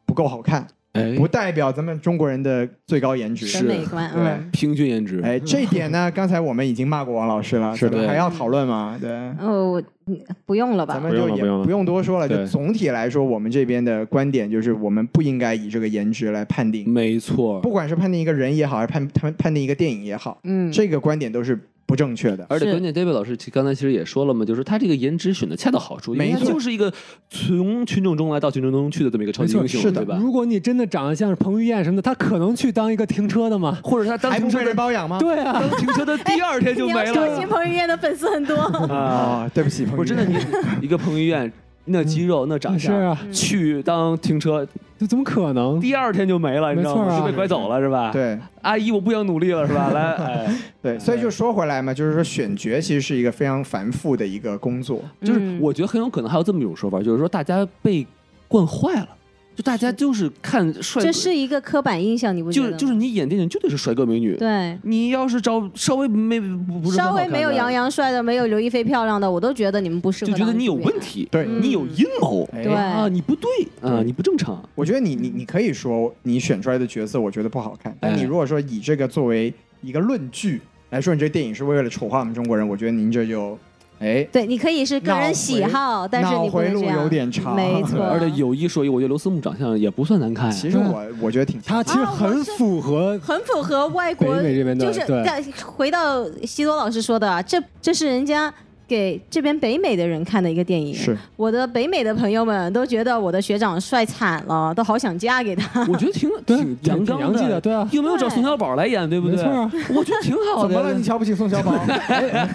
不够好看，哎不代表咱们中国人的最高颜值。审美观，嗯。平均颜值，哎，这一点呢，刚才我们已经骂过王老 师了，是咱们对还要讨论吗？对。哦，我嗯不用了吧咱？们就不用了也不用了不用多说了，就对总体来说，我们这边的观点就是，我们不应该以这个颜值来判定，没错，不管是判定一个人也好，还是判判判定一个电影也好，嗯，这个观点都是不不正确的。而且是关键，David 老师其刚才其实也说了嘛，就是他这个颜值选的恰到好处，因为没他错就是一个从群众中来到群众中去的这么一个超没级错，英雄，是的对吧。？如果你真的长得像是彭于晏什么的，他可能去当一个停车的吗？ 或者他当还停不车被人的，包养吗？对 啊，当停车的第二天哎就你要没小了心，彭于晏的粉丝很多。啊，对不起，朋友，我真的你一个彭于晏，那肌肉那长是相，啊，嗯去当停车，这怎么可能？第二天就没了，你知道没吗？错啊就被拐走了是吧？，对阿姨，我不想努力了是吧？来， 哎，对，所以就说回来嘛，就是说选角其实是一个非常繁复的一个工作。就是嗯我觉得很有可能还有这么一种说法，就是说大家被惯坏了，就大家就是看帅哥， 这是一个刻板印象，你不觉就得是吗？就是你演电影就得是帅哥美女，对，你要是找稍微没不不是很稍好微看没有的杨洋帅的，没有刘亦菲漂亮的，我都觉得你们不适合。就觉得你有问，题，对嗯你有阴谋哎对啊，你不对啊，你不正常。我觉得你你你可以说你选出来的角色，我觉得不好看。但你哎如果说以这个作为一个论据来说，你这个电影是为了丑化我们中国人，我觉得您这就哎，对你可以是个人喜好，但是你不能这脑回样。路有点长没 错。 而且有一说一，我觉得刘思慕长相也不算难看呀。其实我我觉得挺啊他其实很符合很符合外国，北美这边的就是对但回到西多老师说的啊，这这是人家给这边北美的人看的一个电影。是我的北美的朋友们都觉得我的学长帅惨了，都好想嫁给他。我觉得挺对挺挺阳挺刚洋气的的，对啊有没有找对宋小宝来演，对不没对？错啊，我觉得挺好怎的。么了？你瞧不起宋小宝？哎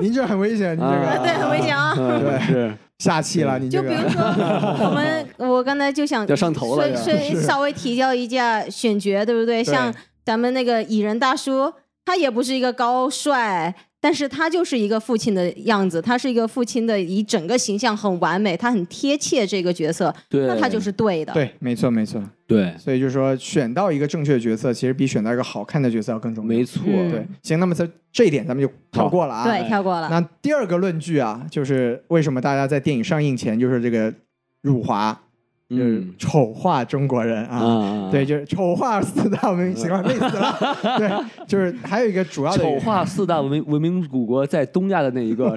您这很危险，您这啊个对，很危险啊。嗯对是 下气了，您就这比如个。说，我 们我刚才就想要上头了所以要所以稍微提交一下选角，对不对？像咱们那个蚁人大叔，他也不是一个高帅，但是他就是一个父亲的样子，他是一个父亲的，以整个形象很完美，他很贴切这个角色，对，那他就是对的。对，没错没错。对，所以就是说，选到一个正确的角色，其实比选到一个好看的角色要更重要。没错。嗯对，行，那么这这一点咱们就跳过了啊。对，跳过了。那第二个论据啊，就是为什么大家在电影上映前就是这个辱华，就是嗯丑化中国人啊。啊，对，就是丑化四大文明习惯，累死了。 对，就是还有一个主要的原丑因化四大文明文明古国在东亚的那 一个，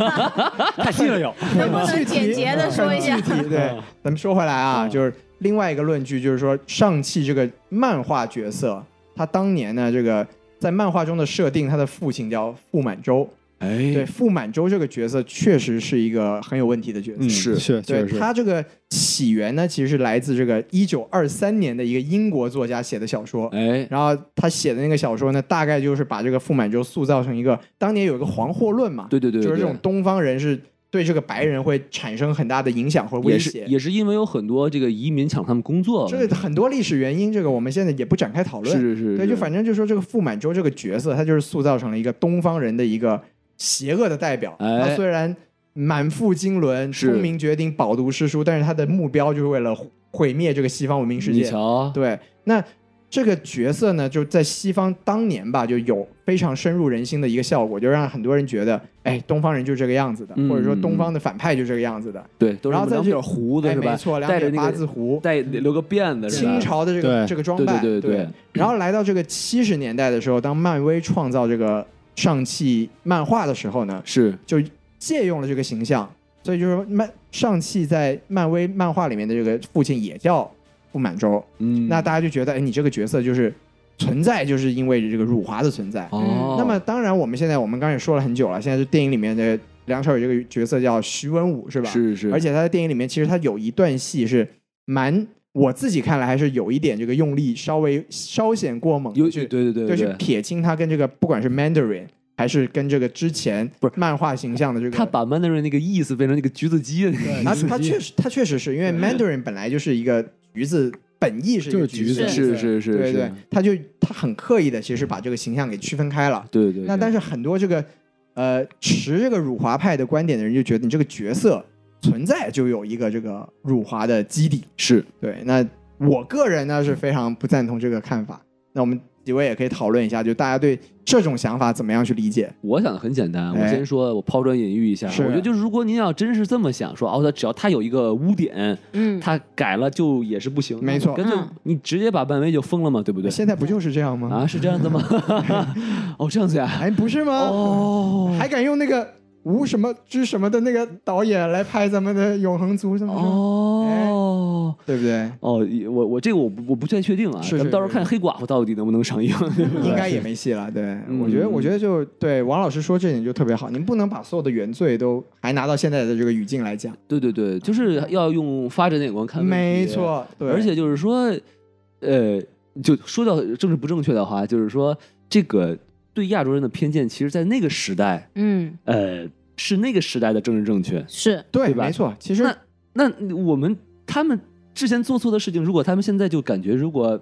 太近了又。能不能具体呃简洁的说一下很？具体 对，咱们说回来啊，嗯就是另外一个论据，就是说上汽这个漫画角色，他当年呢这个在漫画中的设定，他的父亲叫傅满洲。对，哎，傅满洲这个角色确实是一个很有问题的角色。嗯是是，对确实是。他这个起源呢，其实是来自这个一九二三年的一个英国作家写的小说。哎，然后他写的那个小说呢，大概就是把这个傅满洲塑造成一个当年有一个黄祸论嘛，对对对，就是这对种东方人是对这个白人会产生很大的影响和也威是胁。也是因为有很多这个移民抢他们工作，这个很多历史原因，这个我们现在也不展开讨论。是是是，对，就反正就说这个傅满洲这个角色，他就是塑造成了一个东方人的一个邪恶的代表。哎他虽然满腹经纶、是聪明绝顶、饱读诗书，但是他的目标就是为了毁灭这个西方文明世你界。瞧，对，那这个角色呢，就在西方当年吧，就有非常深入人心的一个效果，就让很多人觉得，哎，东方人就这个样子的，嗯或者说嗯东嗯方的反派就这个样子的。对，都是然后再两去撇胡子哎，是吧？没错，两带着撇那八个字胡，带留个辫子是吧，清朝的这个对这个装对扮，对对对，然后来到这个七十年代的时候，当漫威创造这个上汽漫画的时候呢，是就借用了这个形象，所以就是说漫上汽在漫威漫画里面的这个父亲也叫傅满洲，嗯，那大家就觉得，哎，你这个角色就是存在，就是因为这个辱华的存在。哦，那么当然，我们现在我们刚才也说了很久了，现在是电影里面的梁朝伟这个角色叫徐文武，是吧？是是，而且他在电影里面，其实他有一段戏是蛮我自己看来还是有一点这个用力稍微稍显过猛有的对去，对对就对去撇清他跟这个不管是 Mandarin 还是跟这个之前不是漫画形象的这个他把曼德瑞那个意思变成那个橘子鸡的那个，他他确实他确实是因为 Mandarin 本来就是一个橘子。本意是一就个是橘子子的意思，是是是对是对，他就他很刻意的，其实把这个形象给区分开了。对对对，那但是很多这个呃持这个辱华派的观点的人就觉得你这个角色存在就有一个这个辱华的基底，是对，那我个人呢是非常不赞同这个看法。那我们几位也可以讨论一下，就大家对这种想法怎么样去理解？我想的很简啊单，我哎先说，我抛砖引玉一下，是啊我觉得就是如果您要真是这么想说，哦，他只要他有一个污点，嗯，他改了就也是不行的，没错干脆嗯你直接把漫威就封了嘛，对不对？现在不就是这样吗？ 啊，是这样子吗？哦，这样子呀，哎，不是吗？哦，还敢用那个吴什么之什么的那个导演来拍咱们的《永恒族》什么什么，哦。对不对？哦，我我这个我不我不太确定啊，是咱们是到时候是看黑寡妇到底能不能上映。嗯应该也没戏了。对，哎我觉得，我觉得就对王老师说这点就特别好，您不能把所有的原罪都还拿到现在的这个语境来讲。对对对，就是要用发展的眼光看问题。没，错，对，而且就是说，呃，就说到政治不正确的话，就是说这个对亚洲人的偏见，其实在那个时代，嗯，呃，是那个时代的政治正确。是对，对吧没错，其实那那我们他们之前做错的事情，如果他们现在就感觉如果。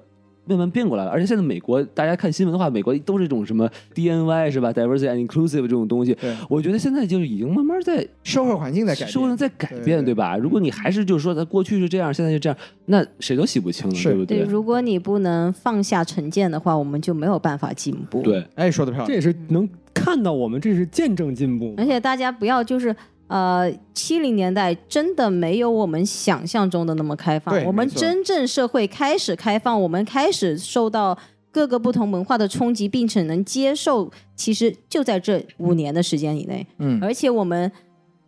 慢慢变过来了，而且现在美国，大家看新闻的话，美国都是这种什么 DNY 是吧，diversity and inclusive 这种东西对，我觉得现在就是已经慢慢在社会环境在改社会变上。在改对变，对嗯对吧？如果你还是就是说，咱过去是这样，现在就这样，那谁都洗不清了，是对不对。对？如果你不能放下成见的话，我们就没有办法进步。，对，哎，说的漂这亮，也是能看到我们这是见证进步嘛而。且大家不要就是。呃，七零年代真的没有我们想象中的那么开放对。我们没错真正社会开始开放，我们开始受到各个不同文化的冲击，并且能接受，其实就在这五年的时间以内。嗯，而且我们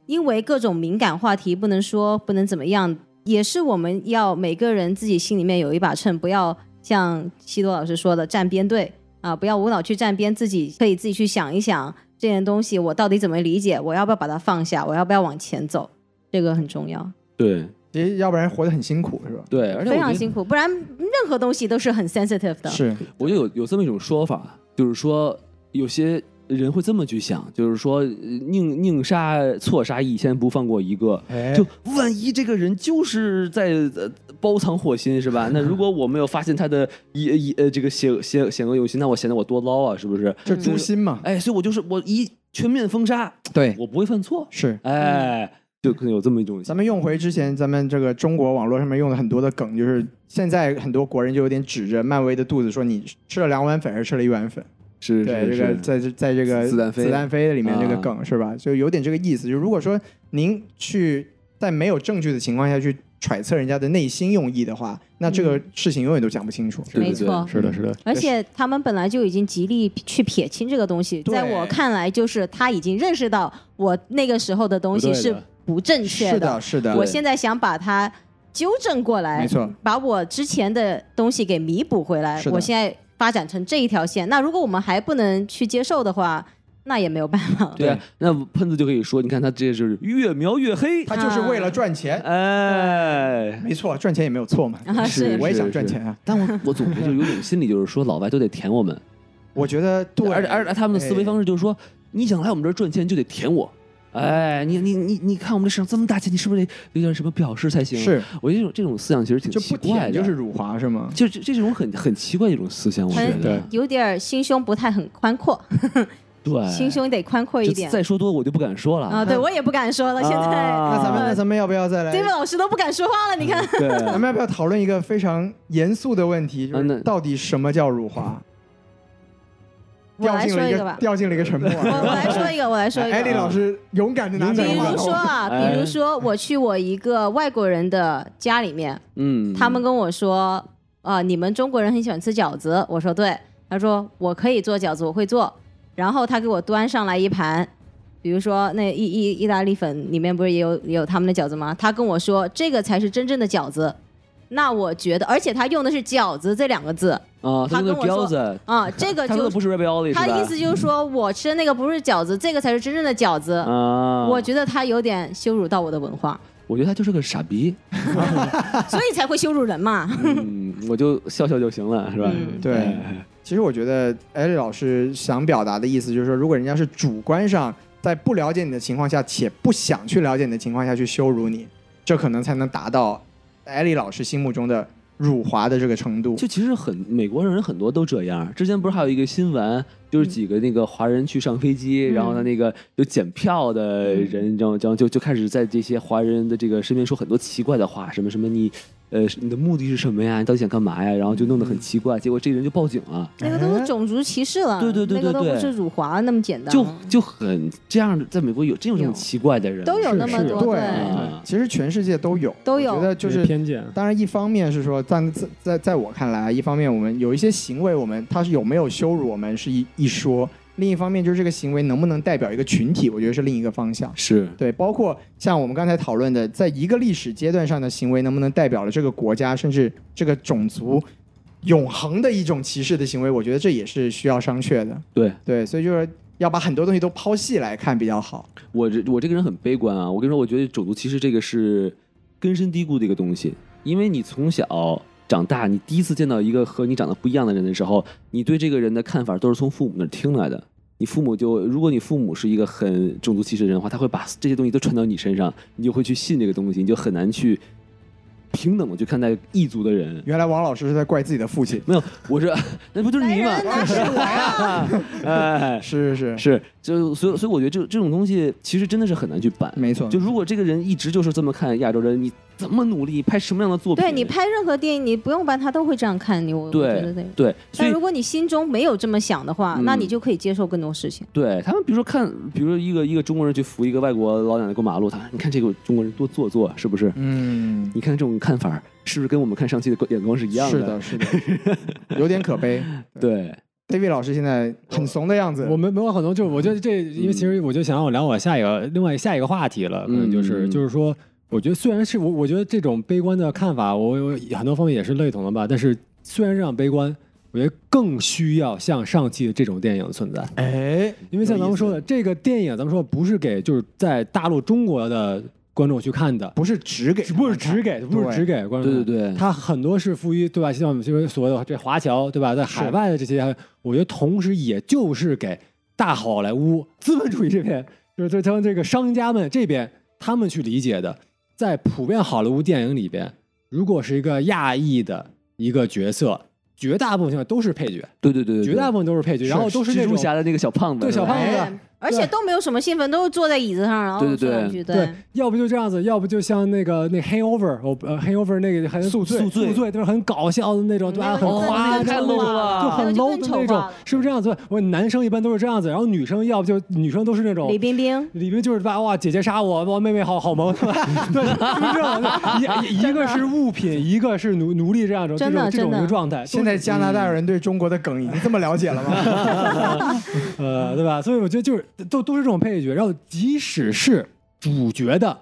因为各种敏感话题不能说，不能怎么样，也是我们要每个人自己心里面有一把秤，不要像西多老师说的站边队啊，不要无脑去站边，自己可以自己去想一想这件东西我到底怎么理解，我要不要把它放下，我要不要往前走，这个很重要，对其实要不然活得很辛苦，是吧？对，而且非我常觉得，辛苦，不然任何东西都是很 sensitive 的。是，我觉得有有这么一种说法，就是说有些人会这么去想，就是说呃宁宁杀错杀一千，不放过一个。哎，就万一这个人就是在呃包藏祸心 是吧？那如果我没有发现他的一一呃这个险险险恶用心，那我显得我多捞啊，是不是？就诛心嘛，哎，所以我就是我一全面封杀，对，我不会犯错，是。哎，就可能有这么一种咱们用回之前咱们这个中国网络上面用的很多的梗，就是现在很多国人就有点指着漫威的肚子说：“你吃了两碗粉，还是吃了一碗粉是？”对，这个在这在这个子弹飞子弹飞嗯里面这个啊梗、是吧？就有点这个意思。就如果说您去在没有证据的情况下去揣测人家的内心用意的话，那这个事情永远都讲不清楚。对没对对错，是的，是的，而且他们本来就已经极力去撇清这个东西，对在我看来，就是他已经认识到我那个时候的东西不对是的不正确是的，是的，我现在想把它纠正过来，没错，把我之前的东西给弥补回来是。的我现在发展成这一条线，那如果我们还不能去接受的话，那也没有办嗯法。对啊，那喷子就可以说，你看他这是越描越黑，他就是为了赚钱，哎，没错，赚钱也没有错嘛。啊是我也是想赚是钱啊。但我我总觉得就有种心理，就是说老外都得舔我们， 我觉得对，哎而且而且他们的思维方式就是说，你想来我们这儿赚钱就得舔我。哎，你你你你看我们这市场这么大钱，你是不是得有点什么表示才行？，是我觉得这种这种思想其实挺就奇不怪舔的，就是辱华是吗？就这这种很很奇怪的一种思想，我觉很得有点心胸不太很宽阔，对，心胸得宽阔一哎就点再说多我就不敢说了啊！对我也不敢说了，现在啊那咱们啊那咱们要不要再来？ David 老师都不敢说话了，你 看。对，咱们要不要讨论一个非常严肃的问题？就啊那是到底什么叫辱华？ 我掉来进说了一一个吧个，掉进了一个沉默。嗯我我来说一个，我来说一个。艾丽哎老师勇敢的拿起比了话如说筒，啊，哎比如说我去我一个外国人的家里面，嗯，他们跟我说，啊，你们中国人很喜欢吃饺子，我说对，他说我可以做饺子，我会做，然后他给我端上来一盘，比如说那意意意大利粉里面不是也有也有他们的饺子吗？他跟我说这个才是真正的饺子，那我觉得，而且他用的是饺子这两个字 啊，他他们跟的我说彪子，啊，这个 他们就的不是 r e b e l l i 他的意思就是说我吃的那个不是饺子，这个才是真正的饺子。啊，我觉得他有点羞辱到我的文化，我觉得他就是个傻逼，所以才会羞辱人嘛。嗯，我就笑笑就行了，是吧？嗯对。其实我觉得艾丽哎老师想表达的意思就是说，如果人家是主观上在不了解你的情况下，且不想去了解你的情况下去羞辱你，这可能才能达到艾丽老师心目中的辱华的这个程度。就其实很美国人很多都这样。之前不是还有一个新闻，就是几个那个华人去上飞机，嗯然后呢那个有检票的人，然后然后就就开始在这些华人的这个身边说很多奇怪的话，什么什么你。呃，你的目的是什么呀？你到底想干嘛呀？然后就弄得很奇怪，结果这个人就报警了。嗯那个都是种族歧视了，哎对对对对那个都对不是辱华那么简单，就就很这样的，在美国有真有这有种奇怪的人，都有是那么是多对啊其实全世界都有，都有我觉得就是偏见。当然，一方面是说，但在在在我看来，一方面我们有一些行为，我们他是有没有羞辱我们是一一说，另一方面就是这个行为能不能代表一个群体，我觉得是另一个方向。是对，包括像我们刚才讨论的，在一个历史阶段上的行为能不能代表了这个国家甚至这个种族永恒的一种歧视的行为，我觉得这也是需要商榷的。对对，所以就是要把很多东西都剖析来看比较好。我这我这个人很悲观啊！我跟你说，我觉得种族歧视这个是根深蒂固的一个东西，因为你从小长大，你第一次见到一个和你长得不一样的人的时候，你对这个人的看法都是从父母那儿听来的。你父母就，如果你父母是一个很种族歧视的人的话，他会把这些东西都传到你身上，你就会去信这个东西，你就很难去平等的去看待异族的人。原来王老师是在怪自己的父亲，没有，我是那不就是你吗 来人？拿水啊！哎，是是是，是，就所以所以我觉得这这种东西其实真的是很难去办。没错就。如果这个人一直就是这么看亚洲人，你怎么努力拍什么样的作品？对你拍任何电影，你不用搬，他都会这样看你。我我觉得对对。对，所但以如果你心中没有这么想的话，嗯那你就可以接受更多事情。对他们，比如说看，比如说一个一个中国人去扶一个外国老奶奶过马路，他你看这个中国人多做作，啊是不是？嗯，你看这种看法是不是跟我们看上期的眼光是一样是的？的，是的，有点可悲。 对， David 老师现在很怂的样子，嗯我们没有很多，就是我觉得这，因为其实我就想让我聊我下一个另外下一个话题了，可能就是、嗯就是说，我觉得虽然是我我觉得这种悲观的看法，我我很多方面也是类同的吧，但是虽然这样悲观，我觉得更需要像上期的这种电影的存在，哎，因为像咱有意们思说的这个电影，咱们说不是给就是在大陆中国的观众去看的。不是只给，不是只给，不是只给观众看，对对对它很多是赋予对吧？像我们就是所谓的这华侨对吧，在海外的这些，呃我觉得同时也就是给大好莱坞资本主义这边，就是对他们这个商家们这边，他们去理解的，在普遍好莱坞电影里边，如果是一个亚裔的一个角色，绝大部分情况都是配角，对对对对，绝大部分都是配角，然后都是那蜘蛛种侠的那个小胖子，对是吧小胖子对，而且都没有什么兴奋，都是坐在椅子上，然后啊对对说两对句。对，要不就这样子，要不就像那个那 Hangover，我呃 Hangover 那个很宿醉宿宿醉，就是很搞笑的那种，对吧？很哦那夸个太张的 low 了就很那个 low 更的丑那种化了，是不是这样子？我男生一般都是这样子，然后女生要不就女生都是那种李。冰 冰，里面就是吧，哇，姐姐杀我，哇，妹妹好好萌，对 吧？对，就是这种的，一一个是物品，一个是奴奴隶这样种这真的种这种真的一个状态。嗯现在加拿大人对中国的梗已经这么了解了吗？ 呃，对吧？所以我觉得就是都都是这种配角，然后即使是主角的，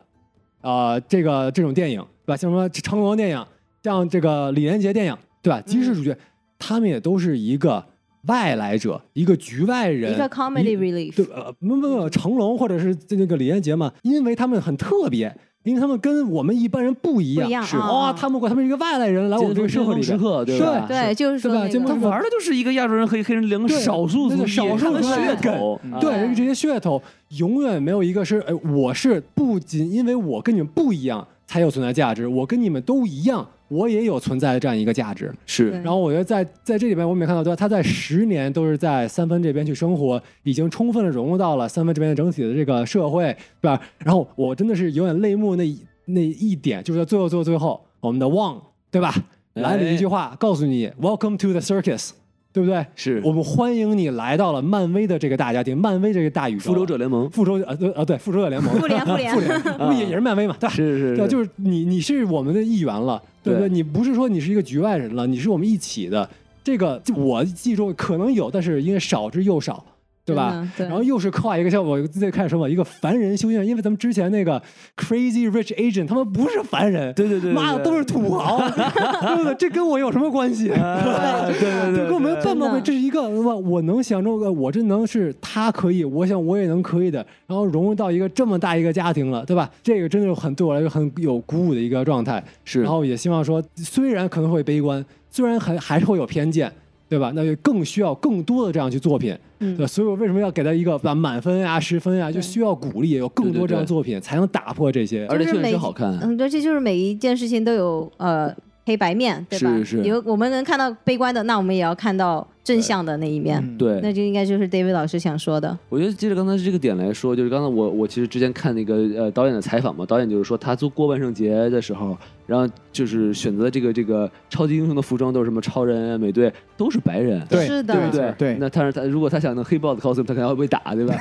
啊，这个这种电影，对吧？像什么成龙电影，像这个李连杰电影，对吧？嗯即使主角，他们也都是一个外来者，一个局外人，一个 comedy 一 relief 对，。呃，不不嗯不，成龙或者是那个李连杰嘛，因为他们很特别，因为他们跟我们一般人不一样，不一样是哇、啊他们过他们是一个外来人来我们这个社会里时边，刻对吧？对，就是说对吧那这个么他玩的就是一个亚洲人和黑人两个对少数那族个裔，少数他们族裔血的统，嗯对，这些噱头永远没有一个是，哎，我是不仅因为我跟你们不一样才有存在价值，我跟你们都一样，我也有存在的这样一个价值。是对然后我觉得在在这里边，我们也看到，对吧？他在十年都是在三分这边去生活，已经充分的融入到了三分这边的整体的这个社会，对吧？然后我真的是有点泪目那一那一点，就是在最后最后最后，我们的旺，对吧？来了一句话，告诉你 “Welcome to the circus”，对不对？哎是我们欢迎你来到了漫威的这个大家庭，漫威这个大宇宙。复仇者，联盟，啊复仇呃对呃对，复仇者联盟，复联复联复 联，不也也是漫威嘛，对吧？是是对，是，就是你你是我们的一员了，对不对？对你不是说你是一个局外人了，你是我们一起的。这个就我记住可能有，但是应该少之又少，对吧？？真的对，然后又是跨一个像我最开始说嘛，一个凡人修仙，因为咱们之前那个 Crazy Rich Asian 他们不是凡人，对对对对妈的对都是土豪， 对不对？这跟我有什么关系？啊对 对这跟我没有半毛真关的这是一个我我能想中个，我这能是他可以，我想我也能可以的，然后融入到一个这么大一个家庭了，对吧？这个真的很对我来说很有鼓舞的一个状态。是然后也希望说，虽然可能会悲观，虽然还还是会有偏见。对吧？那就更需要更多的这样去作品，嗯对吧所以我为什么要给他一个把满分啊、十分啊，就对需要鼓励，有更对对多这样对作品才能打破这些。而且就是确每实好看，嗯，对，这就是每一件事情都有呃黑白面，对吧？是是有我们能看到悲观的，那我们也要看到正向的那一面。嗯，对，那就应该就是 David 老师想说的，我觉得接着刚才这个点来说，就是刚才我我其实之前看那个呃导演的采访嘛，导演就是说他做过万圣节的时候，然后就是选择这个这个超级英雄的服装都是什么超人、啊美队，都是白人。对是的对对对对那但是他如果他想弄黑豹的 cos，他可能会被打， 对吧？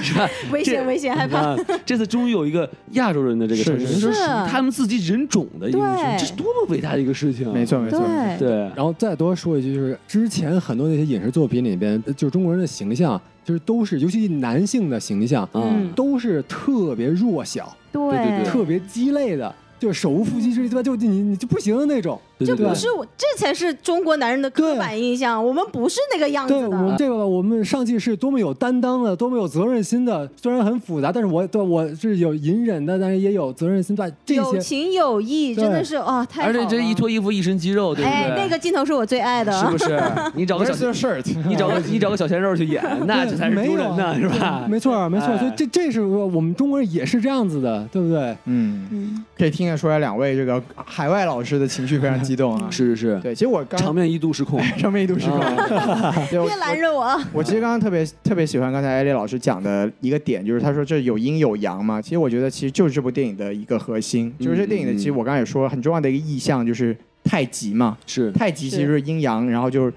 是吧？危这险危险，害怕。啊！这次终于有一个亚洲人的这个是超级英雄，是就是属于他们自己人种的英雄，对这是多么伟大的一个事情！啊没，错没错，没错对，对，然后再多说一句，就是之前很多那些影视作品里边，就是中国人的形象，就是都是，尤其男性的形象，嗯都是特别弱小、对特别鸡肋的，就是手无缚鸡之力，对吧？就你你就不行的那种。对这对对不是我，这才是中国男人的刻对板印象，我们不是那个样对子我们的。这个，我们上汽是多么有担当的，多么有责任心的。虽然很复杂，但是我对我是有隐忍的，但是也有责任心在这有些。情有义，对真的是哇，太好而且了这一脱衣服一身肌肉，对不哎对？，那个镜头是我最爱的。 是不是？你找个小 Where's your shirt？你找个你找个小鲜肉去演，那这才是没丢有人呢，啊是吧？没错儿，没错儿，哎所以这这是我我们中国人也是这样子的，对不对？嗯，嗯可以听得出来两位这个海外老师的情绪非常激动啊。是是是，对，其实我场刚面一度失 控。上面一度是空， 对我 别拦着我啊，我其实刚刚特别特别喜欢刚才艾丽老师讲的一个点，就是他说这有阴有阳嘛。其实我觉得，其实就是这部电影的一个核心，就是这电影的。嗯嗯其实我刚才也说，很重要的一个意象就是太极嘛。是太极其实就是阴阳，然后就是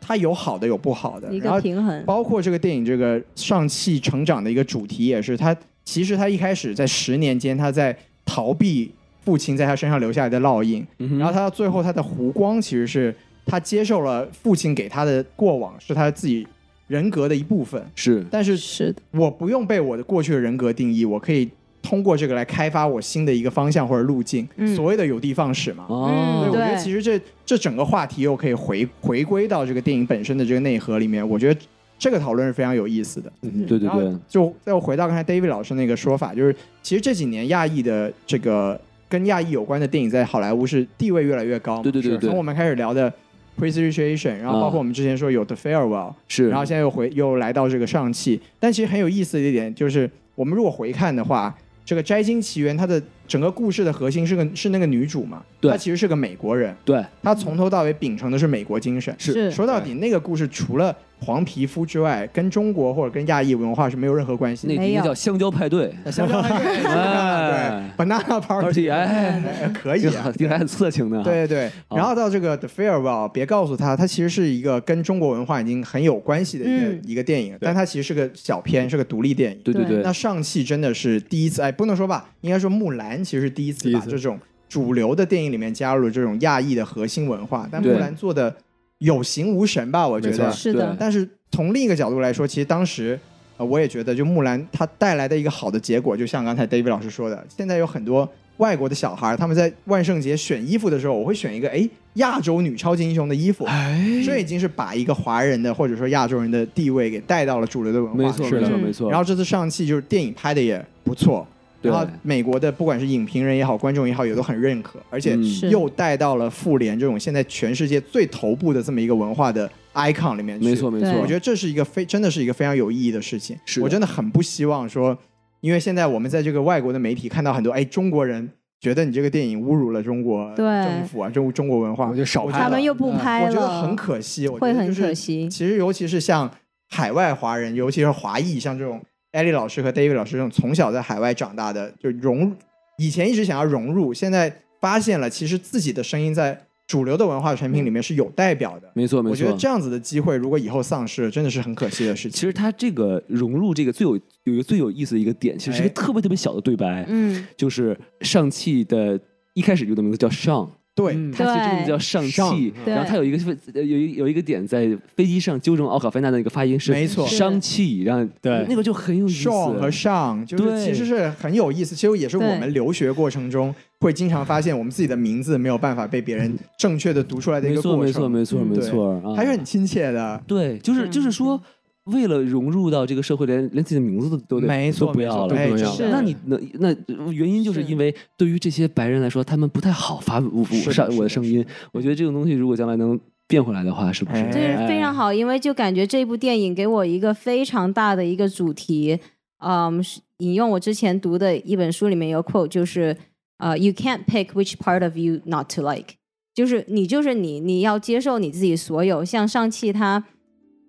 它有好的有不好的，一然个后平衡。包括这个电影这个上汽成长的一个主题也是，他其实他一开始在十年间他在逃避父亲在他身上留下来的烙印，然后他到最后他的湖光其实是他接受了父亲给他的过往是他自己人格的一部分，是但是是的，我不用被我的过去的人格定义，我可以通过这个来开发我新的一个方向或者路径，嗯所谓的有的放矢嘛。嗯对，哦我觉得对其实这这整个话题又可以回回归到这个电影本身的这个内核里面，我觉得这个讨论是非常有意思的。嗯嗯对对然后对，就再回到刚才 David 老师那个说法，就是其实这几年亚裔的这个跟亚裔有关的电影在好莱坞是地位越来越高嘛，对对对啊是对从我们开始聊的 p r e c i t i a t i o n 然后包括我们之前说有 The Farewell，、是。然后现在又回又来到这个上汽，但其实很有意思的一点就是，我们如果回看的话，这个《摘金奇缘》它的整个故事的核心是个是那个女主嘛，对她其实是个美国人，对，她从头到尾秉承的是美国精神。是说到底，那个故事除了黄皮肤之外，跟中国或者跟亚裔文化是没有任何关系的。那没应该有叫香蕉派 对，那相当于 对哎 banana 而 party，且哎，哎可以这啊。这还很色情呢。，对对，好然后到这个 The Farewell，别告诉他，它其实是一个跟中国文化已经很有关系的一个、嗯一个电影，但它其实是个小片，是个独立电影。对对对对那，上汽真的是第一次，哎，不能说吧，应该说木兰其实是第一次第一把次这种主流的电影里面加入了这种亚裔的核心文化，但木对兰做的有形无神吧，我觉没错得。是的，但是从另一个角度来说，其实当时。呃，我也觉得，就木兰它带来的一个好的结果，就像刚才 David 老师说的，现在有很多外国的小孩，他们在万圣节选衣服的时候，我会选一个哎亚洲女超级英雄的衣服，哎这已经是把一个华人的或者说亚洲人的地位给带到了主流的文化。没错是没的错嗯没错。然后这次上汽就是电影拍的也不错，对然后美国的不管是影评人也好，观众也好，也都很认可，而且嗯是又带到了妇联这种现在全世界最头部的这么一个文化的 icon 里面去。没错没错，对我觉得这是一个非真的是一个非常有意义的事情。是的我真的很不希望说，因为现在我们在这个外国的媒体看到很多哎中国人觉得你这个电影侮辱了中国对政府啊，中中国文化，嗯我就少拍他们又又不拍我觉了，得很可惜，我觉会得就很是可惜。其实尤其是像海外华人，尤其是华裔，像这种艾丽老师和 David 老师这种从小在海外长大的，就融以前一直想要融入，现在发现了其实自己的声音在主流的文化产嗯品里面是有代表的。没错没我觉得错。这样子的机会，如果以后丧失了，真的是很可惜的事其情。实他这个融入这个最有有一个最有意思的一个点，其实是一个哎特别特别小的对白，嗯，就是上汽的一开始用的名字叫上，对，嗯它其实这个名字叫上汽，上对然后它有一个呃有一有一个点在飞机上纠正奥卡菲娜的那个发音是没错上汽，然后对那个就很有意思。上和上就是对其实是很有意思，其实也是我对们留学过程中会经常发现我们自己的名字没有办法被别人正确的读出来的一没个错过没错程，没错嗯没错，啊还是很亲切的。对，就是就是说，为了融入到这个社会，连连自己的名字都都得没错都不要了。没错哎都不要真的了那你那那原因就是是因为对于这些白人来说，他们不太好发我我是的上是的我的声音是的。我觉得这种东西如果将来能变回来的话，是不是？哎这是非常好，因为就感觉这部电影给我一个非常大的一个主题，嗯，是引用我之前读的一本书里面有 quote，就是呃、y o u can't pick which part of you not to like，就是你就是你，你要接受你自己所有。像上汽他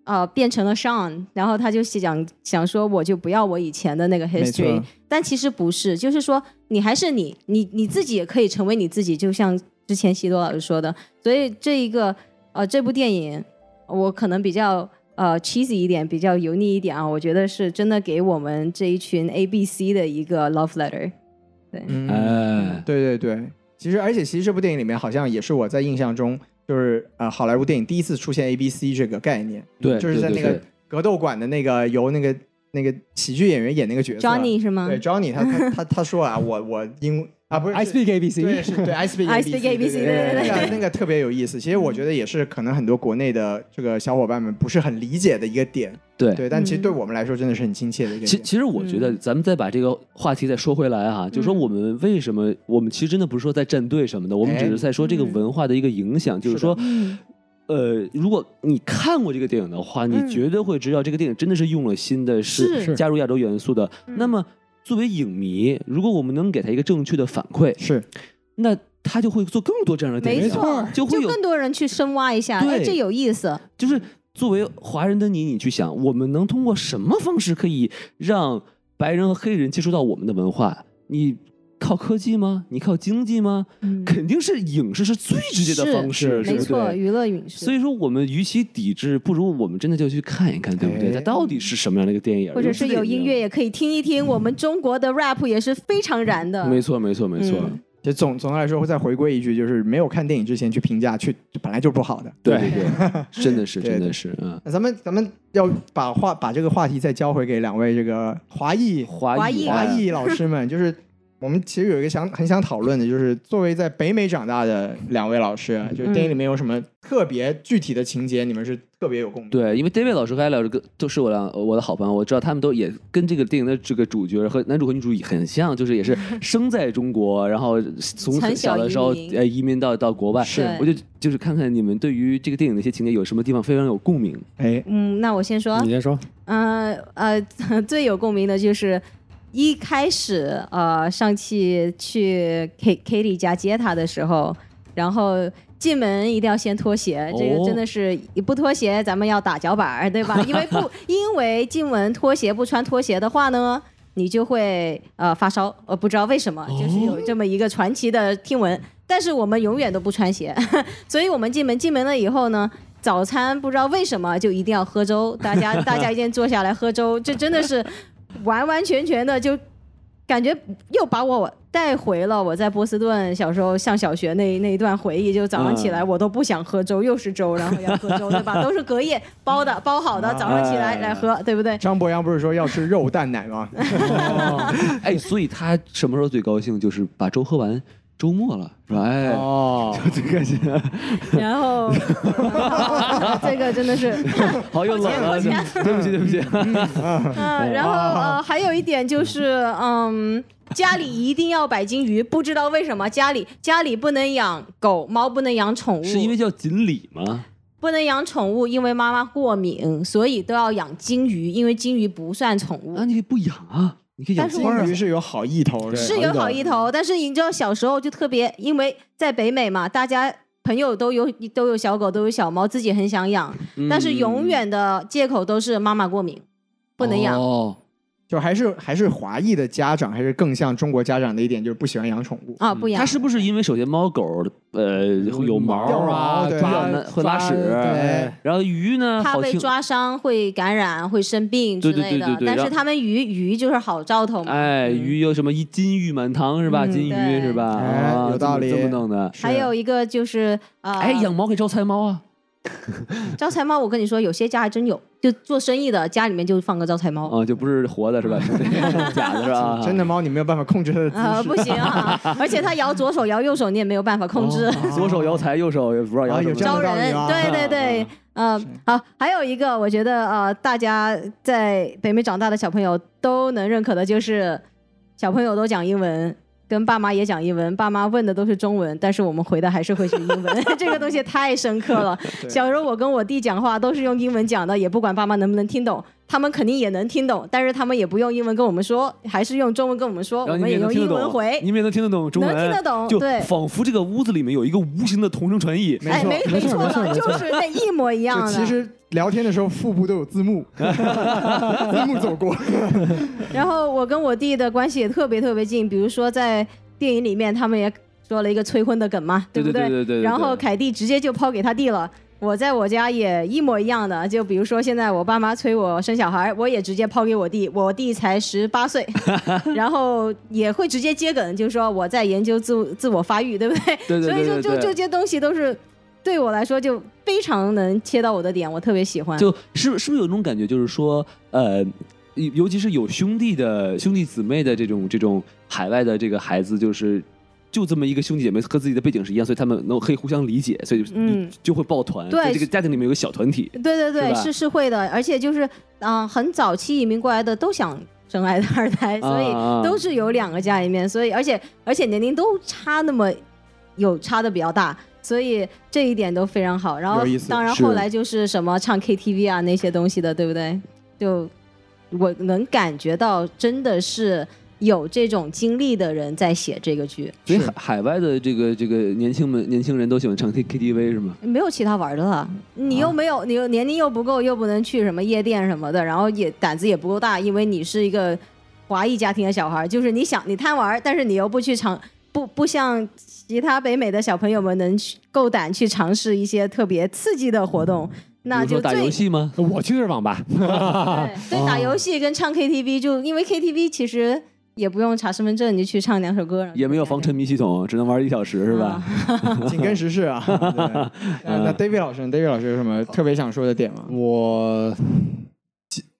呃变成了 Sean，然后他就想想说我就不要我以前的那个没错 history，但其实不是，就是说你还是你，你你自己也可以成为你自己，就像之前西多老师说的，所以这一个呃这部电影我可能比较。呃，cheesy 一点，比较油腻一点啊，我觉得是真的给我们这一群 A、B、C 的一个 love letter。嗯哎，对对对，其实而且其实这部电影里面好像也是我在印象中，就是呃好莱坞电影第一次出现 A B C 这个概念，对，就是在对那个对格斗馆的那个由那个那个喜剧演员演那个角色 Johnny 是吗对 Johnny 他他他他说 啊我我英啊不是 I 是 speak 对 ABC，是对 I speak I speak ABC，对对对对对那个那个特别有意思。其实我觉得也是可能很多国内的这个小伙伴们不是很理解的一个点，对对，但其嗯实对我们来说真的是很亲切的一个其点。其实我觉嗯得，咱们再把这个话题再说回来哈、就说我们为什么，我们其实真的不是说在站队什么的，我们哎只是在说这个嗯文化的一个影响，就是是的说，嗯呃，如果你看过这个电影的话，你嗯绝对会知道这个电影真的是用了心的，是是加入亚洲元素的。嗯那么作为影迷，如果我们能给他一个正确的反馈，是那他就会做更多这样的电影，没错，就会有更多人去深挖一下，对哎，这有意思。就是作为华人的你，你去想，我们能通过什么方式可以让白人和黑人接触到我们的文化？你靠科技吗？你靠经济吗？嗯肯定是影视是最直接的方式，没对不错，对？娱乐影所视，以说，我们与其抵制，不如我们真的就去看一看，对不对？哎它到底是什么样的一个电影？或者是有音乐有也可以听一听。我们中国的 rap 也是非常燃自己的的。没错，没错，没错。嗯其实嗯总总的来说，会再回归一句，就是没有看电影之前去评价，去本来就不好的。对对对，真 的是，啊对真的是，嗯，那咱们咱们要把话把这个话题再交回给两位这个华裔华哎裔华华裔老师们，就是我们其实有一个想很想讨论的，就是作为在北美长大的两位老师，啊嗯就是电影里面有什么特别具体的情节，你们是特别有共鸣？，对，因为 David 老师和 a 老师跟都是我俩我的好朋友，我知道他们都也跟这个电影的这个主角和男主和女主也很像，就是 也是生在中国，然后从从很小小的移时候民呃移民到到国外。是对我就就是看看你们对于这个电影的一些情节有什么地方非常有共鸣。哎，嗯，那我先说你，先说，嗯呃 最有共鸣的就是一开始呃，上期去 K K y 家接他的时候，然后进门一定要先脱鞋，这哦个真的是不脱鞋咱们要打脚板儿，对吧？因为不因为进门脱鞋不穿拖鞋的话呢。你就会呃发烧，呃不知道为什么，就是有这么一个传奇的听闻。但是我们永远都不穿鞋， 所以我们进门进门了以后呢，早餐不知道为什么就一定要喝粥，大 家大家一定坐下来喝粥，这真的是完完全全的就感觉又把我带回了我在波士顿小时候上小学那那一段回忆。就早上起来嗯我都不想喝粥，又是粥，然后要喝粥，对 吧？都是隔夜包的包好啊的，早上起来来喝，对不对？张博洋不是说要吃肉蛋奶 吗？ 哎，所以他什么时候最高兴？就是把粥喝完，周末了是吧？哎， 哦，最开心，然后 这个真的 是。好又冷了，抱歉抱 对不起对不起。 嗯，然后啊呃，还有一点就是，嗯，家里一定要摆金鱼，不知道为什么家里家里不能养狗，猫不能养宠物，是因为叫锦鲤吗？不能养宠物，因为妈妈过敏，所以都要养金鱼，因为金鱼不算宠物。啊，你可以不养啊，你可以养但是花儿啊金鱼是有好意头的，是有好意头，但是你知道小时候就特别，因为在北美嘛，大家朋友都有都有小狗，都有小猫，自己很想养，嗯但是永远的借口都是妈妈过敏，不能养。哦，就还是还是华裔的家长，还是更像中国家长的一点，就是不喜欢养宠物。啊，不养嗯它是不是因为首先猫狗呃有毛掉儿毛啊，对比较难会拉屎，啊对然后鱼呢它好被听，抓伤会感染、会生病之对对类的对对。对但然是后他们鱼鱼就是好兆头嘛。哎，鱼有什么一金玉满堂是吧？嗯金鱼对是吧？哎啊有这么道理这么弄的。还有一个就是啊，哎，养猫可以招财猫啊， 招财猫，我跟你说，有些家还真有，就做生意的家里面就放个招财猫。啊， 就不是活的 是吧？假的是吧？啊真的猫你没有办法控制它的姿势，啊，不行 啊！而且它摇左手摇右手，你也没有办法控制。哦左手摇财，右手也不知道摇啊什有么这样招的道理人，啊对对对，嗯，好，还有一个，我觉得呃，大家在北美长大的小朋友都能认可的就是，小朋友都讲英文，跟爸妈也讲英文，爸妈问的都是中文，但是我们回的还是会是英文，这个东西太深刻了。小时候我跟我弟讲话都是用英文讲的，也不管爸妈能不能听懂。他们肯定也能听懂，但是他们也不用英文跟我们说，还是用中文跟我们说，然哦后我们你们也也能用听英得文懂，回你。们也能听得懂中文，能听得懂就对仿佛这个屋子里面有一个无形的同声传译。没哎，错没没错错了，没错就是那一模一样啊就的。其实聊天的时候腹部都有 字幕，字幕走过。然后我跟我弟的关系也特别特别近，比如说在电影里面，他们也说了一个催婚的梗嘛，对不对对对对对然后凯蒂直接就抛给他弟了。我在我家也一模一样的，就比如说现在我爸妈催我生小孩，我也直接抛给我弟，我弟才十八 岁，然后也会直接接梗，就说我在研究自自我发育，对不对？对对对对所以就对就就这些东西都是对我来说就非常能切到我的点，我特别喜欢。就是是不是有种感觉，就是说，呃，尤尤其是有兄弟的兄弟姊妹的这种这种海外的这个孩子，就是就这么一个兄弟姐妹和自己的背景是一样，所以他们能可以互相理解，所以就嗯就会抱团。对在这个家庭里面有个小团体。对对是对，吧是是会的，而且就是嗯、呃很早期移民过来的都想生二胎 二胎，所以啊都是有两个家里面，所以而且而且年龄都差那么有差的比较大，所以这一点都非常好。然后有意思当然是后来就是什么唱 KTV 啊那些东西的，对不对？就我能感觉到真的是有这种经历的人在写这个剧，所以海海外的这个这个年轻们年轻人都喜欢唱 K K T V 是吗？没有其他玩的了，你又没有，你又年龄又不够，又不能去什么夜店什么的，然后也胆子也不够大，因为你是一个华裔家庭的小孩儿，就是你想你贪玩儿，但是你又不去尝，不不像其他北美的小朋友们能去够胆去尝试一些特别刺激的活动，那比就如说打最游戏哦吗？我去的是网吧， 对对打游戏跟唱 KTV 就因为 KTV 其实也不用查身份证，你就去唱两首歌，也没有防沉迷系统，只能玩一小时是吧？嗯 嗯紧跟时事啊。对那那 David 老师呢，David 老师有什么特别想说的点吗？我。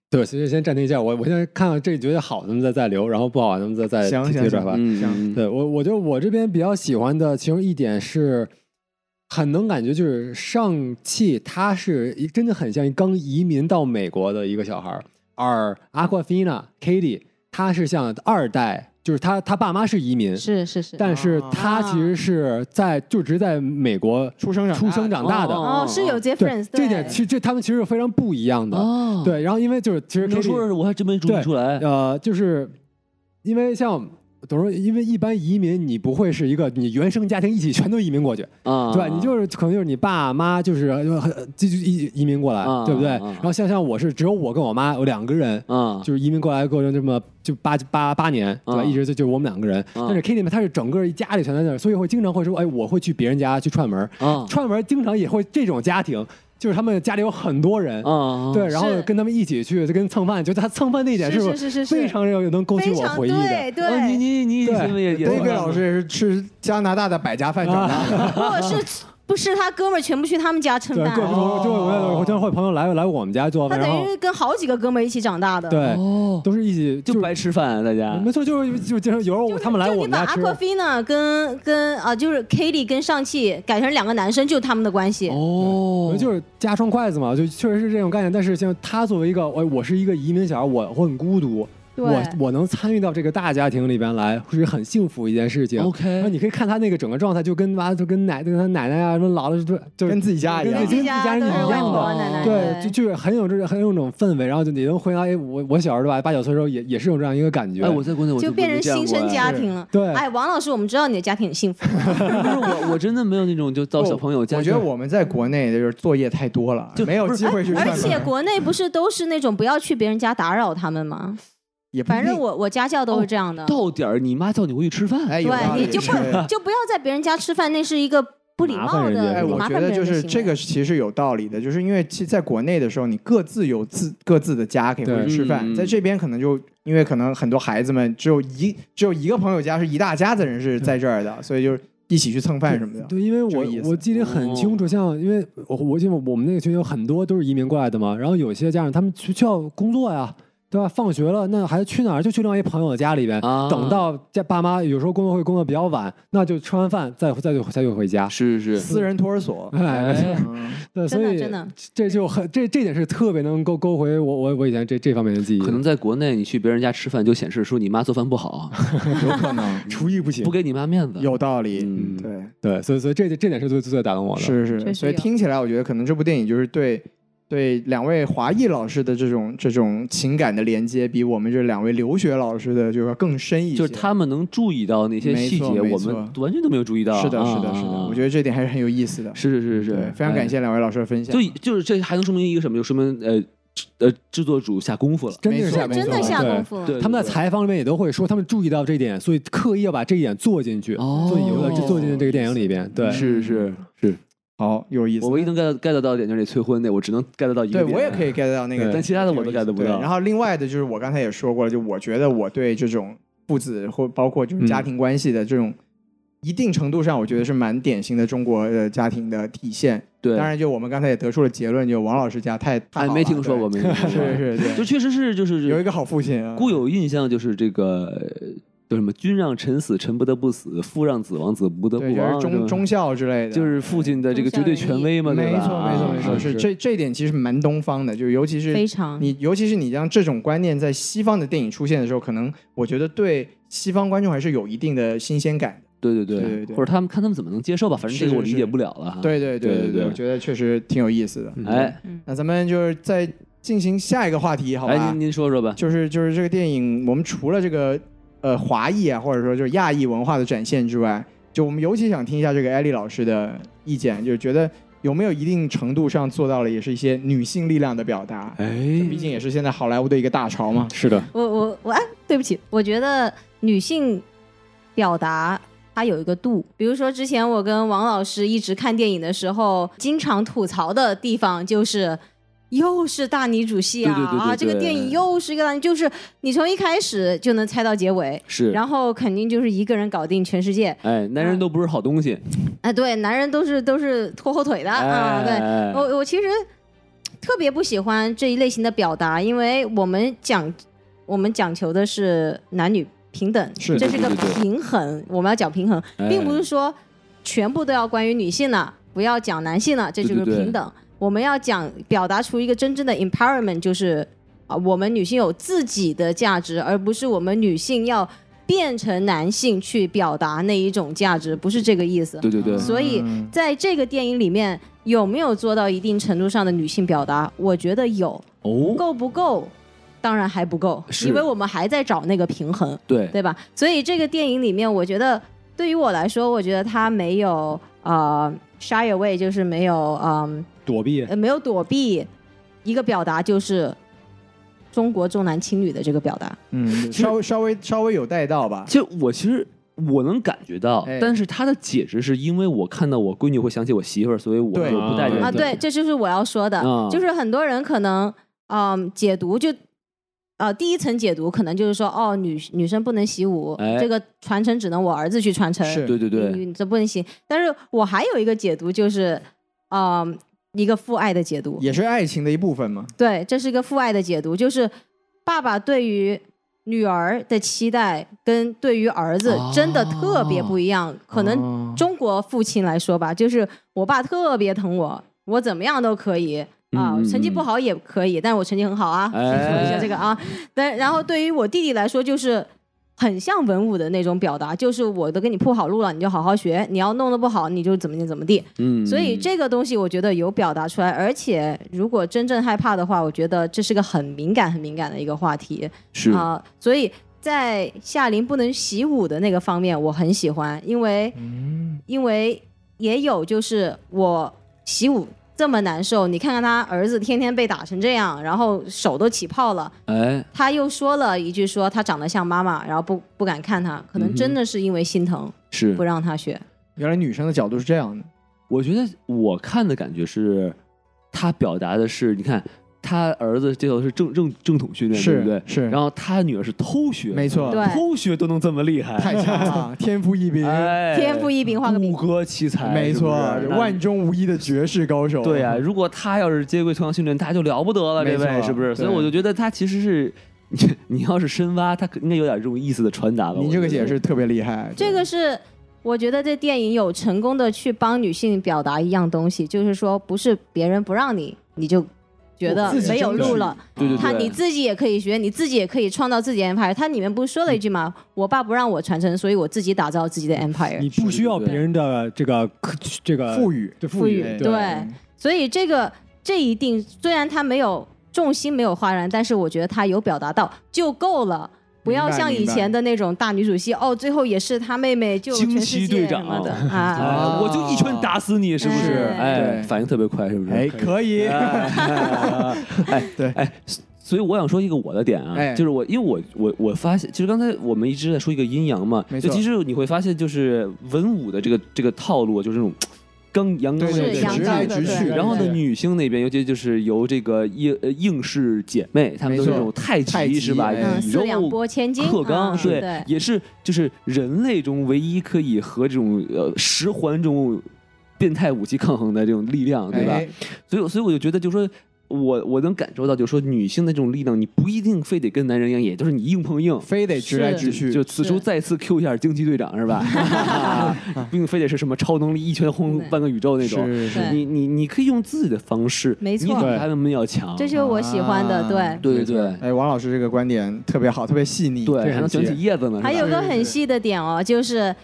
对，其实先暂停一下，我我现在看了这觉得好，咱们再再留，然后不好，咱们再再行提行提出来吧。行嗯，行对我，我就我这边比较喜欢的其中一点是，很能感觉就是上汽他是一真的很像刚移民到美国的一个小孩儿，而 Aquafina Katie 他是像二代，就是他他爸妈是移民，是是是，但是哦啊他其实是在就只是在美国出生长大出生长大的。哦哦是有 difference，这对点其实这他们其实是非常不一样的。哦，对，然后因为就是其实能 Katie, 说是我还真没注意对出来。呃，就是因为像董说，因为一般移民你不会是一个你原生家庭一起全都移民过去，啊，对吧？你就是可能就是你爸妈就是就很就就移移民过来，啊对不对？啊啊然后像像我是只有我跟我妈有两个人。啊，就是移民过来，过程这么就八八八年，对吧？啊一直就就我们两个人。嗯但是 Kitty 呢，她是整个一家里全在那儿，所以会经常会说，哎，我会去别人家去串门儿。啊串门儿经常也会这种家庭，就是他们家里有很多人，啊，对，然后是跟他们一起去，就跟蹭饭，就他蹭饭那一点是不是是是是非常有能勾起非我常回忆的对。对，哦你你你对啊什么也也 David 老师也是吃加拿大的百家饭长大的， 或者是不是他哥们儿全部去他们家蹭对，各饭，种就我我经常会朋友来来我们家做哦他饭，等然后于是跟好几个哥们儿一起长大的。，对，哦，都是一起就是白吃饭啊大家。没错，就是就经常有时候他们来就你我们把家吃， Aquafina 跟跟啊，就是 Kitty 跟上汽改成两个男生，就是他们的关系。哦就是夹双筷子嘛，就确实是这种概念。但是像他作为一个我我是一个移民小孩，我我很孤独，对，我我能参与到这个大家庭里边来，是很幸福一件事情。然后 OK，你可以看他那个整个状态，就跟妈就跟奶跟他奶奶啊什么姥姥就就跟自己家一跟自己样。跟自己家家人都是一外样的婆奶奶。对，就就是很有这很有种氛围，然后就你能回到哎，我我小时候吧，八九岁的时候也也是有这样一个感觉。哎，我在国内我就变成新生家庭了。对哎，王老师，我们知道你的家庭很幸福。但是我我真的没有那种就到小朋友家，我觉得我们在国内就是作业太多了，就哎没有机会去串门。而且国内不是都是那种不要去别人家打扰他们吗？也不一反定正我我家教都是这样的。哦到点儿你妈叫你回去吃饭，哎，有道对，理你就不是就不要在别人家吃饭，那是一个不礼麻貌烦人家的。哎，我麻觉烦得别人就的行是为这个其实有道理的，就是因为其实在国内的时候，你各自有自各自的家可以回对去吃嗯饭，在这边可能就因为可能很多孩子们只有一只有一个朋友家是一大家子人是在这儿的，所以就一起去蹭饭什么的。对，因为这个意思我我记得很清哦楚，像因为我我记得我们那个群有很多都是移民过来的嘛，然后有些家长他们需需要工作呀，对吧？放学了，那孩子去哪儿？就去另外一朋友的家里边，啊等到家爸妈有时候工作会工作比较晚，那就吃完饭再再就再就回家。是是私人托儿所，哎，嗯对，所真的以真的这就很这这点是特别能勾勾回我我我以前这这方面的记忆的，可能在国内你去别人家吃饭就显示说你妈做饭 不好， 有可能 厨艺不行不，给你妈面子。有道理。嗯对，对，所以所以这这点是最最最打动我的。确是是，实所以有听起来我觉得可能这部电影就是对对两位华裔老师的这种这种情感的连接，比我们这两位留学老师的就要更深一些。就是他们能注意到那些没细错节，没我错们完全都没有注意到。是的，啊是的，是的，啊我觉得这点还是很有意思的。是是是是对，非常感。谢两位老师的分哎享。就就是这还能说明一个什么？就说明呃制呃制作组下功夫了。真的没是错下真的功夫下对功夫了。对，他们在对采访里面也都会说，他们注意到这一点，所以刻意要把这一点做进去，哦做引入到这做进这个电影里边。对，是是是，好有意思我。唯一能 get 到 get 到的点就是那催婚那，我只能 get 到一个对点。我也可以 get 到那个对点，但其他的我都挺有意思 get 不对到然后另外的就是我刚才也说过了，就我觉得我对这种父子或包括嗯就是家庭关系的这种，一定程度上我觉得是蛮典型的中国的家庭的体现。对，当然，就我们刚才也得出了结论，就王老师家太太哎好没了听说对过，没 听说过。是是就对，确实是就是有一个好父亲啊，固嗯有印象就是这个呃叫什么“君让臣死，臣不得不死；父让子亡，子不得不对，就亡”，是忠忠孝之类啊的，就是父亲的这个绝对权威嘛，对没吧？错没错没啊错，是这这一点其实蛮东方的，就是尤其是非常你尤其是你让这种观念在西方的电影出现的时候，可能我觉得对西方观众还是有一定的新鲜感的。对对对对对或者他们看他们怎么能接受吧，反正这是个我是理是解不了了哈。对对对对对我觉得确实挺有意思的。哎那咱们就是再进行下一个话题，好哎，吧您？您说说吧。就是就是这个电影，我们除了这个呃华裔啊，或者说就是亚裔文化的展现之外，就我们尤其想听一下这个艾丽老师的意见，就是觉得有没有一定程度上做到了，也是一些女性力量的表达。哎，毕竟也是现在好莱坞的一个大潮嘛。是的，我我我，哎，对不起，我觉得女性表达它有一个度，比如说之前我跟王老师一直看电影的时候，经常吐槽的地方就是。又是大女主戏啊对对对对啊！这个对电影又是一个大女，就是你从一开始就能猜到结尾，是，然后肯定就是一个人搞定全世界。哎，男人都不是好东西。哎，对，男人都是都是拖后腿的、啊，对。哎我我其实特别不喜欢这一类型的表达，因为我们讲我们讲求的是男女平等，是这是个对对对平衡，我们要讲平衡，哎并不是说全部都要关于女性了，不要讲男性了，这就是对对对平等。我们要讲表达出一个真正的 empowerment，就是啊，我们女性有自己的价值，而不是我们女性要变成男性去表达那一种价值，不是这个意思。对对对，所以嗯在这个电影里面有没有做到一定程度上的女性表达？我觉得有，哦，够不够？当然还不够，是因为我们还在找那个平衡，对，对吧？所以这个电影里面，我觉得对于我来说，我觉得它没有呃 shy away，就是没有嗯、躲避呃没有躲避，一个表达就是中国重男轻女的这个表达。嗯，稍微稍微稍微有带到吧其。实我其实我能感觉到，哎但是他的解释是因为我看到我闺女会想起我媳妇儿，所以我对就不带着啊，你对，这就是我要说的，啊就是很多人可能，嗯，解读就，呃，第一层解读可能就是说，哦，女女生不能习武，哎这个传承只能我儿子去传承，是对对对，你你这不能行。但是我还有一个解读就是，嗯，一个父爱的解读，也是爱情的一部分嘛。对，这是一个父爱的解读，就是爸爸对于女儿的期待跟对于儿子哦真的特别不一样。可能中国父亲来说吧，就是我爸特别疼我，我怎么样都可以啊、嗯嗯成绩不好也可以，但是我成绩很好啊，哎说一下这个啊。但然后对于我弟弟来说，就是。很像文武的那种表达，就是我都给你铺好路了，你就好好学。你要弄得不好，你就怎么地怎么地。嗯，所以这个东西我觉得有表达出来，而且如果真正害怕的话，我觉得这是个很敏感、很敏感的一个话题是啊、所以在夏琳不能习武的那个方面，我很喜欢，因为、因为也有就是我习武这么难受，你看看他儿子天天被打成这样，然后手都起泡了，哎，他又说了一句说他长得像妈妈，然后不不敢看他，可能真的是因为心疼、嗯是不，让他学。原来女生的角度是这样的，我觉得我看的感觉是，他表达的是，你看他儿子这头是正正正统训练，对是不对？是然后他女儿是偷学，没错，对偷 学都能这么厉害，太强了，天赋异禀，哎，天赋异禀，画个饼骨。骼奇才，没错，是不是万中无一的绝世高手。对 啊，如果他要是接轨同样训练，他就了不得了，没这错位是不是？所以对我就觉得他其实是， 你你要是深挖，他应该有点这种意思的传达吧。您我这个觉得解释特别厉害。这个是我觉得这电影有成功的去帮女性表达一样东西，就是说不是别人不让你，你就觉得自己没有争取路了。对对对，他你自己也可以学，你自己也可以创造自己的 empire。他里面不是说了一句吗？嗯我爸不让我传承，所以我自己打造自己的 empire。你不需要别人的这个这个赋予对赋赋予对对所以这个这一定虽然他没有重心没有哗然，但是我觉得他有表达到就够了。不要像以前的那种大女主戏哦，最后也是她妹妹救惊全奇世队界长什么的哎啊，我就一拳打死你，是不是？哎哎，反应特别快，是不是？哎，可以， 哎，对哎，所所以我想说一个我的点啊，哎就是我，因为我我我发现，其实刚才我们一直在说一个阴阳嘛，没就错其实你会发现，就是文武的这个这个套路，啊就是那种刚阳刚对对是阳对，直刚来的直对去。然后呢，对女性那边，尤其就是由这个应呃应氏姐妹，她们都是没那种错太太极极是吧？哎嗯，以四两柔拨千斤，克刚，嗯对，对，也是就是人类中唯一可以和这种呃十环中变态武器抗衡的这种力量，对吧？哎所以，所以我就觉得，就说我我能感受到，就说女性的这种力量，你不一定非得跟男人一样，也就是你硬碰硬。非得直来是直去，就此处是再次 Q 一下惊奇队长是吧？ 并非得是什么超能力一拳轰对半个宇宙那种，是是对你你你可以用自己的方式，没错你比他们要强。这就是我喜欢的，啊对。对对对哎，王老师这个观点特别好，特别细腻。对，这还能很卷绝起叶子呢。是吧还有个很细的点哦，就是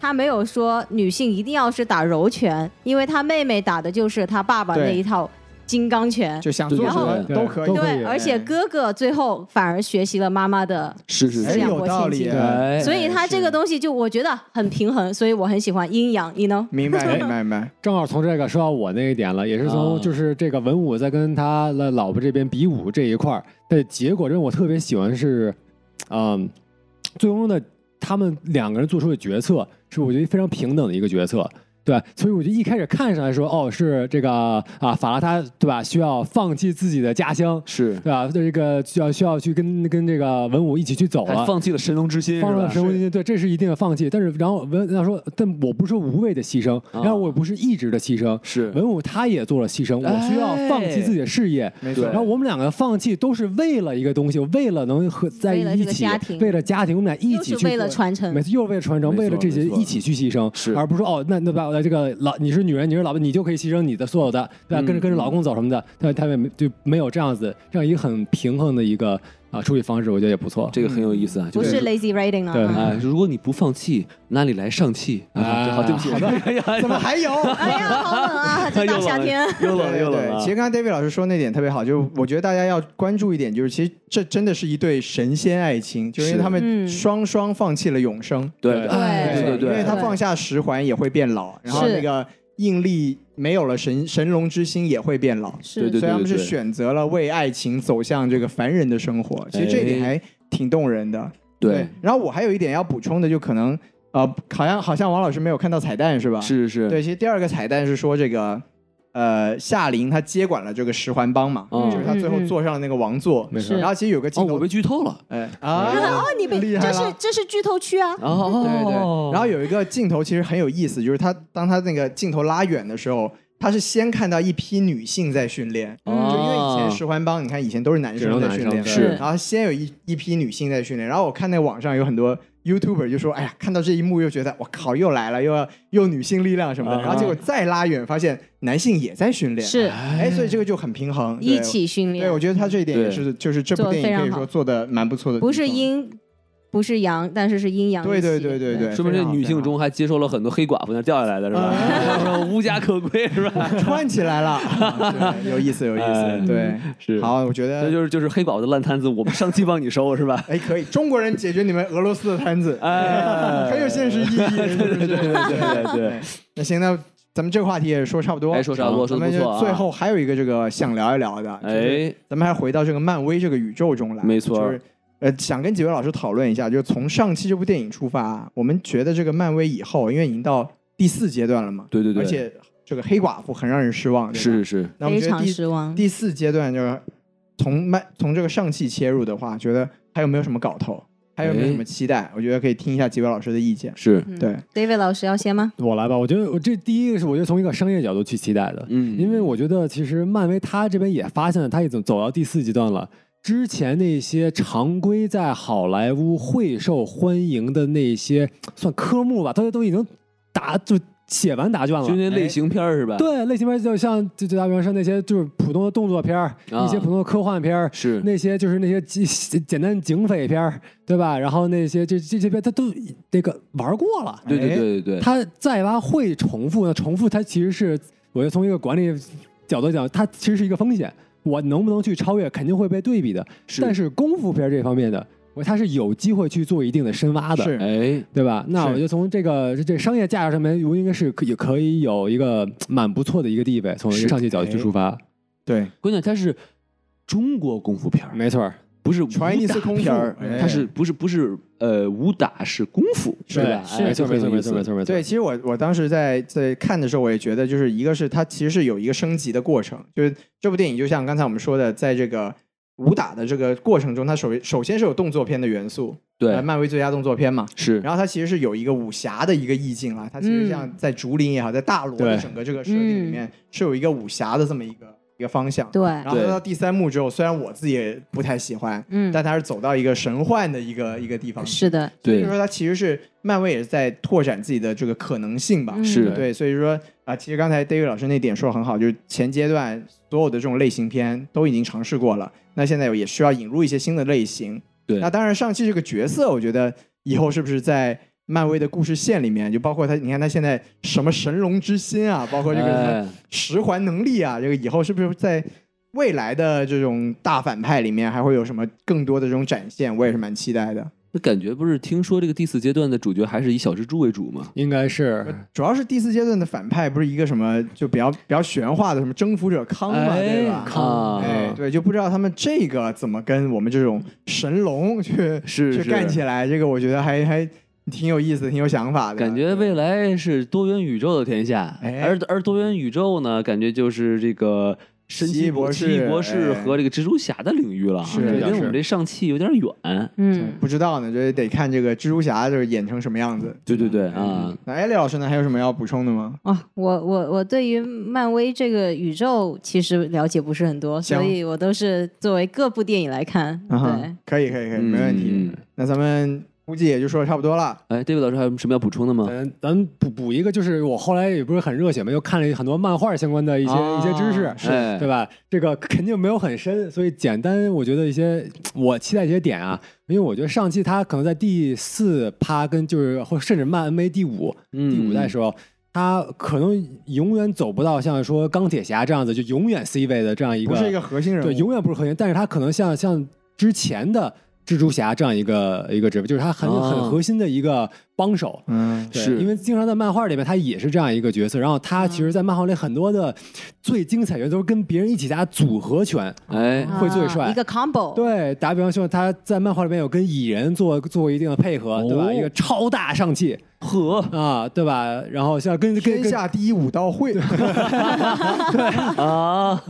他没有说女性一定要是打柔拳，因为他妹妹打的就是他爸爸对那一套金刚拳。就想做对什么对对都可以都。可以对，而且哥哥最后反而学习了妈妈的，是是思哎，是想，有过道千理金哎。哎所以他这个东西就我觉得很平衡，所以我很喜欢阴阳。你呢？ 明 白，哎明白，明白。正好从这个说到我那一点了，也是啊从就是这个文武在跟他的老婆这边比武这一块儿的结果，让我特别喜欢是，嗯，最终的他们两个人做出的决策是我觉得非常平等的一个决策。对，所以我就一开始看上来说，哦，是这个啊，法拉他对吧？需要放弃自己的家乡，是，对吧？这个需要需要去跟跟这个文武一起去走还了，放弃了神龙之心，放是吧了神无禁忌，对，这是一定的放弃。但是，然后文他说，但我不是无谓的牺牲，啊然后我不是一直的牺牲。是哎文武他也做了牺牲，我需要放弃自己的事业。没对错然后。我们两个放弃都是为了一个东西，为了能和在为了这一个起家庭，为了家庭，我们俩一又起是去为了传承每。次又是为了传承，没错为了这些没错一起去牺牲，是而不是说哦，那那把我的这个老你是女人，你是老婆，你就可以牺牲你的所有的，对吧？嗯跟着跟着老公走什么的，但他们就没有这样子，这样一个很平衡的一个啊处理方式，我觉得也不错。这个很有意思啊，就不是 lazy reading 对哎啊！啊，如果你不放弃，哪里来上气啊？啊好，对不起，哎呀， 怎么还有？哎呀，好冷 啊！这大夏天，又冷了对又冷啊对，了其实刚才 David 老师说那点特别好，就我觉得大家要关注一点，就是其实这真的是一对神仙爱情，就是因为他们嗯双双放弃了永生，对对对对因为对他放下十环也会变老，然后是那个应力没有了神神龙之心也会变老，是对所以他们是对选择了为爱情走向这个凡人的生活，其实这一点哎还挺动人的。对，然后我还有一点要补充的，就可能呃，好像好像王老师没有看到彩蛋是吧？是是是，对，其实第二个彩蛋是说这个，呃，夏琳她接管了这个十环帮嘛，嗯就是她最后坐上了那个王座。没事是然后其实有个哦，镜头，我被剧透了，哎 啊，哦，你被厉害这是了。这是剧透区啊！哦，对对，然后有一个镜头其实很有意思，就是他当他那个镜头拉远的时候，他是先看到一批女性在训练，哦就因为以前十环帮，你看以前都是男只生能在男训生练，是然后先有一一批女性在训练，然后我看那网上有很多 YouTuber 就说，哎呀，看到这一幕又觉得我靠，又来了，又要又女性力量什么的，啊然后结果再拉远发现男性也在训练，，是哎，所以这个就很平衡，对一。起训对，练我，觉得他这一点也是，就是这部做得电影非常可以说好做的蛮不错的地方，不是阴，不是阳，但是是阴阳一起。对对对对对，说明非这常好女非常性好中还接受了很多黑寡妇那掉下来的是吧？无家可归是吧？串起来了， 啊 对有意思，有意哎思，对，是好，我觉这得就是就是黑寡妇的烂摊子，我们上期帮你收是吧？ 哎可以，中国人解决你们俄罗斯的摊子，哎很有现实意义，对对 对对对对，那行，那咱们这个话题也说差不多，哎说差不多咱们说得不错啊就最后还有一个这个想聊一聊的，就是哎，咱们还回到这个漫威这个宇宙中来，没错就是呃，想跟几位老师讨论一下，就是从上期这部电影出发，我们觉得这个漫威以后，因为已经到第四阶段了嘛，对对对，而且这个黑寡妇很让人失望，对 吧是是那我非们觉得常第失望。第四阶段就是从慢从这个上汽切入的话，觉得还有没有什么搞头？还有没哎有什么期待？我觉得可以听一下几位老师的意见。是，嗯对， David 老师要先吗？我来吧，我觉得我这第一个是我觉得从一个商业角度去期待的，嗯，因为我觉得其实漫威它这边也发现了，它已经走到第四阶段了。之前那些常规在好莱坞会受欢迎的那些算科目吧，它都已经打就写完答卷就了。那哎类型片儿是吧？对类型片就像就就打比方说那些就是普通的动作片儿，啊一些普通的科幻片儿，是那些就是那些简 简单警匪片儿，对吧？然后那些这这些片它都那个玩过了，对对对对对，它再挖会重复呢，重复它其实是我觉得从一个管理角度讲，它其实是一个风险。我能不能去超越，肯定会被对比的。是但是功夫片这方面的，我它是有机会去做一定的深挖的。是哎，对吧？那是我觉得从这个这这商业价值上面，我应该是可以可以有一个蛮不错的一个地位，从一是个上帝角度去哎出发，对，关键它是中国功夫片儿，没错儿，不是传一次功功夫片儿，哎它是不是不是呃武打是功夫对吧？哎没错就很没错有没意思错没错没错，对，其实我我当时在在看的时候，我也觉得，就是一个是它其实是有一个升级的过程，就是这部电影就像刚才我们说的，在这个武打的这个过程中，它首首先是有动作片的元素，呃对漫威最佳动作片嘛，是然后它其实是有一个武侠的一个意境啊啦，它其实像在竹林也好，在大罗的对整个这个设定里面是有一个武侠的这么一个一个方向。对然，后对它到第三幕之后，虽然我自己也不太喜欢，嗯，但它是走到一个神幻的一个一个地方去。是的，所以对说它其实是漫威也是在拓展自己的这个可能性吧。嗯是对，所以说啊、其实刚才 David 老师那点说的很好，就是前阶段所有的这种类型片都已经尝试过了，那现在也需要引入一些新的类型。对那当然上汽这个角色，我觉得以后是不是在漫威的故事线里面，就包括他，你看他现在什么神龙之心 啊，包括这个什么哎十环能力啊，这个以后是不是在未来的这种大反派里面还会有什么更多的这种展现？我也是蛮期待的。那感觉不是听说这个第四阶段的主角还是以小蜘蛛为主吗？应该是呃主要是第四阶段的反派不是一个什么就比较比较玄化的什么征服者康嘛，对吧？哎康啊哎，对，就不知道他们这个怎么跟我们这种神龙去是是去干起来，这个我觉得还还挺有意思，挺有想法 的。感啊觉未来是多元宇宙的天下，哎而而多元宇宙呢，感觉就是这个神奇奇异博士奇异博士哎和这个蜘蛛侠的领域了，是这是跟我们这上汽有点远。嗯，不知道呢，这得看这个蜘蛛侠就是演成什么样子。哎对对对啊，那艾丽老师呢，还有什么要补充的吗？啊，我我我对于漫威这个宇宙其实了解不是很多，所行以我都是作为各部电影来看。啊哈 对，，可以可以可以，没问题。嗯。那咱们估计也就说的差不多了。哎，David 老师还有什么要补充的吗？咱咱补补一个，就是我后来也不是很热血嘛，又看了很多漫画相关的一些、啊一些知识，是哎对吧？这个肯定没有很深，所以简单，我觉得一些我期待一些点啊，因为我觉得上期他可能在第四趴跟就是或甚至漫威第五嗯第五代时候。他可能永远走不到像说钢铁侠这样子，就永远 C 位的这样一个，不是一个核心人物，对，永远不是核心，但是他可能像像之前的蜘蛛侠这样一个一个职位，就是他很、啊很核心的一个帮手，嗯，对是因为经常在漫画里面，他也是这样一个角色。然后他其实，在漫画里很多的最精彩元素都是跟别人一起打组合拳。哎，会最帅啊一个 combo，对，打比方说，他在漫画里面有跟蚁人做做过一定的配合，对哦吧？一个超大上气呵啊，对吧？然后像跟跟天跟下第一武道会，啊，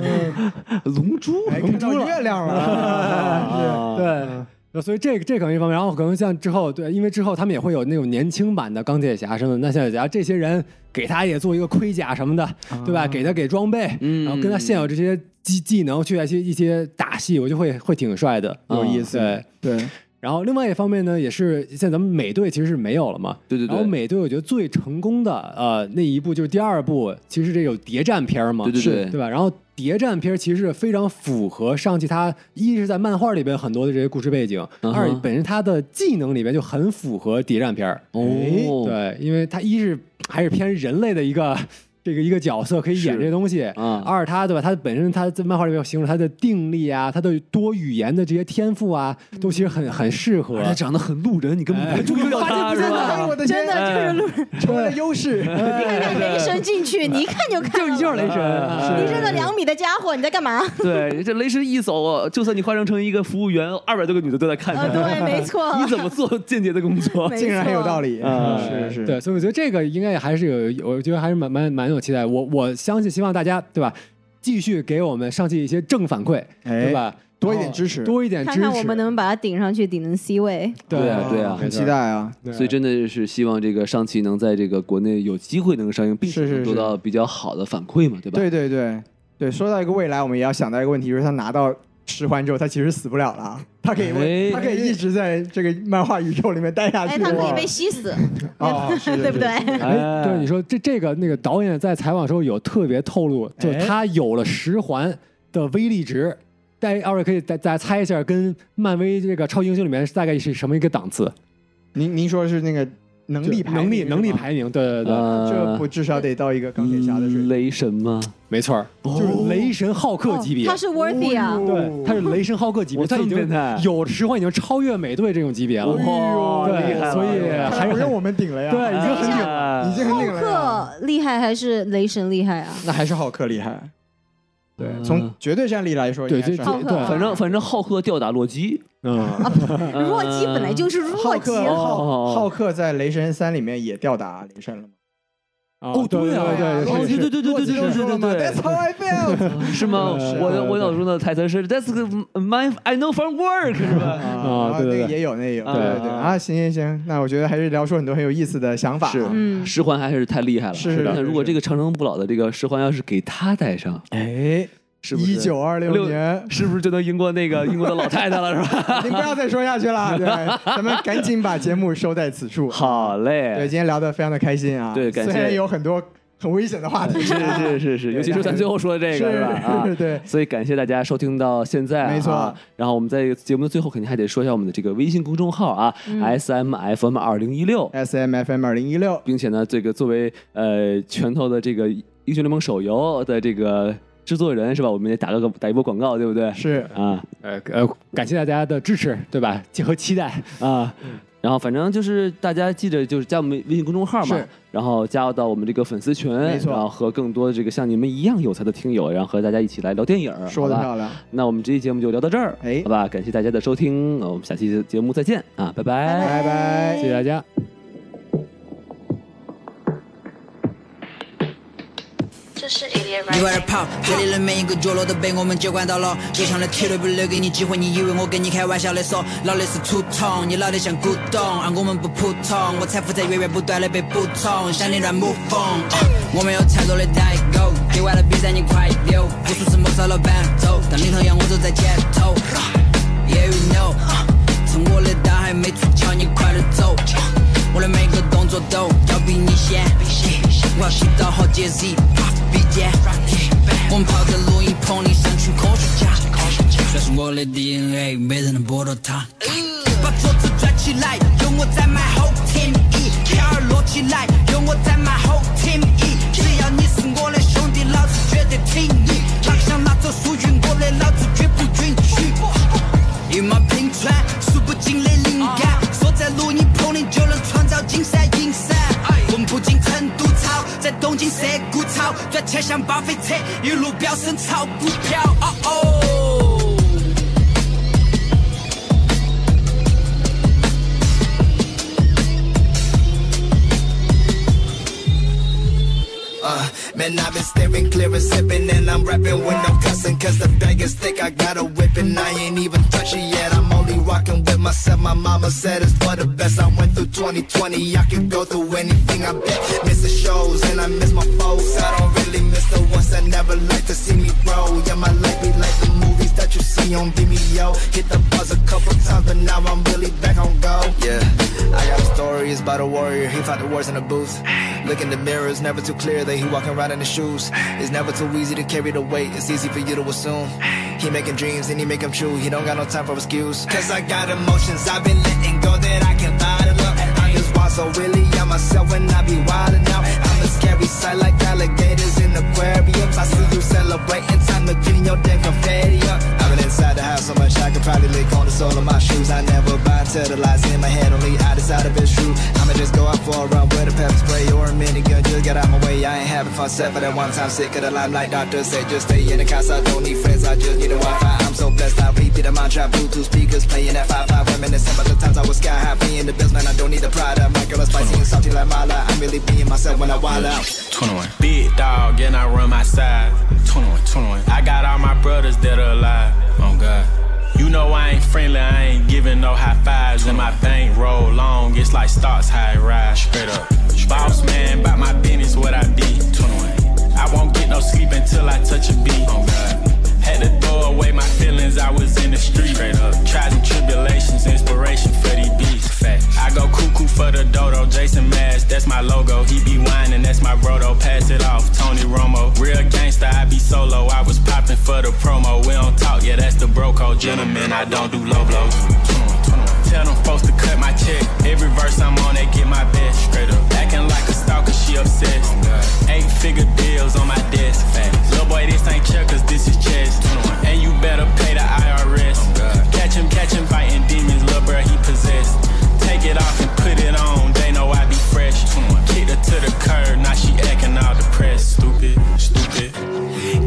龙珠哎，看到月亮了，啊，对。所以这个这可能一方面，然后可能像之后对，因为之后他们也会有那种年轻版的钢铁侠什么的，那像小侠这些人给他也做一个盔甲什么的，对吧？给他给装备，啊嗯然后跟他现有这些技技能去一些一些打戏，我就会会挺帅的，有意思对，对对，然后另外一方面呢，也是现在咱们美队其实是没有了嘛，对对对然后美队我觉得最成功的呃那一部就是第二部，其实这有谍战片儿嘛，对对对是对吧？然后谍战片儿其实是非常符合上期他一是在漫画里边很多的这些故事背景，嗯哼二本身他的技能里边就很符合谍战片儿。哦对，因为他一是还是偏人类的一个。 这个一个角色可以演是这些东西，啊二他对吧？他本身他在漫画里面有形容他的定力啊，他的多语言的这些天赋啊，嗯都其实很很适合。而且长得很路人，你根本哎没注意到他是哎吧我？的天真的就是路人，成为了优势， 哎你看看雷神进去，你一看就看，就就是雷神，啊你哎这个两米的家伙，你在干嘛？ 对，这雷神一走啊，就算你化妆成一个服务员，二百多个女的都在看呃，你，对，没错， 你怎么做间谍的工 作？没竟然很有错道理，嗯是是，对，所以我觉得这个应该也还是有有，我觉得还是蛮蛮蛮有期待。我我相信，希望大家对吧，继续给我们上期一些正反馈，哎对吧？多一然后点支持多一点支看持。看我们能不能把它顶上去，顶成 C 位。对啊啊，对啊很期待啊，对所以真的是希望这个上汽能在这个国内有机会能上映，并且是是能得是到比较好的反馈嘛，对吧？对对对对，说到一个未来，我们也要想到一个问题，就是他拿到。十环之后，他其实死不了了啊，他可以，哎他可以一直在这个漫画宇宙里面待下哎，去。它可以被吸死，哦，是 是对不对？是是哎，哎，对你说这这个那个导演在采访的时候有特别透露，哎就是他有了十环的威力值。大家二位可以大家猜一下，跟漫威这个超级英雄里面大概是什么一个档次？您您说是那个能力排能力名能力是吗排名，对对对，呃这不至少得到一个钢铁侠的水平。雷神吗？没错儿，哦就是雷神浩克级别。他是 worthy 啊，对，他是雷神浩克级别，哇他已这么变经态有时候已经超越美队这种级别了。哎哇对厉害了所以厉害了还还是不很用我们顶了呀？啊对已经很厉害啊已经很浩顶了呀。克厉害还是雷神厉害啊？那还是浩克厉害。对，嗯从绝对战力来说，对应该这是这浩浩克对，反正反正浩克吊打洛基，啊嗯，弱鸡本来就是弱浩鸡克了，哦浩浩克在《雷神三》里面也吊打雷神了嘛？哦对对啊啊对哦对对是对对对对对对对对，That's how I felt。对， 是吗？是我对对我脑中的台词是 That's my I know from work 是吧？啊对对那个对也有，那个也有，啊对对对啊啊，行行行，那我觉得还是聊出很多很有意思的想法啊。是嗯十环还是太厉害了。是的那如果是的这个长生不老的这个十环要是给他戴上，哎，是不是一九二六六，年是不是就能赢过那个英国的老太太了？是吧？ 您不要再说下去了，对，咱们赶紧把节目收在此处。好嘞，对，今天聊得非常的开心啊，对感谢虽然有很多很危险的话题，是是是是，对尤其是咱最后说的这个，是是吧？啊， 对所以感谢大家收听到现在啊，没错啊然后我们在节目的最后，肯定还得说一下我们的这个微信公众号啊，S M F M 二零一六，嗯 S M F M 二零一六，并且呢，这个作为呃拳头的这个英雄联盟手游的这个制作人是吧？我们也打个打一波广告，对不对？是啊呃呃，感谢大家的支持，对吧？和期待，啊。然后反正就是大家记着，就是加我们微信公众号嘛是，然后加入到我们这个粉丝群，没错然后和更多这个像你们一样有才的听友，然后和大家一起来聊电影，说的好吧漂亮，那我们这期节目就聊到这儿，哎好吧，感谢大家的收听，呃我们下期节目再见啊，拜拜拜拜谢谢大家。这是 Idiot 你 Right 把这 Now 炮，这里的每一个角落都被我们接管到了。街上的铁路不留给你机会，你以为我跟你开玩笑的说，老的是土桶，你老的像古董，而我们不普通，我财富在源源不断的被补充，像你乱母风。我们有太多的代沟，给完了比赛你快溜，不是什么少老板走，但领头羊我走在前头。Yeah you know，趁我的刀还没出鞘，你快点走。我的每个动作都要比你先，我要洗澡好接 Z，比肩。我们泡在录音棚里，像群科学家。这是我的 DNA，没人能剥夺它。把桌子转起来，有我在 my whole team E。卡尔摞起来，有我在 my whole team E。只要你是我的兄弟，老子绝对挺你。哪个想拿走属于我的，老子绝不允许。一马平川，数不尽的灵感，锁在录音棚里就能创造金山银山。我们不仅成都潮，在东京涩谷潮，赚钱像巴菲特，一路飙升炒股票。哦哦。 Uh, man, I've been staring clear and sipping, and I'm rapping when I'm cussing, cause the bag is thick, I got a whip, and I ain't even touch it yet. I'm only rocking with myself, my mama said it's for the best. I went through 2020, I could go through anything, I bet. Miss the shows, and I miss my folks. I don't really miss the ones that never like to see me grow. Yeah, my life be like the movies that you see on Vimeo. Hit the buzz a couple times, but now I'm really back on go. Yeah, I got stories about a warrior, he fought the wars in the booth. Look in the mirror, it's never too clear that he walking around in his shoes. It's never too easy to carry the weight, it's easy for you to assume. He making dreams and he make 'em true, he don't got no time for excuse. Cause I got emotions, I've been letting go that I can bottle up. I'm just wild, so really I'm myself when I be wildin' out. I'm a scary sight like alligators in aquariums. I see you celebrating, time to clean your damn confetti up. I've been inside the house so much I could probably lick on the sole of my shoes. I never buy into the lies in my head, only I decide if it's true. I'ma just go out for a run with a pep spray or a minigun. Just get out my way, I ain't having fun. Set for that one time, sick of the limelight. Doctor said just stay in the house. I don't need friends, I just need a Wi Fi. I'm so blessed, I repeat a mantra. Bluetooth speakers playing at 5 5 women. And some of the times I was sky high, being the best man. I don't need a Prada. My girl is spicy and salty like Mala. I'm really being myself when I wild out. 21. Big dog, and I run my side. 21, 21. I got all my brothers that are alive. Oh God. You know I ain't friendly, I ain't giving no high fives. And my bank roll long, it's like stocks high rise. Straight up. Boss man, about my business, what I be. 21. I won't get no sleep until I touch a beat. Oh God. Had to throw away my feelings, I was in the street. Straight up. Trials and tribulations, inspiration for these beats. I go cuckoo for the dodo, Jason Mask, that's my logo. He be whining, that's my brodo. Pass it off, Tony Romo. Real gangster, I be solo. I was popping for the promo. We don't talk, yeah, that's the bro code. Gentlemen, I don't do low blows. 21, 21. tell them folks to cut my check. Every verse I'm on, they get my best. Straight up. Acting like a stalker, she obsessed. Eight figure deals on my desk. Little boy, this ain't checkers, this is chess. And you better pay the IRS. Catch him, catch him, fighting demons, little bro, he possessed. Take it off and put it on, they know I be fresh. Kicked her to the curb, now she acting all depressed. Stupid, stupid.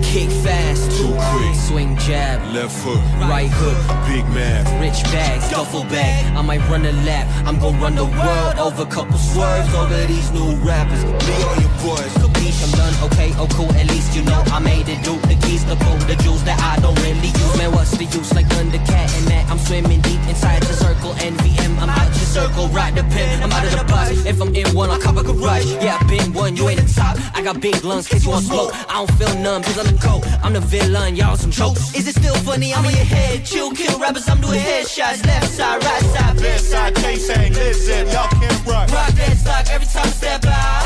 Kick fast, too quick. Swing jab, Left foot, right hook. big man. Rich bags, duffel bag. I might run a lap. I'm gonna run the world over couple swerves over these new rappers. Be on your boys. Capiche, I'm done. Okay, oh cool. At least you know I made it. Duke the keys, the pool, the jewels that I don't really use. Man, what's the use? Like Thundercat and that. I'm swimming deep inside the circle. NVM, I'm out your circle. Ride the pen, I'm out of the bus. If I'm in one, I'll cop a garage. Yeah, I've been one. You ain't the top. I got big lungs, case you want smoke. I don't feel numb, cause I'm the coat. I'm the villain, y'all some jokes. Is it still funny? I'm in your head. Chill, kill rappers. I'm doing headshots. Left side, right side, Left side, case ain't listen. Y'all can't rock. Rock that stock every time I step out.